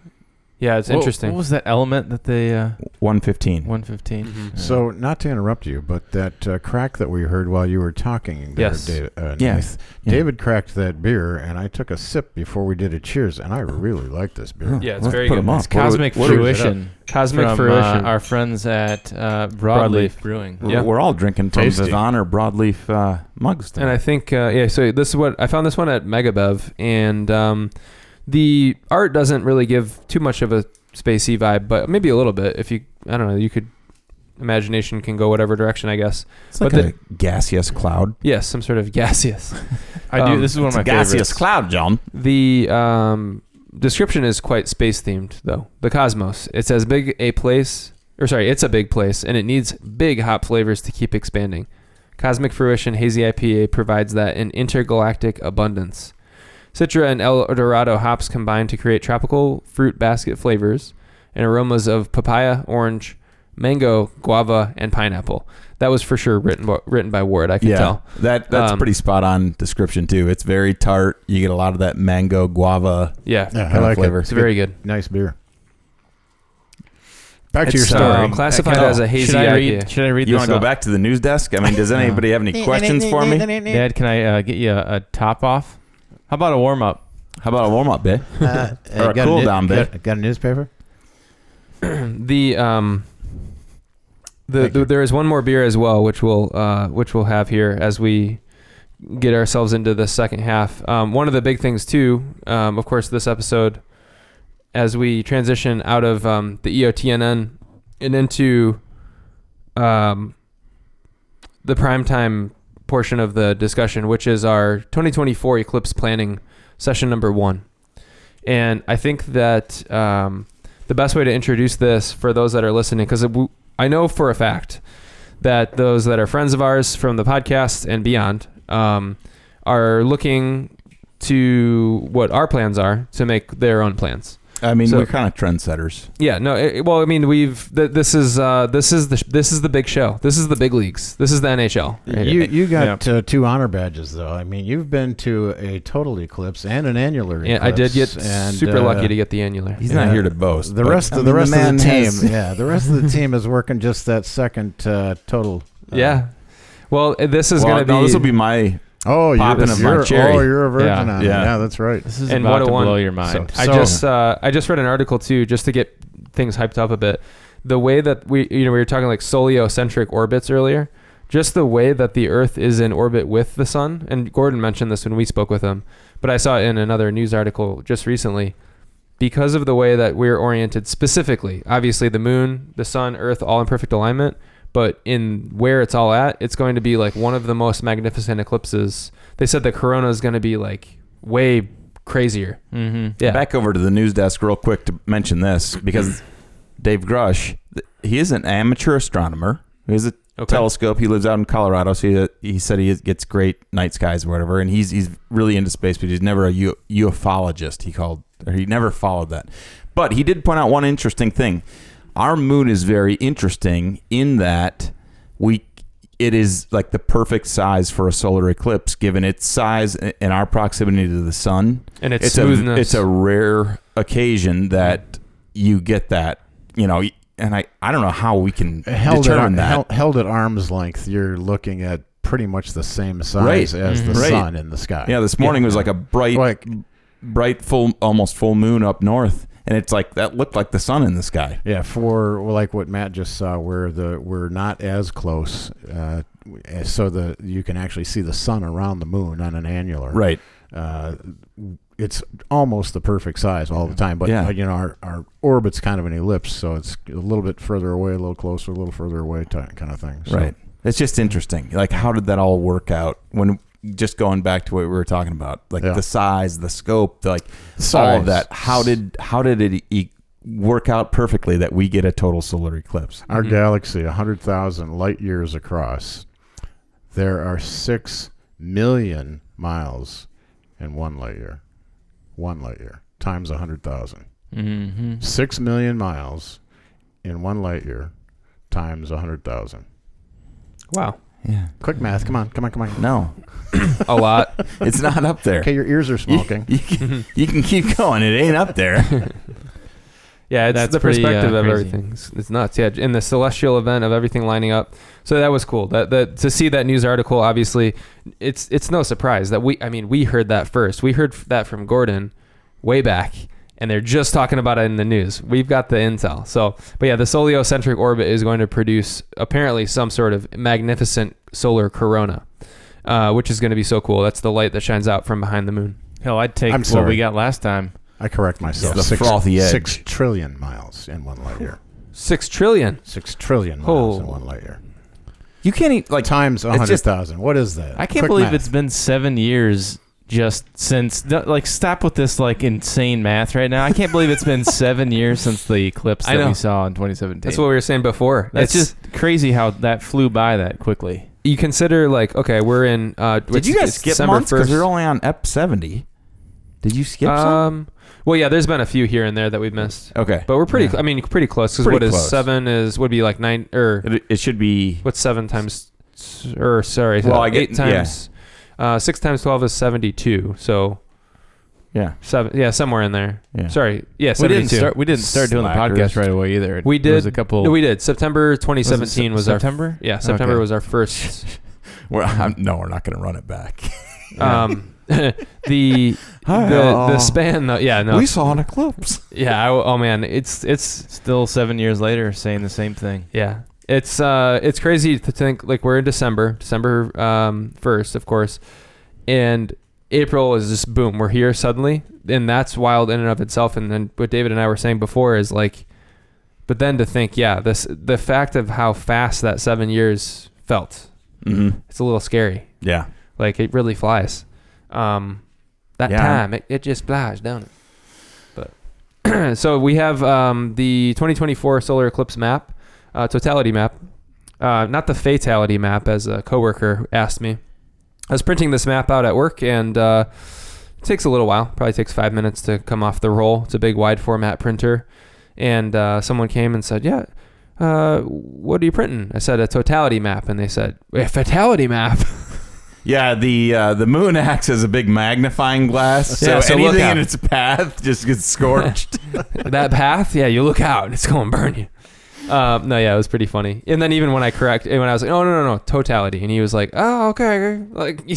[SPEAKER 2] yeah. It's
[SPEAKER 1] What-
[SPEAKER 2] interesting.
[SPEAKER 1] What was that element that they uh,
[SPEAKER 3] 115
[SPEAKER 1] 115?
[SPEAKER 5] So, not to interrupt you, but that uh, crack that we heard while you were talking, there,
[SPEAKER 2] Yes.
[SPEAKER 5] David, uh,
[SPEAKER 3] Yeah.
[SPEAKER 5] Nath,
[SPEAKER 3] Yeah.
[SPEAKER 5] David cracked that beer, and I took a sip before we did a cheers, and I really like this beer.
[SPEAKER 2] Yeah, it's
[SPEAKER 3] Let's
[SPEAKER 2] very
[SPEAKER 3] put
[SPEAKER 2] good.
[SPEAKER 3] him up.
[SPEAKER 2] It's
[SPEAKER 3] What do we-
[SPEAKER 1] Cosmic
[SPEAKER 5] what do we-
[SPEAKER 1] Fruition
[SPEAKER 2] Cosmic
[SPEAKER 1] from uh,
[SPEAKER 2] fruition.
[SPEAKER 1] our friends at uh, Broadleaf,
[SPEAKER 2] Broadleaf.
[SPEAKER 1] Brewing.
[SPEAKER 3] We're-
[SPEAKER 2] Yeah.
[SPEAKER 3] We're all drinking from
[SPEAKER 5] Tasty.
[SPEAKER 3] Vivon or broadleaf uh, mugs.
[SPEAKER 2] and I
[SPEAKER 3] tonight.
[SPEAKER 2] think uh, yeah. So this is what I found this one at Megabev, and um, the art doesn't really give too much of a spacey vibe, but maybe a little bit. If you I don't know, you could imagination can go whatever direction, I guess.
[SPEAKER 3] it's like
[SPEAKER 2] but
[SPEAKER 3] a gaseous cloud.
[SPEAKER 2] Yes, some sort of gaseous.
[SPEAKER 1] I do.
[SPEAKER 2] Um,
[SPEAKER 1] This is one of my favorites.
[SPEAKER 3] cloud, John.
[SPEAKER 2] The um, description is quite space themed, though. The cosmos. It's as big a place, or sorry, it's a big place, and it needs big hot flavors to keep expanding. Cosmic Fruition Hazy IPA provides that in intergalactic abundance. Citra and El Dorado hops combine to create tropical fruit basket flavors and aromas of papaya, orange, mango, guava, and pineapple. That was for sure written by, written by Ward. I can
[SPEAKER 3] Yeah,
[SPEAKER 2] tell.
[SPEAKER 3] that that's
[SPEAKER 2] Um,
[SPEAKER 3] pretty spot on description too. It's very tart. You get a lot of that mango guava.
[SPEAKER 2] Yeah,
[SPEAKER 5] Yeah, I
[SPEAKER 3] Kinda
[SPEAKER 5] like
[SPEAKER 3] flavor.
[SPEAKER 5] it.
[SPEAKER 2] it's very good.
[SPEAKER 5] nice beer. Back to your
[SPEAKER 2] It's,
[SPEAKER 5] story.
[SPEAKER 2] uh, classified
[SPEAKER 3] Oh,
[SPEAKER 2] as a hazy
[SPEAKER 1] Should I
[SPEAKER 2] IPA.
[SPEAKER 1] read? Should I read
[SPEAKER 3] You
[SPEAKER 1] this?
[SPEAKER 3] want to go
[SPEAKER 1] up?
[SPEAKER 3] back to the news desk? I mean, does anybody have any questions for me?
[SPEAKER 1] Dad, can I uh, get you a, a top off? How about a warm up?
[SPEAKER 3] How about a warm up, bit?
[SPEAKER 5] Uh,
[SPEAKER 3] Or a
[SPEAKER 5] got
[SPEAKER 3] cool
[SPEAKER 5] new-
[SPEAKER 3] down bit.
[SPEAKER 5] Got, got a newspaper?
[SPEAKER 2] the um the,
[SPEAKER 5] Thank
[SPEAKER 2] the
[SPEAKER 5] you.
[SPEAKER 2] there is one more beer as well which we'll uh which we'll have here as we get ourselves into the second half um one of the big things too um of course this episode as we transition out of um the EOTNN and into um the primetime portion of the discussion which is our 2024 eclipse planning session number 1 and i think that um the best way to introduce this for those that are listening, because I know for a fact that those that are friends of ours from the podcast and beyond um, are looking to what our plans are to make their own plans.
[SPEAKER 3] I mean,
[SPEAKER 2] So-
[SPEAKER 3] we're kind of trendsetters.
[SPEAKER 2] Yeah, no. It, it- well, I mean, we've th- this is uh, this is the sh- this is the big show. This is the big leagues. This is the NHL.
[SPEAKER 5] You you got uh, two honor badges though. I mean, you've been to a total eclipse and an annular eclipse.
[SPEAKER 2] Yeah, I did get
[SPEAKER 5] and,
[SPEAKER 2] super
[SPEAKER 5] uh,
[SPEAKER 2] lucky to get the annular.
[SPEAKER 3] He's not
[SPEAKER 5] Yeah.
[SPEAKER 3] here to boast.
[SPEAKER 5] The
[SPEAKER 3] but-
[SPEAKER 5] rest
[SPEAKER 3] I mean,
[SPEAKER 5] of the rest of
[SPEAKER 3] man
[SPEAKER 5] the team,
[SPEAKER 3] has-
[SPEAKER 5] yeah, the rest of the team is working just that second uh, total. uh,
[SPEAKER 2] yeah. Well, uh, this is
[SPEAKER 3] Well,
[SPEAKER 2] going to
[SPEAKER 3] no,
[SPEAKER 2] be.
[SPEAKER 3] this will be my.
[SPEAKER 5] Oh, you're,
[SPEAKER 3] Popping of my
[SPEAKER 5] you're-
[SPEAKER 3] cherry.
[SPEAKER 5] oh, you're a virgin
[SPEAKER 1] Yeah,
[SPEAKER 5] on it.
[SPEAKER 3] yeah.
[SPEAKER 5] Yeah, that's right.
[SPEAKER 1] This is
[SPEAKER 2] And
[SPEAKER 1] about to
[SPEAKER 2] 101.
[SPEAKER 1] blow your mind.
[SPEAKER 5] So-
[SPEAKER 2] I just uh, I just read an article too, just to get things hyped up a bit. The way that we you know we were talking like soliocentric orbits earlier, just the way that the Earth is in orbit with the Sun, and Gordon mentioned this when we spoke with him, but I saw it in another news article just recently. Because of the way that we're oriented specifically, obviously the moon, the sun, Earth, all in perfect alignment, but in where it's all at, it's going to be like one of the most magnificent eclipses. They said the corona is going to be like way crazier.
[SPEAKER 1] hmm
[SPEAKER 2] Yeah.
[SPEAKER 3] Back over to the news desk real quick to mention this because Dave Grush, th- he is an amateur astronomer. He's a telescope. He lives out in Colorado, so he, he said he gets great night skies or whatever. And he's he's really into space, but he's never a U, ufologist. He called or he never followed that. But he did point out one interesting thing. Our moon is very interesting in that we it is like the perfect size for a solar eclipse given its size a- and our proximity to the sun.
[SPEAKER 2] and it's,
[SPEAKER 3] It's
[SPEAKER 2] smoothness.
[SPEAKER 3] a it's a rare occasion that you get that. You know, and I, I don't know how we can
[SPEAKER 5] held at,
[SPEAKER 3] determine that.
[SPEAKER 5] hel- held at arm's length, you're looking at pretty much the same size
[SPEAKER 3] Right.
[SPEAKER 5] as the
[SPEAKER 3] Mhm. Right.
[SPEAKER 5] sun in the sky.
[SPEAKER 3] yeah, this morning was like a bright,
[SPEAKER 5] like
[SPEAKER 3] bright full, almost full moon up north, and it's like that looked like the sun in the sky.
[SPEAKER 5] yeah, for like what Matt just saw, where the we're not as close, uh, so the you can actually see the sun around the moon on an annular.
[SPEAKER 3] Right.
[SPEAKER 5] Uh, it's almost the perfect size all the time, but
[SPEAKER 3] Yeah.
[SPEAKER 5] uh, you know our, our orbit's kind of an ellipse, so it's a little bit further away, a little closer, a little further away, ty- kind of thing. So-
[SPEAKER 3] Right. It's just interesting. Like, how did that all work out? When just going back to what we were talking about, like
[SPEAKER 5] Yeah.
[SPEAKER 3] the size, the scope, the, like all
[SPEAKER 5] Size.
[SPEAKER 3] of that. How did how did it e- work out perfectly that we get a total solar eclipse?
[SPEAKER 5] Our galaxy, 100,000 light years across. There are 6 million miles in one light year. One light year times 100,000.
[SPEAKER 1] Mm-hmm.
[SPEAKER 5] 6 million miles in one light year times 100,000.
[SPEAKER 2] Wow.
[SPEAKER 3] Yeah.
[SPEAKER 5] Quick math. Come on. Come on. Come on.
[SPEAKER 3] No,
[SPEAKER 2] A lot.
[SPEAKER 3] it's not up there.
[SPEAKER 5] Okay, your ears are
[SPEAKER 3] You-
[SPEAKER 5] smoking.
[SPEAKER 3] You, can, you can keep going. It ain't up there.
[SPEAKER 2] Yeah, it's
[SPEAKER 1] That's
[SPEAKER 2] the
[SPEAKER 1] pretty, uh,
[SPEAKER 2] perspective of
[SPEAKER 1] crazy.
[SPEAKER 2] everything. It's, it's nuts. Yeah, and the celestial event of everything lining up. So that was cool. That, that to see that news article. Obviously, it's it's no surprise that we. I mean, we heard that first. We heard f- that from Gordon, way back, and they're just talking about it in the news. We've got the intel. So, but yeah, the soliocentric orbit is going to produce apparently some sort of magnificent solar corona, uh, which is going to be so cool. That's the light that shines out from behind the moon.
[SPEAKER 1] Hell, I'd take
[SPEAKER 5] I'm
[SPEAKER 1] what we
[SPEAKER 5] sorry.
[SPEAKER 1] got last time.
[SPEAKER 5] I correct myself.
[SPEAKER 3] the
[SPEAKER 5] Six-
[SPEAKER 3] frothy edge.
[SPEAKER 5] 6 trillion miles in one light year.
[SPEAKER 2] Six trillion.
[SPEAKER 5] 6 trillion miles in
[SPEAKER 2] Oh.
[SPEAKER 5] one light year.
[SPEAKER 3] You can't eat like
[SPEAKER 5] Times
[SPEAKER 3] It's just-
[SPEAKER 5] 100,000. What is that?
[SPEAKER 1] I can't
[SPEAKER 5] Quick
[SPEAKER 1] believe
[SPEAKER 5] math.
[SPEAKER 1] it's been seven years just since. th- Like, stop with this like insane math right now. I can't believe it's been seven years since the eclipse
[SPEAKER 2] I
[SPEAKER 1] that
[SPEAKER 2] know.
[SPEAKER 1] we saw in 2017.
[SPEAKER 2] That's what we were saying before.
[SPEAKER 1] That's
[SPEAKER 2] It's-
[SPEAKER 1] just crazy how that flew by that quickly.
[SPEAKER 2] you consider like okay, we're in. Uh,
[SPEAKER 3] Did you guys skip months? Because we're only on EP seventy. Did you skip some?
[SPEAKER 2] Um, well, yeah, there's been a few here and there that we've missed,
[SPEAKER 3] Okay,
[SPEAKER 2] but we're pretty.
[SPEAKER 3] Yeah.
[SPEAKER 2] cl- I mean, pretty close. Because
[SPEAKER 3] Pretty
[SPEAKER 2] what is
[SPEAKER 3] close.
[SPEAKER 2] seven is would be like nine or
[SPEAKER 3] it, it should be
[SPEAKER 2] what's seven times s- or sorry,
[SPEAKER 3] Well, I
[SPEAKER 2] eight
[SPEAKER 3] get-
[SPEAKER 2] times. Uh, six times twelve is seventy-two. So
[SPEAKER 3] yeah.
[SPEAKER 2] seven, yeah, somewhere in there.
[SPEAKER 3] Yeah.
[SPEAKER 2] Sorry, yeah,
[SPEAKER 1] We
[SPEAKER 2] seventy-two.
[SPEAKER 1] didn't start. We didn't start doing the
[SPEAKER 3] Slackers.
[SPEAKER 1] podcast right away either.
[SPEAKER 2] We
[SPEAKER 1] There was
[SPEAKER 2] did-
[SPEAKER 1] a couple.
[SPEAKER 2] No, we did. September
[SPEAKER 1] was it
[SPEAKER 2] 2017 was,
[SPEAKER 1] Sep-
[SPEAKER 2] our.
[SPEAKER 1] September.
[SPEAKER 2] Yeah, September
[SPEAKER 1] Okay.
[SPEAKER 2] was our first.
[SPEAKER 3] We're, I'm, no, we're not going to run it back.
[SPEAKER 2] Um, the the, the span though. Yeah, no.
[SPEAKER 3] saw an eclipse.
[SPEAKER 2] Yeah. I, oh man, it's it's
[SPEAKER 1] Still seven years later, saying the same thing.
[SPEAKER 2] Yeah. It's uh it's crazy to think like we're in December, December um first, of course. And April is just boom, we're here suddenly. And that's wild in and of itself. And then what David and I were saying before is like but then to think, yeah, this the fact of how fast that seven years felt,
[SPEAKER 3] hmm
[SPEAKER 1] Mm-hmm.
[SPEAKER 2] it's a little scary.
[SPEAKER 3] Yeah.
[SPEAKER 2] Like it really flies. Um that
[SPEAKER 3] Yeah.
[SPEAKER 2] time it, it just flies, don't it? But so we have um the twenty twenty four solar eclipse map uh, totality map, uh, not the fatality map, as a coworker asked me. I was printing this map out at work, and uh, it takes a little while. Probably takes five minutes to come off the roll. It's a big wide format printer, and uh, someone came and said, "Yeah, uh, what are you printing?" I said, "A totality map," and they said, "A fatality map."
[SPEAKER 3] Yeah, the uh, the moon acts as a big magnifying glass, so,
[SPEAKER 2] Yeah, so look
[SPEAKER 3] anything
[SPEAKER 2] out.
[SPEAKER 3] in its path just gets scorched.
[SPEAKER 2] that path, yeah, you look out, it's going to burn you. Um, no, yeah, it was pretty funny. And then even when I correct, and when I was like, oh no no no, totality, and he was like, oh okay, like he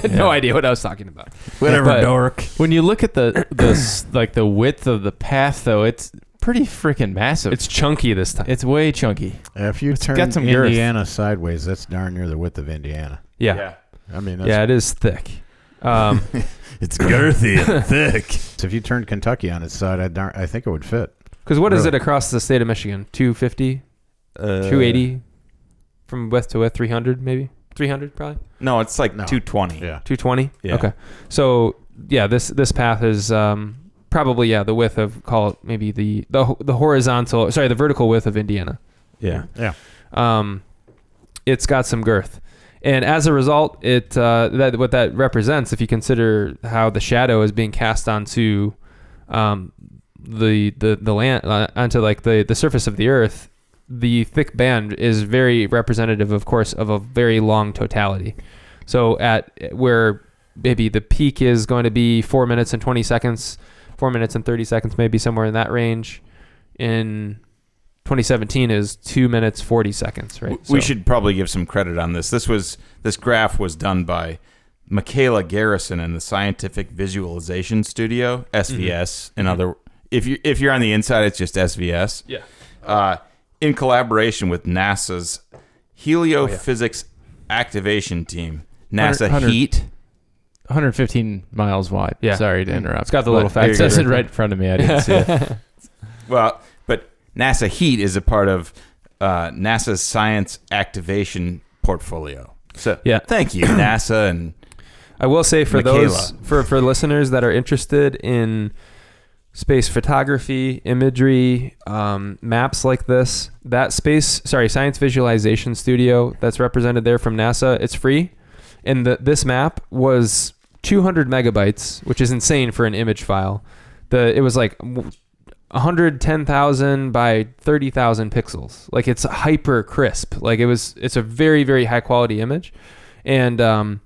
[SPEAKER 2] had no
[SPEAKER 3] Yeah.
[SPEAKER 2] idea what I was talking about.
[SPEAKER 3] Whatever,
[SPEAKER 2] But-
[SPEAKER 3] dork.
[SPEAKER 1] When you look at the the s- like the width of the path, though, it's pretty freaking massive.
[SPEAKER 2] It's chunky this time.
[SPEAKER 1] it's way chunky.
[SPEAKER 5] Uh, If you turn
[SPEAKER 1] got some girth.
[SPEAKER 5] Indiana sideways, that's darn near the width of Indiana.
[SPEAKER 2] yeah, yeah,
[SPEAKER 3] Yeah.
[SPEAKER 5] I mean, that's,
[SPEAKER 2] it is thick. Um,
[SPEAKER 3] It's girthy and thick.
[SPEAKER 5] if you turned Kentucky on its side, I darn, I think it would fit.
[SPEAKER 2] because what is
[SPEAKER 5] Really?
[SPEAKER 2] it across the state of Michigan? 250,
[SPEAKER 3] Uh,
[SPEAKER 2] 280, from width to width, 300 maybe, 300 probably,
[SPEAKER 3] Uh, No, it's like
[SPEAKER 5] No.
[SPEAKER 3] 220.
[SPEAKER 5] Yeah.
[SPEAKER 2] 220.
[SPEAKER 3] Yeah.
[SPEAKER 2] Okay, so yeah, this this path is um, probably yeah the width of call it maybe the the ho- the horizontal sorry the vertical width of Indiana.
[SPEAKER 3] Yeah.
[SPEAKER 2] um, it's got some girth. And as a result, it uh, that what that represents, if you consider how the shadow is being cast onto um, the the the land uh, onto like the the surface of the earth, the thick band is very representative, of course, of a very long totality. So at where maybe the peak is going to be four minutes and twenty seconds, four minutes and thirty seconds, maybe somewhere in that range, in 2017 is two minutes 40 seconds, right?
[SPEAKER 3] We
[SPEAKER 2] So-
[SPEAKER 3] should probably give some credit on this. This was this graph was done by Michaela Garrison in the Scientific Visualization Studio (SVS). In other, if you if you're on the inside, it's just SVS.
[SPEAKER 2] Yeah.
[SPEAKER 3] Uh, in collaboration with NASA's Heliophysics Activation Team, NASA
[SPEAKER 1] 100
[SPEAKER 3] HEAT.
[SPEAKER 1] 115 miles wide.
[SPEAKER 2] Yeah.
[SPEAKER 1] Sorry to interrupt.
[SPEAKER 2] It's got the little
[SPEAKER 1] But It
[SPEAKER 2] factory
[SPEAKER 1] says
[SPEAKER 2] right
[SPEAKER 1] it right in front of me. I didn't see it.
[SPEAKER 3] Well, but NASA HEAT is a part of uh, NASA's Science Activation portfolio. So
[SPEAKER 2] Yeah.
[SPEAKER 3] thank you NASA and
[SPEAKER 2] I will say for
[SPEAKER 3] Michaela.
[SPEAKER 2] those for for listeners that are interested in space photography, imagery, um, maps like this, that space sorry science visualization studio that's represented there from NASA, it's free, and the, this map was 200 megabytes, which is insane for an image file. The it was like 110,000 by 30,000 pixels. Like it's hyper crisp. Like it was it's a very very high quality image, and um,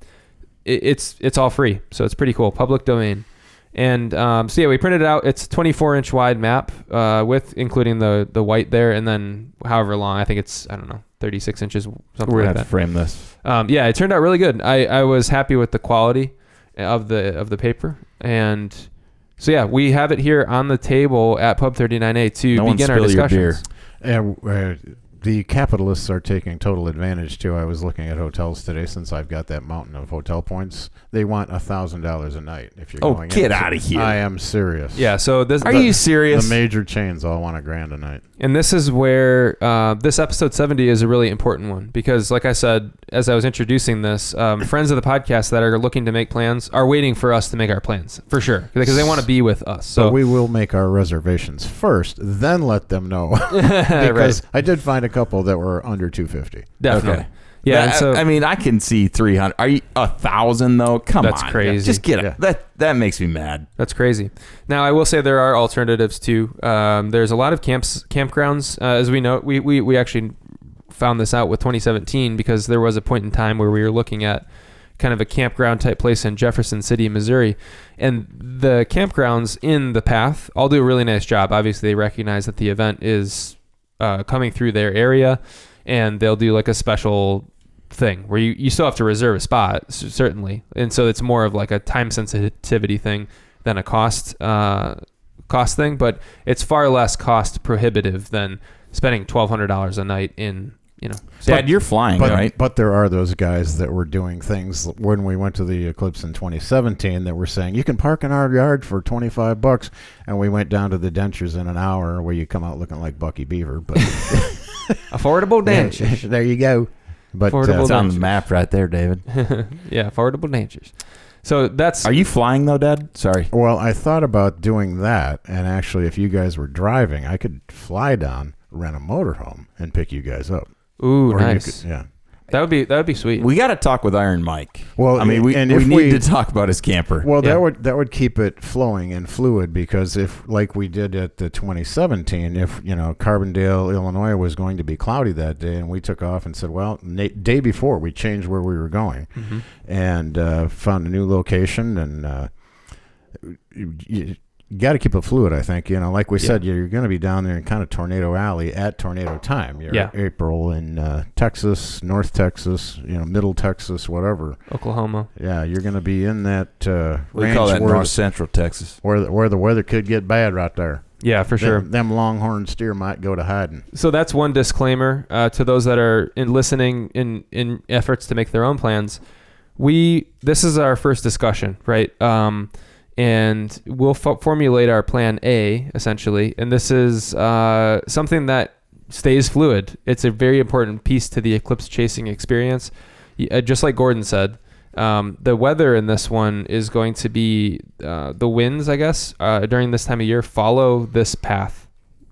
[SPEAKER 2] it, it's it's all free, so it's pretty cool. Public domain. And um, so yeah, we printed it out. It's 24 inch wide map uh, with including the the white there, and then however long. I think it's I don't know 36 inches something
[SPEAKER 1] We're
[SPEAKER 2] like
[SPEAKER 1] going to
[SPEAKER 2] that.
[SPEAKER 1] frame this.
[SPEAKER 2] Um, yeah, it turned out really good. I, I was happy with the quality of the of the paper, and so yeah, we have it here on the table at Pub 39A to
[SPEAKER 3] No one
[SPEAKER 2] begin our
[SPEAKER 3] spill your
[SPEAKER 2] discussions.
[SPEAKER 3] beer.
[SPEAKER 5] Uh, uh, the capitalists are taking total advantage too. I was looking at hotels today since I've got that mountain of hotel points. They want a thousand dollars a night if you're
[SPEAKER 3] Oh,
[SPEAKER 5] going.
[SPEAKER 3] get
[SPEAKER 5] in.
[SPEAKER 3] outta here.
[SPEAKER 5] I am serious.
[SPEAKER 2] Yeah, so this
[SPEAKER 3] Are
[SPEAKER 2] the-
[SPEAKER 3] you serious?
[SPEAKER 5] The major chains all want a grand a night.
[SPEAKER 2] And this is where uh, this episode 70 is a really important one because, like I said, as I was introducing this, um, friends of the podcast that are looking to make plans are waiting for us to make our plans for sure because they want to be with us. So
[SPEAKER 5] but we will make our reservations first, then let them know. because I did find a couple that were under two fifty.
[SPEAKER 2] definitely.
[SPEAKER 3] Okay.
[SPEAKER 2] Yeah, and
[SPEAKER 3] That-
[SPEAKER 2] so
[SPEAKER 3] I mean, I can see 300. Are you a thousand though? Come
[SPEAKER 2] That's
[SPEAKER 3] on,
[SPEAKER 2] crazy.
[SPEAKER 3] Just get it.
[SPEAKER 5] Yeah.
[SPEAKER 3] That that makes me mad.
[SPEAKER 2] That's crazy. Now, I will say there are alternatives too. Um, there's a lot of camps, campgrounds, uh, as we know. We, we we actually found this out with 2017 because there was a point in time where we were looking at kind of a campground type place in Jefferson City, Missouri, and the campgrounds in the path all do a really nice job. Obviously, they recognize that the event is uh, coming through their area, and they'll do like a special thing where you, you still have to reserve a spot s- certainly and so it's more of like a time sensitivity thing than a cost uh, cost thing but it's far less cost prohibitive than spending $1200 a night in you know
[SPEAKER 3] Dad, you're flying,
[SPEAKER 5] But,
[SPEAKER 3] right?
[SPEAKER 5] but there are those guys that were doing things when we went to the eclipse in 2017 that were saying you can park in our yard for 25 bucks, and we went down to the dentures in an hour where you come out looking like Bucky Beaver. But
[SPEAKER 2] affordable dentures
[SPEAKER 5] there you go. But
[SPEAKER 2] Affordable
[SPEAKER 3] It's
[SPEAKER 5] uh,
[SPEAKER 3] on the map right there, David.
[SPEAKER 2] yeah affordable dentures so that's
[SPEAKER 3] Are you flying though, Dad? Sorry.
[SPEAKER 5] well, I thought about doing that, and actually, if you guys were driving, I could fly down, rent a motorhome, and pick you guys up.
[SPEAKER 2] ooh
[SPEAKER 5] Or you
[SPEAKER 2] nice
[SPEAKER 5] could- yeah.
[SPEAKER 2] that would be that would be sweet
[SPEAKER 3] We got to talk with Iron Mike.
[SPEAKER 5] Well,
[SPEAKER 3] I mean, we,
[SPEAKER 5] and
[SPEAKER 3] we
[SPEAKER 5] if
[SPEAKER 3] need
[SPEAKER 5] we-
[SPEAKER 3] to talk about his camper.
[SPEAKER 5] Well,
[SPEAKER 2] Yeah.
[SPEAKER 5] that would that would keep it flowing and fluid because if, like we did at the 2017, if you know Carbondale, Illinois was going to be cloudy that day, and we took off and said, well, na- day before we changed where we were going
[SPEAKER 2] Mm-hmm.
[SPEAKER 5] and uh, found a new location, and uh, you, you got to keep it fluid. I think you know, like we said, you're going to be down there in kind of tornado alley at tornado time. You're
[SPEAKER 2] Yeah.
[SPEAKER 5] April in uh, Texas, North Texas, you know, Middle Texas, whatever.
[SPEAKER 2] oklahoma
[SPEAKER 5] Yeah, you're going to be in that uh,
[SPEAKER 3] we
[SPEAKER 5] range
[SPEAKER 3] call that
[SPEAKER 5] where,
[SPEAKER 3] North Central Texas.
[SPEAKER 5] where, the, where the weather could get bad right there.
[SPEAKER 2] yeah for
[SPEAKER 5] Them-
[SPEAKER 2] sure
[SPEAKER 5] Them, longhorn steer might go to hiding.
[SPEAKER 2] so that's one disclaimer uh, to those that are in listening in in efforts to make their own plans. We this is our first discussion, right? Um, and we'll fo- formulate our plan A essentially, and this is uh, something that stays fluid. It's a very important piece to the eclipse chasing experience. Y- uh, Just like Gordon said, um, the weather in this one is going to be uh, the winds, I guess, uh, during this time of year follow this path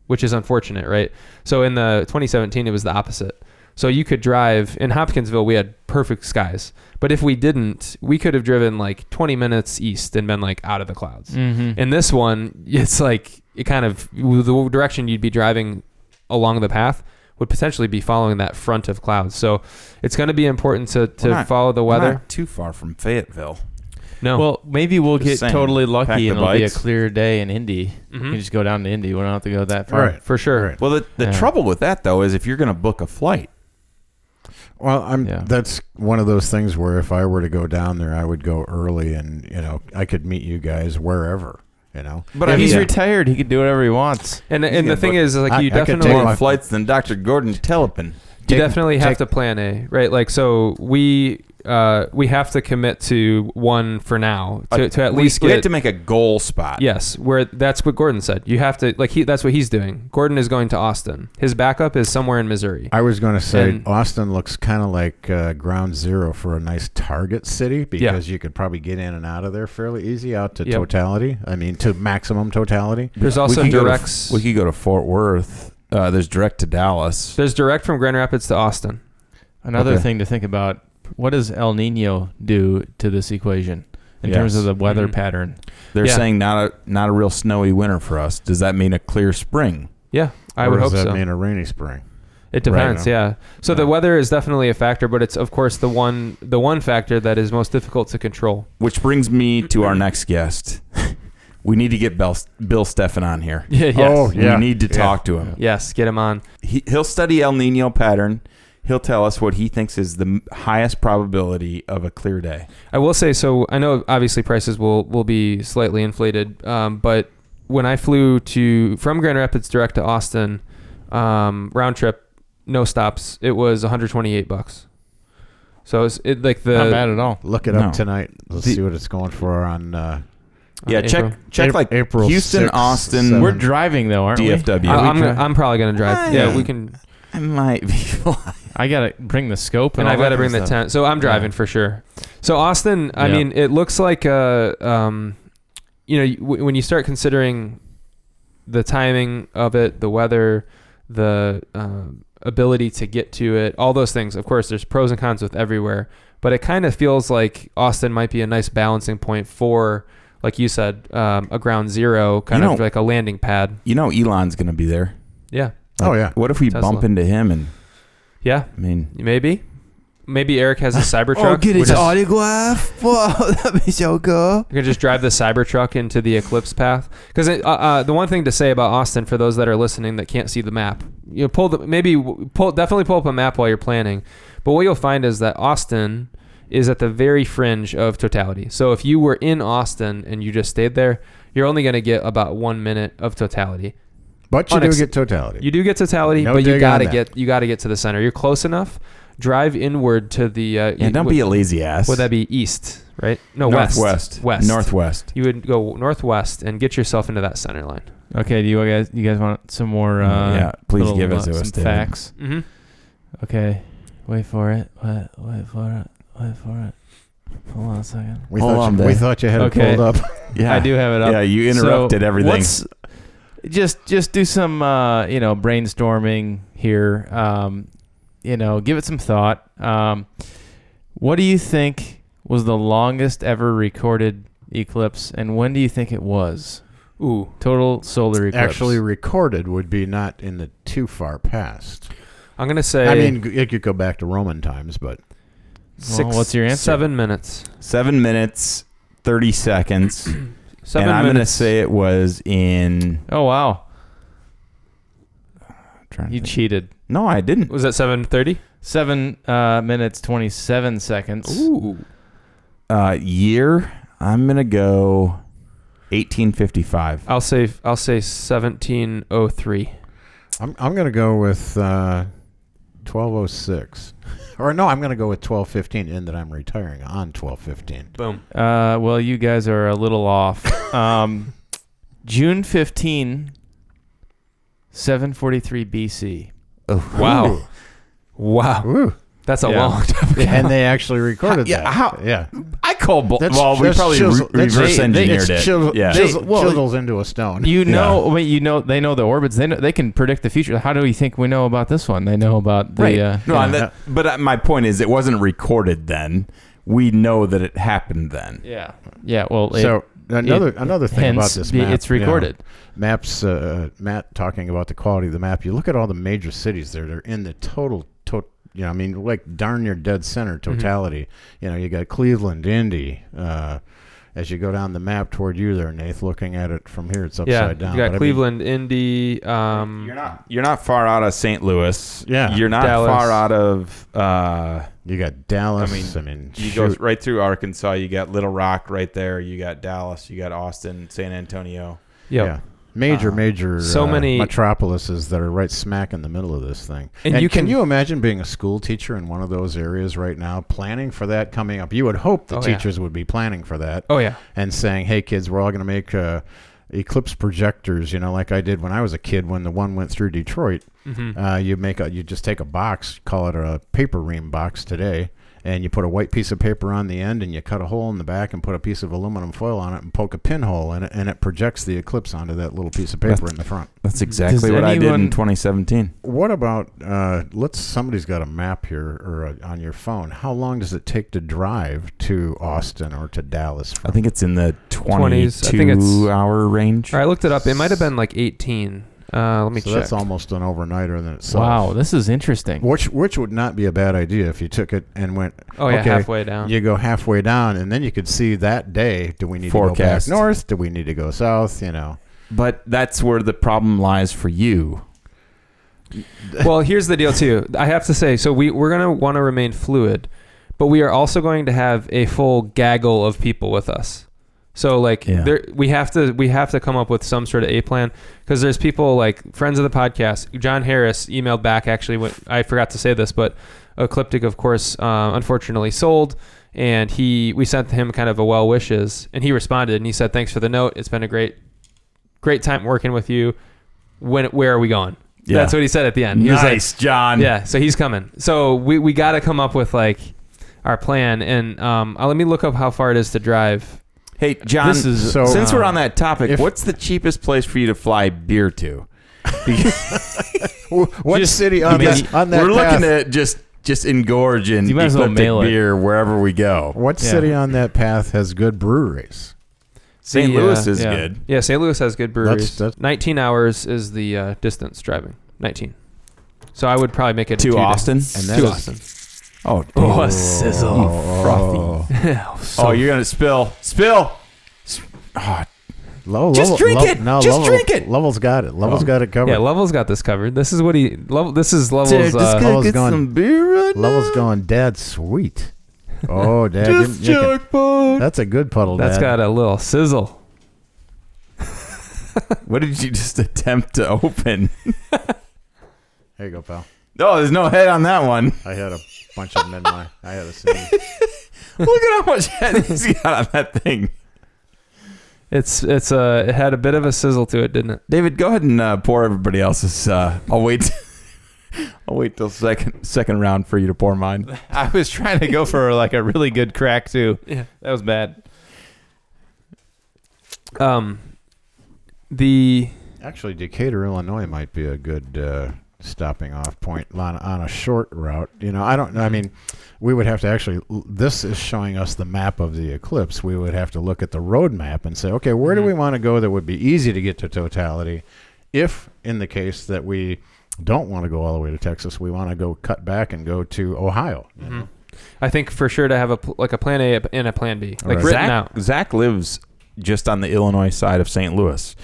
[SPEAKER 2] which is unfortunate, right? So in the 2017, it was the opposite. So you could drive in Hopkinsville. We had perfect skies, but if we didn't, we could have driven like 20 minutes east and been like out of the clouds.
[SPEAKER 1] Mm-hmm.
[SPEAKER 2] In this one, it's like it kind of the direction you'd be driving along the path would potentially be following that front of clouds. So it's going to be important to, to
[SPEAKER 3] We're not-
[SPEAKER 2] follow the
[SPEAKER 3] We're
[SPEAKER 2] weather.
[SPEAKER 3] not too far from Fayetteville.
[SPEAKER 2] No.
[SPEAKER 1] Well, maybe we'll
[SPEAKER 4] Just
[SPEAKER 1] get
[SPEAKER 4] saying.
[SPEAKER 1] totally
[SPEAKER 4] Pack
[SPEAKER 1] lucky
[SPEAKER 4] the
[SPEAKER 1] and it'll be a
[SPEAKER 4] bikes.
[SPEAKER 1] clear day in Indy.
[SPEAKER 2] Mhm.
[SPEAKER 1] You can just go down to Indy. We don't have to go that far.
[SPEAKER 5] All right.
[SPEAKER 2] for sure.
[SPEAKER 5] Right.
[SPEAKER 3] Well, the, the
[SPEAKER 1] Yeah.
[SPEAKER 3] trouble with that though is if you're going to book a flight,
[SPEAKER 5] Well, I'm.
[SPEAKER 1] Yeah.
[SPEAKER 5] That's one of those things where if I were to go down there, I would go early, and you know, I could meet you guys wherever. You know,
[SPEAKER 1] But
[SPEAKER 3] I
[SPEAKER 1] he's
[SPEAKER 3] mean-
[SPEAKER 1] retired. He can do whatever he wants.
[SPEAKER 2] And and the
[SPEAKER 3] Yeah,
[SPEAKER 2] thing
[SPEAKER 3] but
[SPEAKER 2] is, is, like
[SPEAKER 5] I-
[SPEAKER 2] you
[SPEAKER 5] I could take
[SPEAKER 2] definitely
[SPEAKER 5] my-
[SPEAKER 3] more flights than Dr. Gordon Telepin.
[SPEAKER 2] you
[SPEAKER 5] Take-
[SPEAKER 2] definitely have
[SPEAKER 5] take-
[SPEAKER 2] to plan A, right? Like so we uh we have to commit to one for now to, to at
[SPEAKER 3] We-
[SPEAKER 2] least
[SPEAKER 3] we
[SPEAKER 2] get
[SPEAKER 3] have to make a goal spot.
[SPEAKER 2] Yes, where that's what Gordon said. You have to like he that's what he's doing. Gordon is going to Austin. His backup is somewhere in Missouri.
[SPEAKER 5] I was going to say
[SPEAKER 2] And-
[SPEAKER 5] Austin looks kind of like uh, ground zero for a nice target city because you could probably get in and out of there fairly easy out to
[SPEAKER 2] Yep.
[SPEAKER 5] totality. I mean, to maximum totality.
[SPEAKER 2] There's
[SPEAKER 3] We
[SPEAKER 2] also
[SPEAKER 3] could go to-
[SPEAKER 2] directs.
[SPEAKER 3] we could go to Fort Worth. Uh, there's direct to Dallas.
[SPEAKER 2] there's direct from Grand Rapids to Austin.
[SPEAKER 1] Another
[SPEAKER 3] Okay.
[SPEAKER 1] thing to think about: what does El Nino do to this equation in
[SPEAKER 3] Yes.
[SPEAKER 1] terms of the weather
[SPEAKER 2] Mhm.
[SPEAKER 1] pattern?
[SPEAKER 3] They're
[SPEAKER 2] Yeah.
[SPEAKER 3] saying not a not a real snowy winter for us. Does that mean a clear spring?
[SPEAKER 2] Yeah, I
[SPEAKER 5] or
[SPEAKER 2] would
[SPEAKER 5] does
[SPEAKER 2] hope
[SPEAKER 5] that
[SPEAKER 2] so.
[SPEAKER 5] mean a rainy spring?
[SPEAKER 2] It depends,
[SPEAKER 5] Right.
[SPEAKER 2] yeah. So the weather is definitely a factor, but it's of course the one the one factor that is most difficult to control.
[SPEAKER 3] Which brings me to our next guest. we need to get Bill, Bill Stefan on here.
[SPEAKER 2] Yeah,
[SPEAKER 5] Oh, yeah.
[SPEAKER 3] We need to talk to him.
[SPEAKER 2] Yes, get him on.
[SPEAKER 3] He, he'll study El Nino pattern. He'll tell us what he thinks is the m- highest probability of a clear day.
[SPEAKER 2] I will say so. I know obviously prices will will be slightly inflated, um, but when I flew to from Grand Rapids direct to Austin, um, round trip, no stops, it was 128 bucks. So it's it, like the
[SPEAKER 1] Not bad at all.
[SPEAKER 5] Look it
[SPEAKER 3] No.
[SPEAKER 5] up tonight. Let's
[SPEAKER 3] The-
[SPEAKER 5] see what it's going for on. Uh,
[SPEAKER 2] on
[SPEAKER 3] yeah,
[SPEAKER 2] April.
[SPEAKER 3] check check
[SPEAKER 5] Ap-
[SPEAKER 3] like
[SPEAKER 5] April
[SPEAKER 3] Houston,
[SPEAKER 5] 6th,
[SPEAKER 3] Austin,
[SPEAKER 5] seven.
[SPEAKER 1] We're driving though, aren't we?
[SPEAKER 3] DFW.
[SPEAKER 2] I,
[SPEAKER 1] we
[SPEAKER 2] I'm gonna,
[SPEAKER 1] try-
[SPEAKER 2] I'm probably gonna drive.
[SPEAKER 3] Yeah.
[SPEAKER 2] Yeah, we can.
[SPEAKER 3] I might be flying.
[SPEAKER 1] I gotta bring the scope, and,
[SPEAKER 2] and
[SPEAKER 1] all
[SPEAKER 2] I've
[SPEAKER 1] that
[SPEAKER 2] got to
[SPEAKER 1] kind
[SPEAKER 2] bring
[SPEAKER 1] of
[SPEAKER 2] the
[SPEAKER 1] stuff.
[SPEAKER 2] tent. So I'm driving for sure. So Austin, I
[SPEAKER 1] Yeah.
[SPEAKER 2] mean, it looks like uh, um, you know, w- when you start considering the timing of it, the weather, the um, ability to get to it, all those things. Of course, there's pros and cons with everywhere, but it kind of feels like Austin might be a nice balancing point for, like you said, um, a ground zero kind
[SPEAKER 3] You
[SPEAKER 2] of
[SPEAKER 3] know-
[SPEAKER 2] like a landing pad.
[SPEAKER 3] You know Elon's going to be there.
[SPEAKER 2] Yeah,
[SPEAKER 5] oh yeah.
[SPEAKER 3] What if we
[SPEAKER 2] Tesla.
[SPEAKER 3] bump into him and
[SPEAKER 2] yeah,
[SPEAKER 3] I mean
[SPEAKER 2] maybe, maybe Eric has a Cybertruck.
[SPEAKER 5] Oh,
[SPEAKER 3] Oh,
[SPEAKER 2] We're just-
[SPEAKER 3] autograph. Whoa, that'd be so cool.
[SPEAKER 2] You can just drive the Cybertruck into the eclipse path. Because uh, uh, the one thing to say about Austin, for those that are listening that can't see the map, you know, pull the maybe w- pull definitely pull up a map while you're planning. But what you'll find is that Austin is at the very fringe of totality. So if you were in Austin and you just stayed there, you're only going to get about one minute of totality.
[SPEAKER 5] But you do
[SPEAKER 2] Unex-
[SPEAKER 5] get totality.
[SPEAKER 2] You do get totality,
[SPEAKER 5] No
[SPEAKER 2] but you
[SPEAKER 5] dig
[SPEAKER 2] gotta
[SPEAKER 5] on that.
[SPEAKER 2] get you gotta get to the center. You're close enough. Drive inward to the uh,
[SPEAKER 3] Yeah, don't
[SPEAKER 2] would,
[SPEAKER 3] be a lazy ass.
[SPEAKER 2] would that be east, right? No,
[SPEAKER 3] northwest?
[SPEAKER 2] West. Northwest
[SPEAKER 3] Northwest.
[SPEAKER 2] you would go northwest and get yourself into that center line.
[SPEAKER 1] Okay, do you guys you guys want some more? Uh,
[SPEAKER 3] Mm, yeah, please
[SPEAKER 1] little,
[SPEAKER 3] give us
[SPEAKER 1] uh,
[SPEAKER 3] those,
[SPEAKER 1] some
[SPEAKER 3] David.
[SPEAKER 1] facts.
[SPEAKER 2] Mm-hmm.
[SPEAKER 1] Okay, wait for it. Wait, wait for it. Wait for it. Hold on a second.
[SPEAKER 5] We
[SPEAKER 3] Hold
[SPEAKER 5] thought
[SPEAKER 3] on,
[SPEAKER 5] you,
[SPEAKER 3] Dave.
[SPEAKER 5] we thought you had
[SPEAKER 1] Okay.
[SPEAKER 5] it pulled up.
[SPEAKER 3] Yeah,
[SPEAKER 1] I do have it up.
[SPEAKER 3] Yeah, you interrupted
[SPEAKER 1] So,
[SPEAKER 3] everything.
[SPEAKER 1] what's- just just do some uh, you know brainstorming here. Um, you know, give it some thought. Um, what do you think was the longest ever recorded eclipse, and when do you think it was?
[SPEAKER 2] Ooh,
[SPEAKER 1] Total solar eclipse.
[SPEAKER 5] Actually, recorded would be not in the too far past.
[SPEAKER 2] I'm gonna say.
[SPEAKER 5] I mean, g- it could go back to Roman times, but
[SPEAKER 2] six,
[SPEAKER 1] what's your answer?
[SPEAKER 2] Seven minutes.
[SPEAKER 3] seven minutes, thirty seconds, and
[SPEAKER 2] Seven
[SPEAKER 3] I'm gonna
[SPEAKER 2] minutes.
[SPEAKER 3] say it was in.
[SPEAKER 1] oh wow,
[SPEAKER 3] I'm trying to
[SPEAKER 1] you
[SPEAKER 3] think.
[SPEAKER 1] cheated.
[SPEAKER 3] no, I didn't.
[SPEAKER 2] Was that seven thirty?
[SPEAKER 1] Seven uh, minutes twenty-seven seconds.
[SPEAKER 2] Ooh,
[SPEAKER 3] Uh, year. I'm gonna go 1855.
[SPEAKER 2] I'll say I'll say seventeen oh three.
[SPEAKER 5] I'm I'm gonna go with uh, 1206, or no, I'm gonna go with 1215, and that I'm retiring on 1215.
[SPEAKER 2] Boom.
[SPEAKER 1] Uh, well, you guys are a little off. Um, June 15, 743 BC.
[SPEAKER 2] Wow. Wow.
[SPEAKER 5] Ooh.
[SPEAKER 2] That's a
[SPEAKER 1] Yeah.
[SPEAKER 2] long time. ago.
[SPEAKER 5] And they actually recorded
[SPEAKER 3] Yeah,
[SPEAKER 5] that.
[SPEAKER 3] how-
[SPEAKER 5] yeah.
[SPEAKER 3] I call. Bull-
[SPEAKER 5] That's-
[SPEAKER 3] well, we
[SPEAKER 5] that's
[SPEAKER 3] probably
[SPEAKER 5] chisel-
[SPEAKER 3] re-
[SPEAKER 5] that's-
[SPEAKER 3] reverse
[SPEAKER 5] they- they-
[SPEAKER 3] engineered
[SPEAKER 5] it's
[SPEAKER 3] it.
[SPEAKER 5] chisel-
[SPEAKER 3] yeah.
[SPEAKER 5] chisel-
[SPEAKER 1] Well,
[SPEAKER 5] chisels into a stone.
[SPEAKER 1] You know, I mean, you know, they know the orbits. They know they can predict the future. How do we think we know about this one? They know about the.
[SPEAKER 3] right.
[SPEAKER 1] Uh,
[SPEAKER 3] no,
[SPEAKER 1] yeah.
[SPEAKER 3] and that, but uh, my point is, it wasn't recorded then. We know that it happened then.
[SPEAKER 1] yeah, yeah. Well, it-
[SPEAKER 5] so another
[SPEAKER 1] it-
[SPEAKER 5] another thing about
[SPEAKER 1] hence
[SPEAKER 5] this
[SPEAKER 1] the-
[SPEAKER 5] map,
[SPEAKER 1] it's
[SPEAKER 5] you know,
[SPEAKER 1] recorded.
[SPEAKER 5] maps uh, Matt talking about the quality of the map. You look at all the major cities there; they're in the total, to, you know, I mean, like darn near dead center totality. You know, you got Cleveland, Indy, uh, as you go down the map toward you there, Nath, looking at it from here, it's upside
[SPEAKER 2] Yeah,
[SPEAKER 5] down.
[SPEAKER 2] you got
[SPEAKER 5] But I mean,
[SPEAKER 2] Cleveland, Indy. Um,
[SPEAKER 3] You're not you're not far out of St. Louis.
[SPEAKER 5] Yeah.
[SPEAKER 3] You're not
[SPEAKER 2] Dallas.
[SPEAKER 3] far out of uh
[SPEAKER 5] you got Dallas.
[SPEAKER 3] I
[SPEAKER 5] I
[SPEAKER 3] mean,
[SPEAKER 5] mean,
[SPEAKER 3] you go
[SPEAKER 5] shoot.
[SPEAKER 3] right through Arkansas, you got Little Rock right there, you got Dallas, you got Austin, San Antonio.
[SPEAKER 2] yep.
[SPEAKER 5] Yeah. Major, major
[SPEAKER 2] so
[SPEAKER 5] uh,
[SPEAKER 2] many-
[SPEAKER 5] metropolises that are right smack in the middle of this thing.
[SPEAKER 2] And
[SPEAKER 5] And,
[SPEAKER 2] you
[SPEAKER 5] can,
[SPEAKER 2] can-
[SPEAKER 5] you imagine being a school teacher in one of those areas right now, planning for that coming up? You would hope the
[SPEAKER 2] Oh, yeah.
[SPEAKER 5] teachers would be planning for that
[SPEAKER 2] Oh yeah.
[SPEAKER 5] and saying, "Hey, kids, we're all going to make uh, eclipse projectors." You know, like I did when I was a kid when the one went through Detroit. Uh, you make a you just take a box, call it a paper ream box today, and you put a white piece of paper on the end, and you cut a hole in the back and put a piece of aluminum foil on it and poke a pinhole in it, and it projects the eclipse onto that little piece of paper in the front.
[SPEAKER 3] That's exactly
[SPEAKER 1] Does
[SPEAKER 3] what I did in
[SPEAKER 1] anyone-
[SPEAKER 3] 2017.
[SPEAKER 5] What about uh, let's somebody's got a map here or a, on your phone? How long does it take to drive to Austin or to Dallas?
[SPEAKER 3] I think it's in the
[SPEAKER 2] 20s.
[SPEAKER 3] 22
[SPEAKER 2] I think it's-
[SPEAKER 3] hour range.
[SPEAKER 2] All right, I looked it up. It might have been like 18. Uh, let me
[SPEAKER 5] so
[SPEAKER 2] check.
[SPEAKER 5] that's almost an overnighter than itself.
[SPEAKER 1] Wow, this is interesting.
[SPEAKER 5] Which which would not be a bad idea if you took it and went.
[SPEAKER 2] oh yeah,
[SPEAKER 5] okay,
[SPEAKER 2] halfway down.
[SPEAKER 5] You go halfway down, and then you could see that day. Do we need
[SPEAKER 3] Forecast.
[SPEAKER 5] to go back north? Do we need to go south? You know,
[SPEAKER 3] But that's where the problem lies for you.
[SPEAKER 2] well, here's the deal too. I have to say, so we we're gonna want to remain fluid, but we are also going to have a full gaggle of people with us. So like
[SPEAKER 3] Yeah.
[SPEAKER 2] there, we have to we have to come up with some sort of a plan because there's people like friends of the podcast. John Harris emailed back actually. When, I forgot to say this, but Ecliptic, of course, uh, unfortunately sold, and he we sent him kind of a well wishes, and he responded and he said thanks for the note. It's been a great great time working with you. When where are we going?
[SPEAKER 3] Yeah.
[SPEAKER 2] That's what he said at the end. He was like,
[SPEAKER 3] nice, John.
[SPEAKER 2] yeah, so he's coming. So we, we got to come up with like our plan. And um, uh, let me look up how far it is to drive.
[SPEAKER 3] Hey, John.
[SPEAKER 1] This is-
[SPEAKER 5] So,
[SPEAKER 3] since we're
[SPEAKER 5] uh,
[SPEAKER 3] on that topic,
[SPEAKER 5] if-
[SPEAKER 3] what's the cheapest place for you to fly beer to?
[SPEAKER 5] Wh- what
[SPEAKER 1] Just-
[SPEAKER 5] city on
[SPEAKER 1] I mean,
[SPEAKER 5] that on that
[SPEAKER 3] We're
[SPEAKER 5] path?
[SPEAKER 3] looking to just just engorge in
[SPEAKER 1] You might as well
[SPEAKER 3] eclectic
[SPEAKER 1] mail it.
[SPEAKER 3] beer wherever we go.
[SPEAKER 5] what
[SPEAKER 1] Yeah.
[SPEAKER 5] city on that path has good breweries?
[SPEAKER 3] St.
[SPEAKER 2] The, uh,
[SPEAKER 3] Louis is
[SPEAKER 1] yeah.
[SPEAKER 3] good.
[SPEAKER 2] Yeah, St. Louis has good breweries.
[SPEAKER 5] That's- that's-
[SPEAKER 2] 19 hours is the uh, distance driving. 19. So I would probably make it in
[SPEAKER 3] To
[SPEAKER 2] two days.
[SPEAKER 3] Austin.
[SPEAKER 5] And that
[SPEAKER 2] To
[SPEAKER 5] is-
[SPEAKER 2] Austin.
[SPEAKER 3] Oh,
[SPEAKER 1] Oh, a sizzle.
[SPEAKER 5] Oh,
[SPEAKER 3] oh, you're gonna spill, spill. Ah,
[SPEAKER 5] Lo-
[SPEAKER 3] Just
[SPEAKER 5] Lovell-
[SPEAKER 3] drink
[SPEAKER 5] Lo-
[SPEAKER 3] it.
[SPEAKER 5] No,
[SPEAKER 3] Just
[SPEAKER 5] Lovell-
[SPEAKER 3] drink it.
[SPEAKER 5] Lovell's got it. Lovell's got it covered.
[SPEAKER 2] Yeah, Lovell's got this covered. This is what he. Lovell, this is Lovell's. Uh,
[SPEAKER 5] Lovell's going-
[SPEAKER 3] beer right
[SPEAKER 5] Lovell's going, Dad, sweet. Oh, Dad, you-
[SPEAKER 3] Just
[SPEAKER 5] you can-
[SPEAKER 3] joke, bud.
[SPEAKER 5] that's a good puddle.
[SPEAKER 2] that's
[SPEAKER 5] Dad.
[SPEAKER 2] got a little sizzle.
[SPEAKER 3] What did you just attempt to open?
[SPEAKER 5] There you go, pal.
[SPEAKER 3] No, there's no head on that one.
[SPEAKER 5] I had a bunch of them in my. I had a scene.
[SPEAKER 3] Look at how much head he's got on that thing.
[SPEAKER 2] It's it's uh it had a bit of a sizzle to it, didn't it?
[SPEAKER 3] David, go ahead and uh, pour everybody else's. Uh, I'll wait. I'll wait till second second round for you to pour mine.
[SPEAKER 1] I was trying to go for like a really good crack too.
[SPEAKER 2] Yeah.
[SPEAKER 1] That was bad.
[SPEAKER 2] Um, the
[SPEAKER 5] Actually, Decatur, Illinois might be a good uh, stopping off point on, on a short route. You know, I don't know. I mean, we would have to actually, this is showing us the map of the eclipse. We would have to look at the road map and say, okay, where do we want to go that would be easy to get to totality? If, in the case that we don't want to go all the way to Texas, we want to go cut back and go to Ohio. you know?
[SPEAKER 2] I think for sure to have a pl- like a plan A and a plan B, like
[SPEAKER 5] Right.
[SPEAKER 2] written
[SPEAKER 3] Zach,
[SPEAKER 2] out.
[SPEAKER 3] Zach lives just on the Illinois side of St. Louis.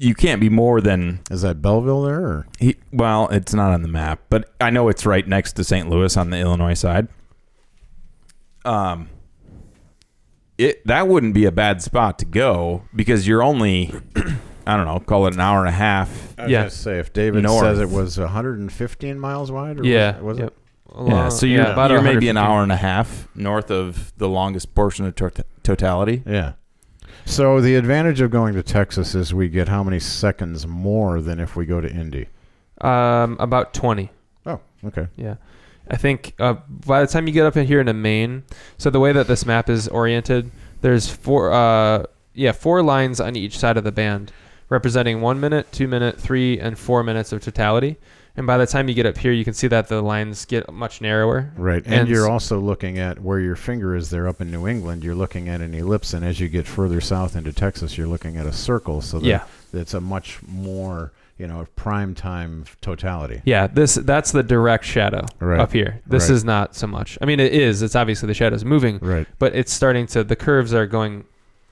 [SPEAKER 3] You can't be more than
[SPEAKER 5] Is that Belleville there? Or?
[SPEAKER 3] he. Well, it's not on the map, but I know it's right next to St. Louis on the Illinois side. Um, it that wouldn't be a bad spot to go because you're only, I don't know, call it an hour and a half.
[SPEAKER 5] I
[SPEAKER 2] was Yeah. gonna
[SPEAKER 5] Just say, if David
[SPEAKER 3] North.
[SPEAKER 5] says it was 115 miles wide, or
[SPEAKER 2] Yeah.
[SPEAKER 5] was, was
[SPEAKER 2] Yep.
[SPEAKER 5] it?
[SPEAKER 3] yeah,
[SPEAKER 2] Along-
[SPEAKER 3] so you're,
[SPEAKER 2] yeah, about
[SPEAKER 3] you're maybe
[SPEAKER 2] 115.
[SPEAKER 3] an hour and a half north of the longest portion of tot- totality.
[SPEAKER 5] Yeah. So the advantage of going to Texas is we get how many seconds more than if we go to Indy.
[SPEAKER 2] Um, about twenty.
[SPEAKER 5] Oh, okay.
[SPEAKER 2] Yeah, I think uh, by the time you get up in here into Maine, so the way that this map is oriented, there's four. Uh, yeah, four lines on each side of the band, representing one minute, two minute, three, and four minutes of totality. And by the time you get up here, you can see that the lines get much narrower.
[SPEAKER 5] Right. And,
[SPEAKER 2] And
[SPEAKER 5] you're
[SPEAKER 2] s-
[SPEAKER 5] also looking at where your finger is there up in New England, you're looking at an ellipse and as you get further south into Texas, you're looking at a circle so that
[SPEAKER 2] Yeah.
[SPEAKER 5] it's a much more you know, of prime time totality.
[SPEAKER 2] Yeah, this that's the direct shadow
[SPEAKER 5] Right.
[SPEAKER 2] up here. This
[SPEAKER 5] Right.
[SPEAKER 2] is not so much. I mean, it is. It's obviously the shadow's moving,
[SPEAKER 5] Right.
[SPEAKER 2] but it's starting to. The curves are going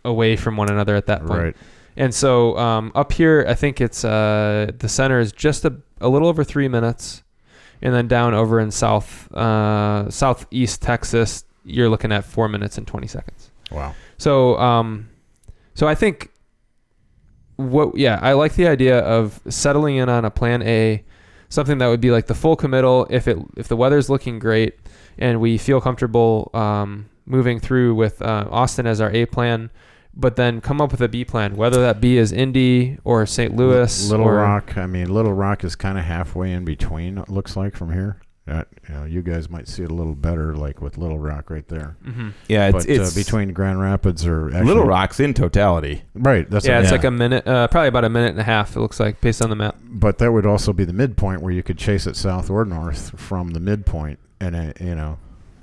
[SPEAKER 2] away from one another at that point.
[SPEAKER 5] Right.
[SPEAKER 2] And so um, up here, I think it's uh, the center is just a, a little over three minutes, and then down over in south uh, southeast Texas, you're looking at four minutes and twenty seconds.
[SPEAKER 5] Wow.
[SPEAKER 2] So, um, so I think what, yeah, I like the idea of settling in on a plan A, something that would be like the full committal if it if the weather's looking great and we feel comfortable um, moving through with uh, Austin as our A plan, but then come up with a B plan, whether that B is Indy or St. Louis,
[SPEAKER 5] Little
[SPEAKER 2] or,
[SPEAKER 5] Rock. I mean, Little Rock is kind of halfway in between. It looks like from here. Uh, you, know, you guys might see it a little better, like with Little Rock right there.
[SPEAKER 2] Mhm.
[SPEAKER 3] Yeah, it's,
[SPEAKER 5] but
[SPEAKER 3] it's
[SPEAKER 5] uh, between Grand Rapids or actually,
[SPEAKER 3] Little Rock's in totality.
[SPEAKER 5] Right. That's
[SPEAKER 2] Yeah,
[SPEAKER 5] what-
[SPEAKER 2] it's
[SPEAKER 3] Yeah.
[SPEAKER 2] like a minute, uh, probably about a minute and a half. It looks like based on the map.
[SPEAKER 5] but that would also be the midpoint where you could chase it south or north from the midpoint, and uh, you know,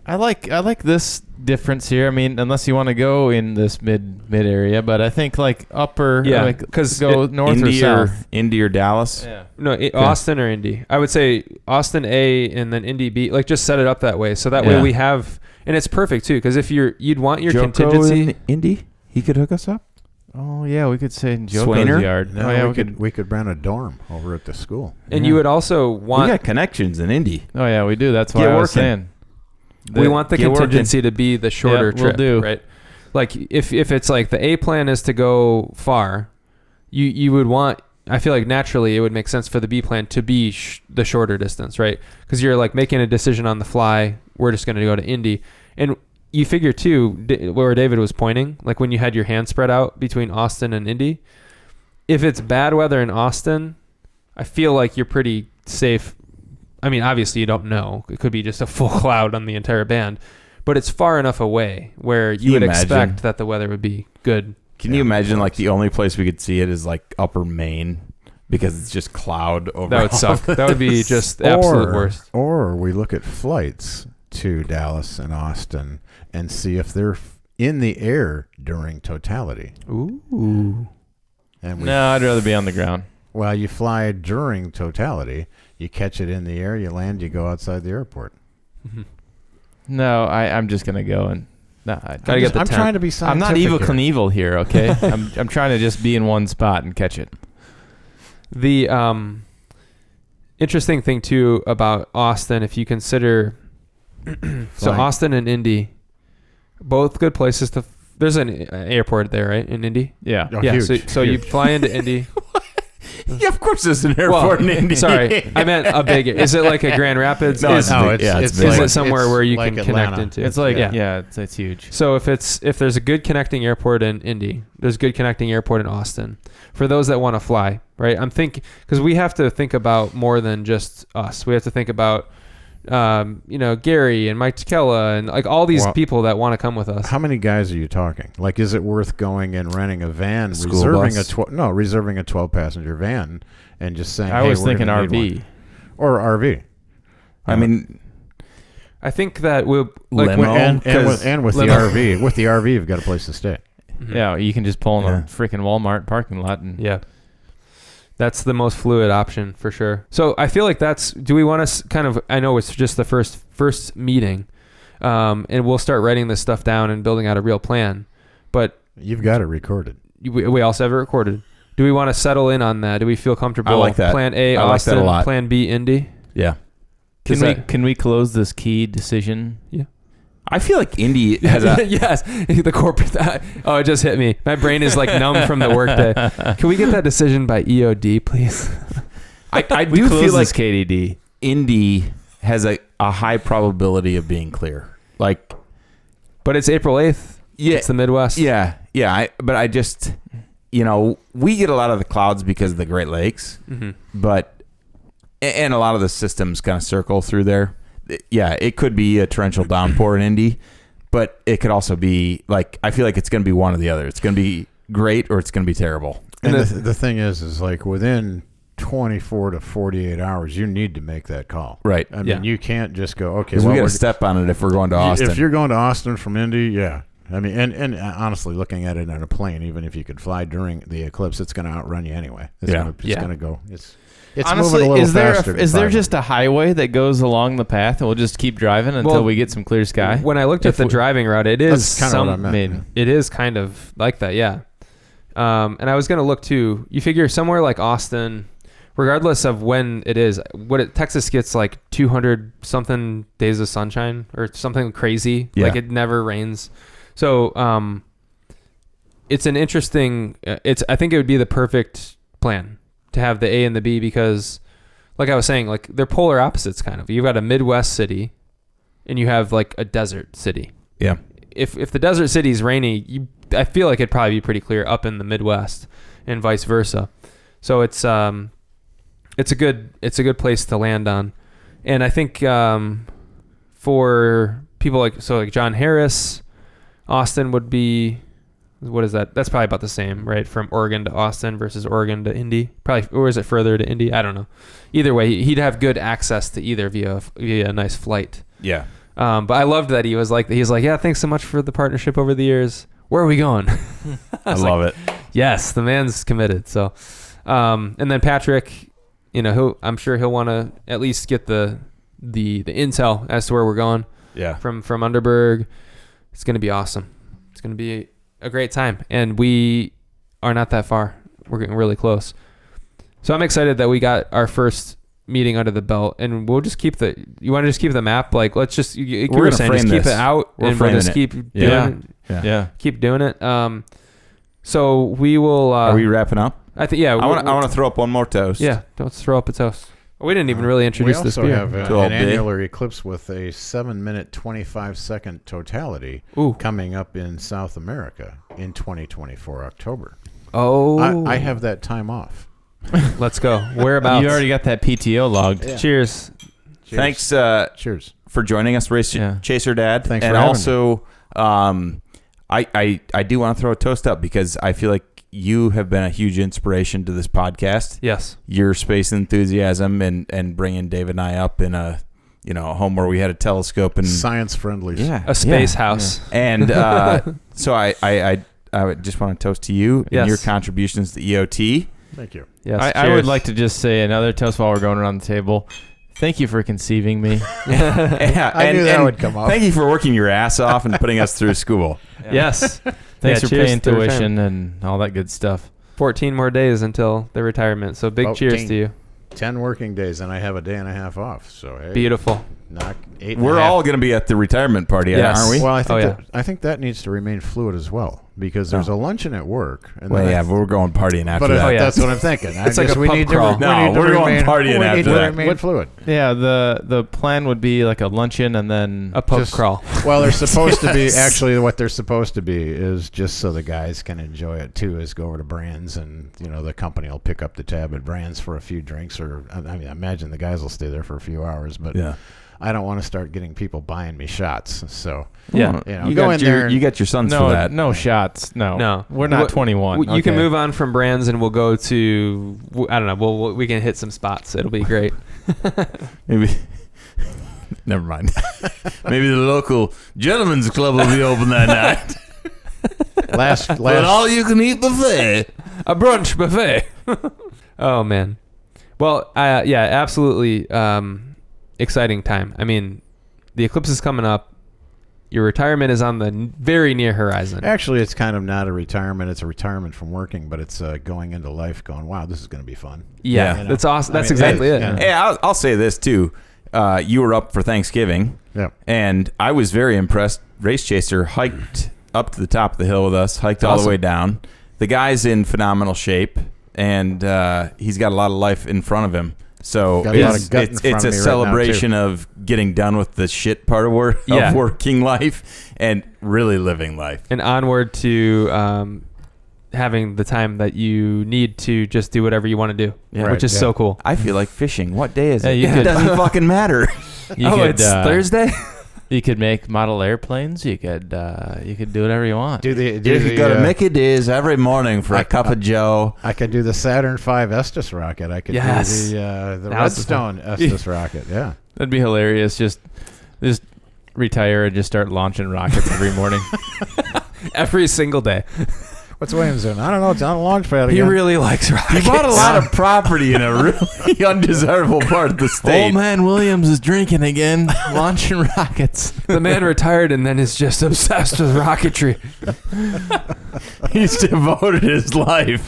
[SPEAKER 1] I like I like this difference here. I mean, unless you want to go in this mid mid area, but I think like upper,
[SPEAKER 2] Yeah,
[SPEAKER 1] like
[SPEAKER 2] 'cause
[SPEAKER 1] go
[SPEAKER 2] it-
[SPEAKER 1] north
[SPEAKER 3] Indy
[SPEAKER 1] or
[SPEAKER 3] or,
[SPEAKER 1] south.
[SPEAKER 3] Indy or Dallas.
[SPEAKER 1] Yeah.
[SPEAKER 2] No, i Austin or Indy. I would say Austin A and then Indy B. Like just set it up that way, so that way
[SPEAKER 1] Yeah.
[SPEAKER 2] we have, and it's perfect too. Because if you're, you'd want your
[SPEAKER 3] Joko
[SPEAKER 2] contingency.
[SPEAKER 3] in Indy, he could hook us up.
[SPEAKER 1] Oh yeah, we could say in Joko's
[SPEAKER 3] Swainer?
[SPEAKER 1] yard.
[SPEAKER 5] no,
[SPEAKER 1] oh yeah,
[SPEAKER 5] we,
[SPEAKER 1] we
[SPEAKER 5] could, we could rent a dorm over at the school.
[SPEAKER 2] And
[SPEAKER 1] Yeah.
[SPEAKER 2] you would also
[SPEAKER 3] We
[SPEAKER 2] want
[SPEAKER 3] got connections in Indy.
[SPEAKER 1] Oh yeah, we do. That's why
[SPEAKER 3] Get
[SPEAKER 1] I was
[SPEAKER 3] working.
[SPEAKER 1] saying.
[SPEAKER 2] we want the
[SPEAKER 3] Get working.
[SPEAKER 2] contingency to be the shorter
[SPEAKER 1] Yeah, we'll
[SPEAKER 2] trip,
[SPEAKER 1] do.
[SPEAKER 2] right? Like if if it's like the A plan is to go far, you you would want. I feel like naturally it would make sense for the B plan to be sh- the shorter distance, right? Because you're like making a decision on the fly. We're just going to go to Indy, and you figure too D- where David was pointing, like when you had your hand spread out between Austin and Indy. If it's bad weather in Austin, I feel like you're pretty safe. I mean, obviously you don't know. It could be just a full cloud on the entire band, but it's far enough away where you,
[SPEAKER 3] you
[SPEAKER 2] would
[SPEAKER 3] imagine?
[SPEAKER 2] expect that the weather would be good.
[SPEAKER 3] Can you imagine? Like the only place we could see it is like Upper Maine because it's just cloud over.
[SPEAKER 2] That would
[SPEAKER 3] all
[SPEAKER 2] suck.
[SPEAKER 3] of
[SPEAKER 2] That would be
[SPEAKER 3] this.
[SPEAKER 2] just the absolute
[SPEAKER 5] or,
[SPEAKER 2] worst.
[SPEAKER 5] Or we look at flights to Dallas and Austin and see if they're f- in the air during totality.
[SPEAKER 2] Ooh.
[SPEAKER 5] And we,
[SPEAKER 1] No, I'd rather be on the ground.
[SPEAKER 5] well, you fly during totality. You catch it in the air. You land. You go outside the airport.
[SPEAKER 1] No, I I'm just gonna go and. No, I,
[SPEAKER 2] Gotta get the
[SPEAKER 5] I'm
[SPEAKER 2] tent.
[SPEAKER 5] trying to be
[SPEAKER 1] I'm not
[SPEAKER 5] scientific.
[SPEAKER 1] evil
[SPEAKER 5] here.
[SPEAKER 1] Knievel here, okay? I'm I'm trying to just be in one spot and catch it.
[SPEAKER 2] The um, interesting thing too about Austin, if you consider, so
[SPEAKER 5] Flying.
[SPEAKER 2] Austin and Indy, both good places to. f- There's an a- airport there, right, in Indy.
[SPEAKER 1] Yeah.
[SPEAKER 5] Oh,
[SPEAKER 2] yeah.
[SPEAKER 5] huge,
[SPEAKER 2] so so
[SPEAKER 5] huge.
[SPEAKER 2] you fly into Indy.
[SPEAKER 3] Yeah, of course, there's an
[SPEAKER 2] Well,
[SPEAKER 3] airport in Indy.
[SPEAKER 2] Sorry, I meant a big. Is it like a Grand Rapids?
[SPEAKER 3] No,
[SPEAKER 2] is,
[SPEAKER 3] it's big. Yeah, it's big.
[SPEAKER 2] is
[SPEAKER 3] like-
[SPEAKER 2] it somewhere
[SPEAKER 5] it's
[SPEAKER 2] where you
[SPEAKER 5] like
[SPEAKER 2] can
[SPEAKER 5] Atlanta.
[SPEAKER 2] connect into?
[SPEAKER 1] It's like yeah,
[SPEAKER 2] yeah.
[SPEAKER 1] it's, it's huge.
[SPEAKER 2] So if it's if there's a good connecting airport in Indy, there's good connecting airport in Austin. For those that want to fly, right? I'm think because we have to think about more than just us. We have to think about, um, you know, Gary and Mike Takela and like all these
[SPEAKER 5] Well-
[SPEAKER 2] people that want to come with us.
[SPEAKER 5] How many guys are you talking? Like, is it worth going and renting a van,
[SPEAKER 3] School
[SPEAKER 5] reserving
[SPEAKER 3] bus.
[SPEAKER 5] a twelve? No, reserving a twelve-passenger van, and just saying.
[SPEAKER 1] I
[SPEAKER 5] hey,
[SPEAKER 1] was
[SPEAKER 5] we're
[SPEAKER 1] thinking
[SPEAKER 5] gonna need
[SPEAKER 1] RV.
[SPEAKER 5] one. or RV,
[SPEAKER 3] I mean,
[SPEAKER 2] I think that we'll like
[SPEAKER 3] Limo.
[SPEAKER 2] when-
[SPEAKER 5] and and
[SPEAKER 3] 'cause
[SPEAKER 5] with, and with the
[SPEAKER 2] limo-
[SPEAKER 5] RV, with the RV, you've got a place to stay.
[SPEAKER 1] Yeah, you can just pull in
[SPEAKER 3] Yeah.
[SPEAKER 1] a freaking Walmart parking lot and
[SPEAKER 2] Yeah. That's the most fluid option for sure. So I feel like that's. Do we want to s- kind of? I know it's just the first first meeting, um, and we'll start writing this stuff down and building out a real plan. But
[SPEAKER 5] You've got it recorded.
[SPEAKER 2] we, we also have it recorded. Do we want to settle in on that? Do we feel comfortable?
[SPEAKER 3] I like that.
[SPEAKER 2] Plan A,
[SPEAKER 3] I like that
[SPEAKER 2] Austin.
[SPEAKER 3] a lot.
[SPEAKER 2] Plan B, Indy.
[SPEAKER 3] yeah.
[SPEAKER 1] Can
[SPEAKER 2] Does
[SPEAKER 1] we
[SPEAKER 2] that-
[SPEAKER 1] can we close this key decision?
[SPEAKER 3] I feel like Indy has a.
[SPEAKER 2] yes, the corporate. oh, it just hit me. My brain is like numb from the workday. Can we get that decision by EOD, please?
[SPEAKER 3] I, I
[SPEAKER 1] We
[SPEAKER 3] do
[SPEAKER 1] close
[SPEAKER 3] feel like
[SPEAKER 1] this KDD.
[SPEAKER 3] Indy has a, a high probability of being clear. Like,
[SPEAKER 2] But it's April eighth.
[SPEAKER 3] yeah,
[SPEAKER 2] It's the Midwest.
[SPEAKER 3] yeah, yeah. I, but I just, you know, we get a lot of the clouds because of the Great Lakes,
[SPEAKER 2] hmm
[SPEAKER 3] but a- and a lot of the systems kind of circle through there. It- Yeah, it could be a torrential downpour in Indy, but it could also be like I feel like it's going to be one or the other. It's going to be great or it's going to be terrible.
[SPEAKER 5] And,
[SPEAKER 2] And
[SPEAKER 5] the, the thing is, is like within 24 to 48 hours, you need to make that call.
[SPEAKER 3] Right.
[SPEAKER 5] I mean,
[SPEAKER 2] Yeah.
[SPEAKER 5] you can't just go, okay,
[SPEAKER 3] Because
[SPEAKER 5] well,
[SPEAKER 3] we got
[SPEAKER 5] we're-
[SPEAKER 3] to step on it if we're going to Austin.
[SPEAKER 5] if you're going to Austin from Indy, yeah, I mean, and, and uh, honestly, looking at it on a plane, even if you could fly during the eclipse, it's going to outrun you anyway. It's
[SPEAKER 3] Yeah.
[SPEAKER 5] Gonna, it's
[SPEAKER 2] Yeah.
[SPEAKER 5] going to go. It's it's
[SPEAKER 1] Honestly,
[SPEAKER 5] moving a little
[SPEAKER 1] is there
[SPEAKER 5] faster.
[SPEAKER 1] a,
[SPEAKER 5] than
[SPEAKER 1] is there
[SPEAKER 5] 500.
[SPEAKER 1] just a highway that goes along the path, and we'll just keep driving until
[SPEAKER 2] Well,
[SPEAKER 1] we get some clear sky?
[SPEAKER 2] When I looked
[SPEAKER 1] If
[SPEAKER 2] at the
[SPEAKER 1] we-
[SPEAKER 2] driving route, it is
[SPEAKER 5] That's kinda what
[SPEAKER 2] some
[SPEAKER 5] I meant,
[SPEAKER 1] mid-
[SPEAKER 5] yeah.
[SPEAKER 2] It is kind of like that, yeah. Um, and I was gonna look too. You figure somewhere like Austin, regardless of when it is, what it, Texas gets like 200 something days of sunshine or something crazy.
[SPEAKER 3] Yeah.
[SPEAKER 2] Like it never rains. So um, it's an interesting. uh, It's I think it would be the perfect plan to have the A and the B because, like I was saying, like they're polar opposites kind of. You've got a Midwest city, and you have like a desert city
[SPEAKER 3] Yeah.
[SPEAKER 2] if if the desert city is rainy, you, I feel like it'd probably be pretty clear up in the Midwest, and vice versa. So it's um, it's a good it's a good place to land on, and I think um, for people like so like John Harris, Austin would be what is that? That's probably about the same, right? From Oregon to Austin versus Oregon to Indy, probably or is it further to Indy? I don't know. Either way, he'd have good access to either via via a nice flight.
[SPEAKER 3] Yeah.
[SPEAKER 2] Um, but I loved that he was like he was like, yeah, thanks so much for the partnership over the years. Where are we going?
[SPEAKER 3] I,
[SPEAKER 2] was
[SPEAKER 3] love it.
[SPEAKER 2] yes, the man's committed. So, um, and then Patrick, you know, who I'm sure he'll want to at least get the the the intel as to where we're going
[SPEAKER 3] Yeah.
[SPEAKER 2] from from Underberg. It's gonna be awesome. It's gonna be a great time, and we are not that far. We're getting really close. So I'm excited that we got our first meeting under the belt, and we'll just keep the. You want to just keep the map? Like, let's just. You, you
[SPEAKER 3] We're
[SPEAKER 2] were
[SPEAKER 3] gonna
[SPEAKER 2] saying,
[SPEAKER 3] frame
[SPEAKER 2] just keep
[SPEAKER 3] this.
[SPEAKER 2] it out,
[SPEAKER 3] We're
[SPEAKER 2] and we'll
[SPEAKER 3] framing
[SPEAKER 2] just
[SPEAKER 3] it.
[SPEAKER 2] keep
[SPEAKER 3] Yeah.
[SPEAKER 2] doing,
[SPEAKER 1] yeah.
[SPEAKER 2] keep doing it. Um, so we will. Uh,
[SPEAKER 3] Are we wrapping up?
[SPEAKER 2] I think yeah.
[SPEAKER 3] I want. I want to throw up one more toast.
[SPEAKER 2] Yeah, don't throw up a toast. We didn't even really introduce
[SPEAKER 5] we
[SPEAKER 2] this
[SPEAKER 5] also
[SPEAKER 2] beer.
[SPEAKER 5] have uh,
[SPEAKER 3] To all
[SPEAKER 5] an
[SPEAKER 3] day.
[SPEAKER 5] annular eclipse with a seven minute twenty five second totality
[SPEAKER 2] Ooh.
[SPEAKER 5] coming up in South America in twenty twenty four October.
[SPEAKER 2] oh,
[SPEAKER 5] I, I have that time off.
[SPEAKER 2] Let's go. Whereabouts?
[SPEAKER 1] You already got that PTO logged.
[SPEAKER 5] Yeah.
[SPEAKER 2] Cheers.
[SPEAKER 5] Cheers.
[SPEAKER 3] Thanks uh,
[SPEAKER 5] Cheers.
[SPEAKER 3] for joining us, Race
[SPEAKER 1] Yeah.
[SPEAKER 3] Chaser Dad.
[SPEAKER 5] Thanks
[SPEAKER 3] and
[SPEAKER 5] for having
[SPEAKER 3] also, um, I, I I do want to throw a toast up because I feel like you have been a huge inspiration to this podcast.
[SPEAKER 2] Yes.
[SPEAKER 3] your space enthusiasm and and bringing Dave and I up in a you know a home where we had a telescope
[SPEAKER 2] Mm.
[SPEAKER 3] and
[SPEAKER 5] Science friendly.
[SPEAKER 3] yeah
[SPEAKER 2] a space
[SPEAKER 1] Yeah.
[SPEAKER 2] house.
[SPEAKER 3] and uh, so I I. I I would just want to toast to you
[SPEAKER 2] Yes.
[SPEAKER 3] and your contributions to E EOT.
[SPEAKER 5] Thank you.
[SPEAKER 2] Yes,
[SPEAKER 1] I, I would like to just say another toast while we're going around the table. Thank you for conceiving me.
[SPEAKER 3] Yeah,
[SPEAKER 5] I knew that would come up.
[SPEAKER 3] Thank you for working your ass off and putting us through school.
[SPEAKER 2] Yes,
[SPEAKER 1] Thanks
[SPEAKER 2] Yeah,
[SPEAKER 1] for
[SPEAKER 2] cheers
[SPEAKER 1] paying
[SPEAKER 2] to the family.
[SPEAKER 1] tuition and all that good stuff.
[SPEAKER 2] fourteen more days until the retirement. So big cheers
[SPEAKER 5] Fourteen.
[SPEAKER 2] to you.
[SPEAKER 5] Ten working days, and I have a day and a half off. So hey,
[SPEAKER 2] Beautiful.
[SPEAKER 5] knock eight. and a
[SPEAKER 3] We're
[SPEAKER 5] half.
[SPEAKER 3] all going to be at the retirement party,
[SPEAKER 2] Yes.
[SPEAKER 3] aren't we?
[SPEAKER 5] Well, I think
[SPEAKER 2] Oh, yeah.
[SPEAKER 5] that, I think that needs to remain fluid as well because there's
[SPEAKER 3] No.
[SPEAKER 5] a luncheon at work. And
[SPEAKER 3] Oh. Well,
[SPEAKER 5] then
[SPEAKER 3] yeah,
[SPEAKER 5] I-
[SPEAKER 3] but we're going partying after
[SPEAKER 5] but I-
[SPEAKER 3] that.
[SPEAKER 2] Oh, yeah.
[SPEAKER 5] that's what I'm thinking.
[SPEAKER 2] It's
[SPEAKER 5] I
[SPEAKER 2] like
[SPEAKER 5] guess
[SPEAKER 2] a
[SPEAKER 5] we
[SPEAKER 2] pub
[SPEAKER 5] need
[SPEAKER 2] crawl.
[SPEAKER 5] to.
[SPEAKER 3] No,
[SPEAKER 5] we need to
[SPEAKER 3] we're going
[SPEAKER 5] remain,
[SPEAKER 3] partying
[SPEAKER 5] we need
[SPEAKER 3] after
[SPEAKER 5] to
[SPEAKER 3] that.
[SPEAKER 5] remain
[SPEAKER 2] What-
[SPEAKER 5] fluid.
[SPEAKER 1] Yeah, the the plan would be like a luncheon and then
[SPEAKER 2] A pub
[SPEAKER 5] Just-
[SPEAKER 2] crawl.
[SPEAKER 5] Well, they're supposed to be actually what they're supposed to be is just so the guys can enjoy it too. Is go over to Brands and you know the company will pick up the tab at Brands for a few drinks or I I mean I imagine the guys will stay there for a few hours, but
[SPEAKER 3] Oh, Yeah.
[SPEAKER 5] I don't want to start getting people buying me shots. So
[SPEAKER 2] Yeah.
[SPEAKER 5] you know,
[SPEAKER 3] you,
[SPEAKER 5] go
[SPEAKER 3] got
[SPEAKER 5] in
[SPEAKER 3] your,
[SPEAKER 5] there. and-
[SPEAKER 3] you got your sons
[SPEAKER 1] no
[SPEAKER 3] for that.
[SPEAKER 1] no shots no
[SPEAKER 2] No.
[SPEAKER 1] we're not
[SPEAKER 2] What-
[SPEAKER 1] twenty one.
[SPEAKER 2] W- You can move on from brands, and we'll go to w- I don't know. We'll, we'll- we can hit some spots. It'll be great.
[SPEAKER 3] Maybe. Never mind. Maybe the local gentlemen's club will be open that night.
[SPEAKER 5] last last
[SPEAKER 3] But all you can eat buffet.
[SPEAKER 2] a brunch buffet. oh man. Well, uh, yeah, absolutely um, exciting time. I mean, the eclipse is coming up. Your retirement is on the n- very near horizon.
[SPEAKER 5] Actually, it's kind of not a retirement. It's a retirement from working, but it's uh, going into life going, wow, this is going to be fun.
[SPEAKER 2] Yeah,
[SPEAKER 3] Yeah.
[SPEAKER 2] that's awesome.
[SPEAKER 5] I
[SPEAKER 2] That's
[SPEAKER 5] mean, that-
[SPEAKER 2] exactly it.
[SPEAKER 5] yeah.
[SPEAKER 3] Hey, I'll, I'll say this too. Uh, you were up for Thanksgiving,
[SPEAKER 5] Yeah.
[SPEAKER 3] and I was very impressed. Race Chaser hiked up to the top of the hill with us, hiked all the
[SPEAKER 2] Awesome.
[SPEAKER 3] way down. The guy's in phenomenal shape, and uh, he's got a lot of life in front of him. So
[SPEAKER 5] Got a lot
[SPEAKER 3] it's,
[SPEAKER 5] of gut in
[SPEAKER 3] it's,
[SPEAKER 5] front
[SPEAKER 3] it's
[SPEAKER 5] of
[SPEAKER 3] a
[SPEAKER 5] me right now,
[SPEAKER 3] celebration of getting done with the shit part of, work,
[SPEAKER 2] Yeah.
[SPEAKER 3] of working life and really living life.
[SPEAKER 2] And onward to um, having the time that you need to just do whatever you want to do,
[SPEAKER 3] Yeah.
[SPEAKER 2] which
[SPEAKER 5] Right,
[SPEAKER 2] is
[SPEAKER 5] yeah.
[SPEAKER 2] so cool.
[SPEAKER 3] I feel like fishing. What day is
[SPEAKER 1] Yeah,
[SPEAKER 3] it?
[SPEAKER 1] you
[SPEAKER 3] it
[SPEAKER 1] could-
[SPEAKER 3] doesn't fucking matter.
[SPEAKER 1] you
[SPEAKER 2] oh,
[SPEAKER 1] could,
[SPEAKER 2] it's
[SPEAKER 1] uh,
[SPEAKER 2] Thursday.
[SPEAKER 1] you could make model airplanes you could uh, you could do whatever you want
[SPEAKER 5] Do the, do the, uh,
[SPEAKER 3] D's every morning for
[SPEAKER 5] a I- cup of
[SPEAKER 3] Joe.
[SPEAKER 5] I could do the Saturn V Estes rocket. I could
[SPEAKER 2] Yes.
[SPEAKER 5] do the, uh, the
[SPEAKER 2] That was the
[SPEAKER 5] Redstone Estes rocket. Yeah.
[SPEAKER 1] that'd be hilarious just just retire and just start launching rockets every morning
[SPEAKER 2] every single day.
[SPEAKER 5] What's Williams doing? I don't know. John Launchpad
[SPEAKER 2] He
[SPEAKER 5] again.
[SPEAKER 2] really likes rockets.
[SPEAKER 3] He bought a lot of property in a really undesirable part
[SPEAKER 5] Oh,
[SPEAKER 3] of the state.
[SPEAKER 1] Old man Williams is drinking again, launching rockets.
[SPEAKER 2] the man retired and then is just obsessed with rocketry.
[SPEAKER 3] He's devoted his life.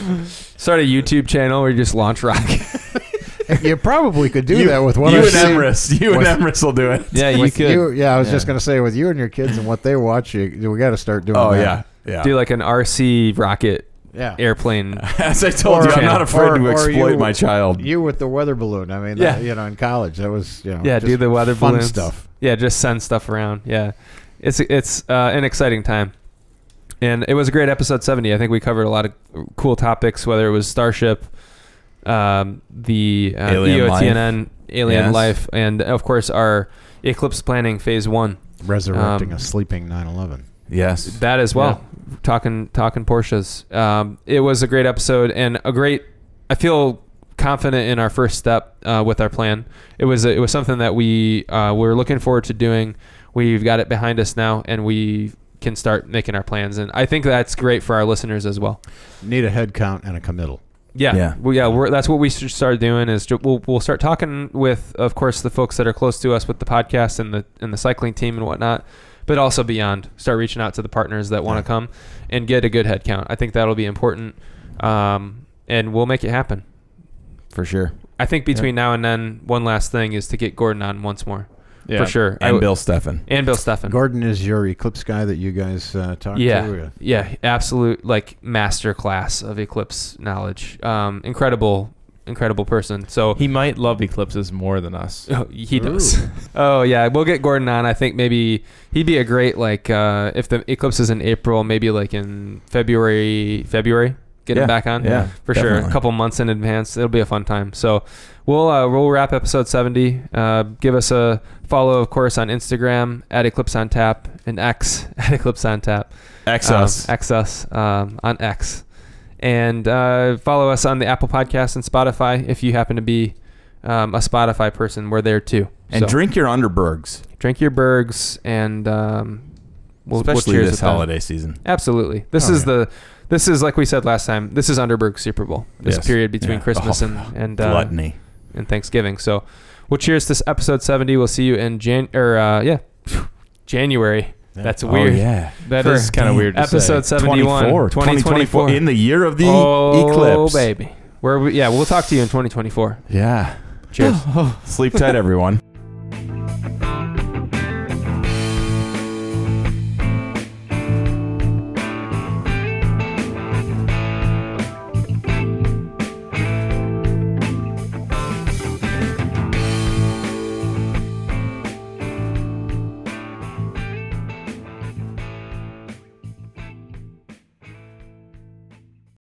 [SPEAKER 2] Start a YouTube channel where you just launch rockets.
[SPEAKER 5] you probably could do
[SPEAKER 3] you,
[SPEAKER 5] that with what
[SPEAKER 3] you
[SPEAKER 5] I've
[SPEAKER 3] and
[SPEAKER 5] seen.
[SPEAKER 3] Emrys. You
[SPEAKER 5] With-
[SPEAKER 3] and Emrys will do it.
[SPEAKER 2] Yeah,
[SPEAKER 5] With you- yeah, I was just
[SPEAKER 1] Yeah.
[SPEAKER 5] gonna say with you and your kids and what they watch, you, we got to start doing.
[SPEAKER 3] Oh
[SPEAKER 5] that.
[SPEAKER 3] yeah, yeah.
[SPEAKER 2] do like an RC rocket
[SPEAKER 5] yeah.
[SPEAKER 2] airplane.
[SPEAKER 3] As I told you, I'm
[SPEAKER 2] Channel.
[SPEAKER 3] not afraid
[SPEAKER 5] Or-
[SPEAKER 3] to
[SPEAKER 5] or
[SPEAKER 3] exploit
[SPEAKER 5] you-
[SPEAKER 3] my child.
[SPEAKER 5] You with the weather balloon. I mean,
[SPEAKER 2] Yeah.
[SPEAKER 5] that- you know, in college, that was you know,
[SPEAKER 2] Yeah,
[SPEAKER 5] just
[SPEAKER 2] do the weather
[SPEAKER 5] fun
[SPEAKER 2] balloons.
[SPEAKER 5] stuff.
[SPEAKER 2] Yeah, just send stuff around. Yeah, it's it's uh, an exciting time, and it was a great episode seventy. I think we covered a lot of cool topics, whether it was Starship, um, the uh,
[SPEAKER 3] Alien life.
[SPEAKER 2] EOTNN, alien
[SPEAKER 3] Yes.
[SPEAKER 2] life, and of course our eclipse planning phase one.
[SPEAKER 5] Resurrecting
[SPEAKER 2] Um,
[SPEAKER 5] a sleeping 9/11.
[SPEAKER 3] yes.
[SPEAKER 2] That as well. Talking talking Porsches. Um, it was a great episode and a great. I feel confident in our first step uh, with our plan. It was it was something that we uh, were looking forward to doing. We've got it behind us now, and we can start making our plans. And I think that's great for our listeners as well.
[SPEAKER 5] Need a head count and a committal.
[SPEAKER 2] Yeah,
[SPEAKER 3] Yeah.
[SPEAKER 2] yeah. Well, yeah we're, that's what we should start doing is ju- we'll, we'll start talking with, of course, the folks that are close to us with the podcast and the and the cycling team and whatnot, but also beyond. Start reaching out to the partners that want to come and get a good head count. I think that'll be important, um, and we'll make it happen.
[SPEAKER 3] for sure.
[SPEAKER 2] I think between now and then, one last thing is to get Gordon on once more
[SPEAKER 1] Yeah.
[SPEAKER 2] for sure. I
[SPEAKER 3] And
[SPEAKER 2] would-
[SPEAKER 3] Bill Steffen.
[SPEAKER 2] and Bill Steffen.
[SPEAKER 5] Gordon is your eclipse guy that you guys uh, talked to.
[SPEAKER 2] yeah
[SPEAKER 5] Uh,
[SPEAKER 2] yeah absolute like master class of eclipse knowledge um incredible incredible person so
[SPEAKER 1] He might love eclipses more than us.
[SPEAKER 2] Oh, he does. Oh yeah, we'll get Gordon on. I think maybe he'd be a great like uh, if the eclipse is in April, maybe like in February. February, get
[SPEAKER 3] Yeah,
[SPEAKER 2] him back on.
[SPEAKER 3] yeah,
[SPEAKER 2] for sure.
[SPEAKER 3] definitely.
[SPEAKER 2] A couple months in advance, it'll be a fun time. So we'll uh, we'll wrap episode seventy. Uh, give us a follow, of course, on Instagram at Eclipse on Tap and X at Eclipse on Tap.
[SPEAKER 3] X
[SPEAKER 2] Um,
[SPEAKER 3] us.
[SPEAKER 2] X us um, on X. And uh, follow us on the Apple Podcast and Spotify if you happen to be um, a Spotify person. We're there too.
[SPEAKER 3] and
[SPEAKER 2] So,
[SPEAKER 3] drink your Underbergs,
[SPEAKER 2] drink your bergs and um, we'll, we'll
[SPEAKER 3] especially
[SPEAKER 2] cheers
[SPEAKER 3] this
[SPEAKER 2] with that.
[SPEAKER 3] holiday season.
[SPEAKER 2] Absolutely. This
[SPEAKER 5] Oh,
[SPEAKER 2] is
[SPEAKER 5] yeah.
[SPEAKER 2] the this is like we said last time. This is Underberg Super Bowl. This
[SPEAKER 3] Yes.
[SPEAKER 2] period between
[SPEAKER 3] Yeah.
[SPEAKER 2] Christmas
[SPEAKER 3] Oh,
[SPEAKER 2] and and uh,
[SPEAKER 3] Gluttony.
[SPEAKER 2] and Thanksgiving. So, we'll cheers this episode seventy. We'll see you in Jan or uh, yeah, January. That's weird.
[SPEAKER 3] Oh, yeah.
[SPEAKER 1] That
[SPEAKER 2] For
[SPEAKER 1] is kind of weird. To
[SPEAKER 2] Episode
[SPEAKER 1] say.
[SPEAKER 2] 71, 2024.
[SPEAKER 3] In the year of the
[SPEAKER 2] oh,
[SPEAKER 3] eclipse.
[SPEAKER 2] baby. Where we, yeah, we'll talk to you in 2024.
[SPEAKER 3] Yeah.
[SPEAKER 2] Cheers.
[SPEAKER 3] Sleep tight, everyone.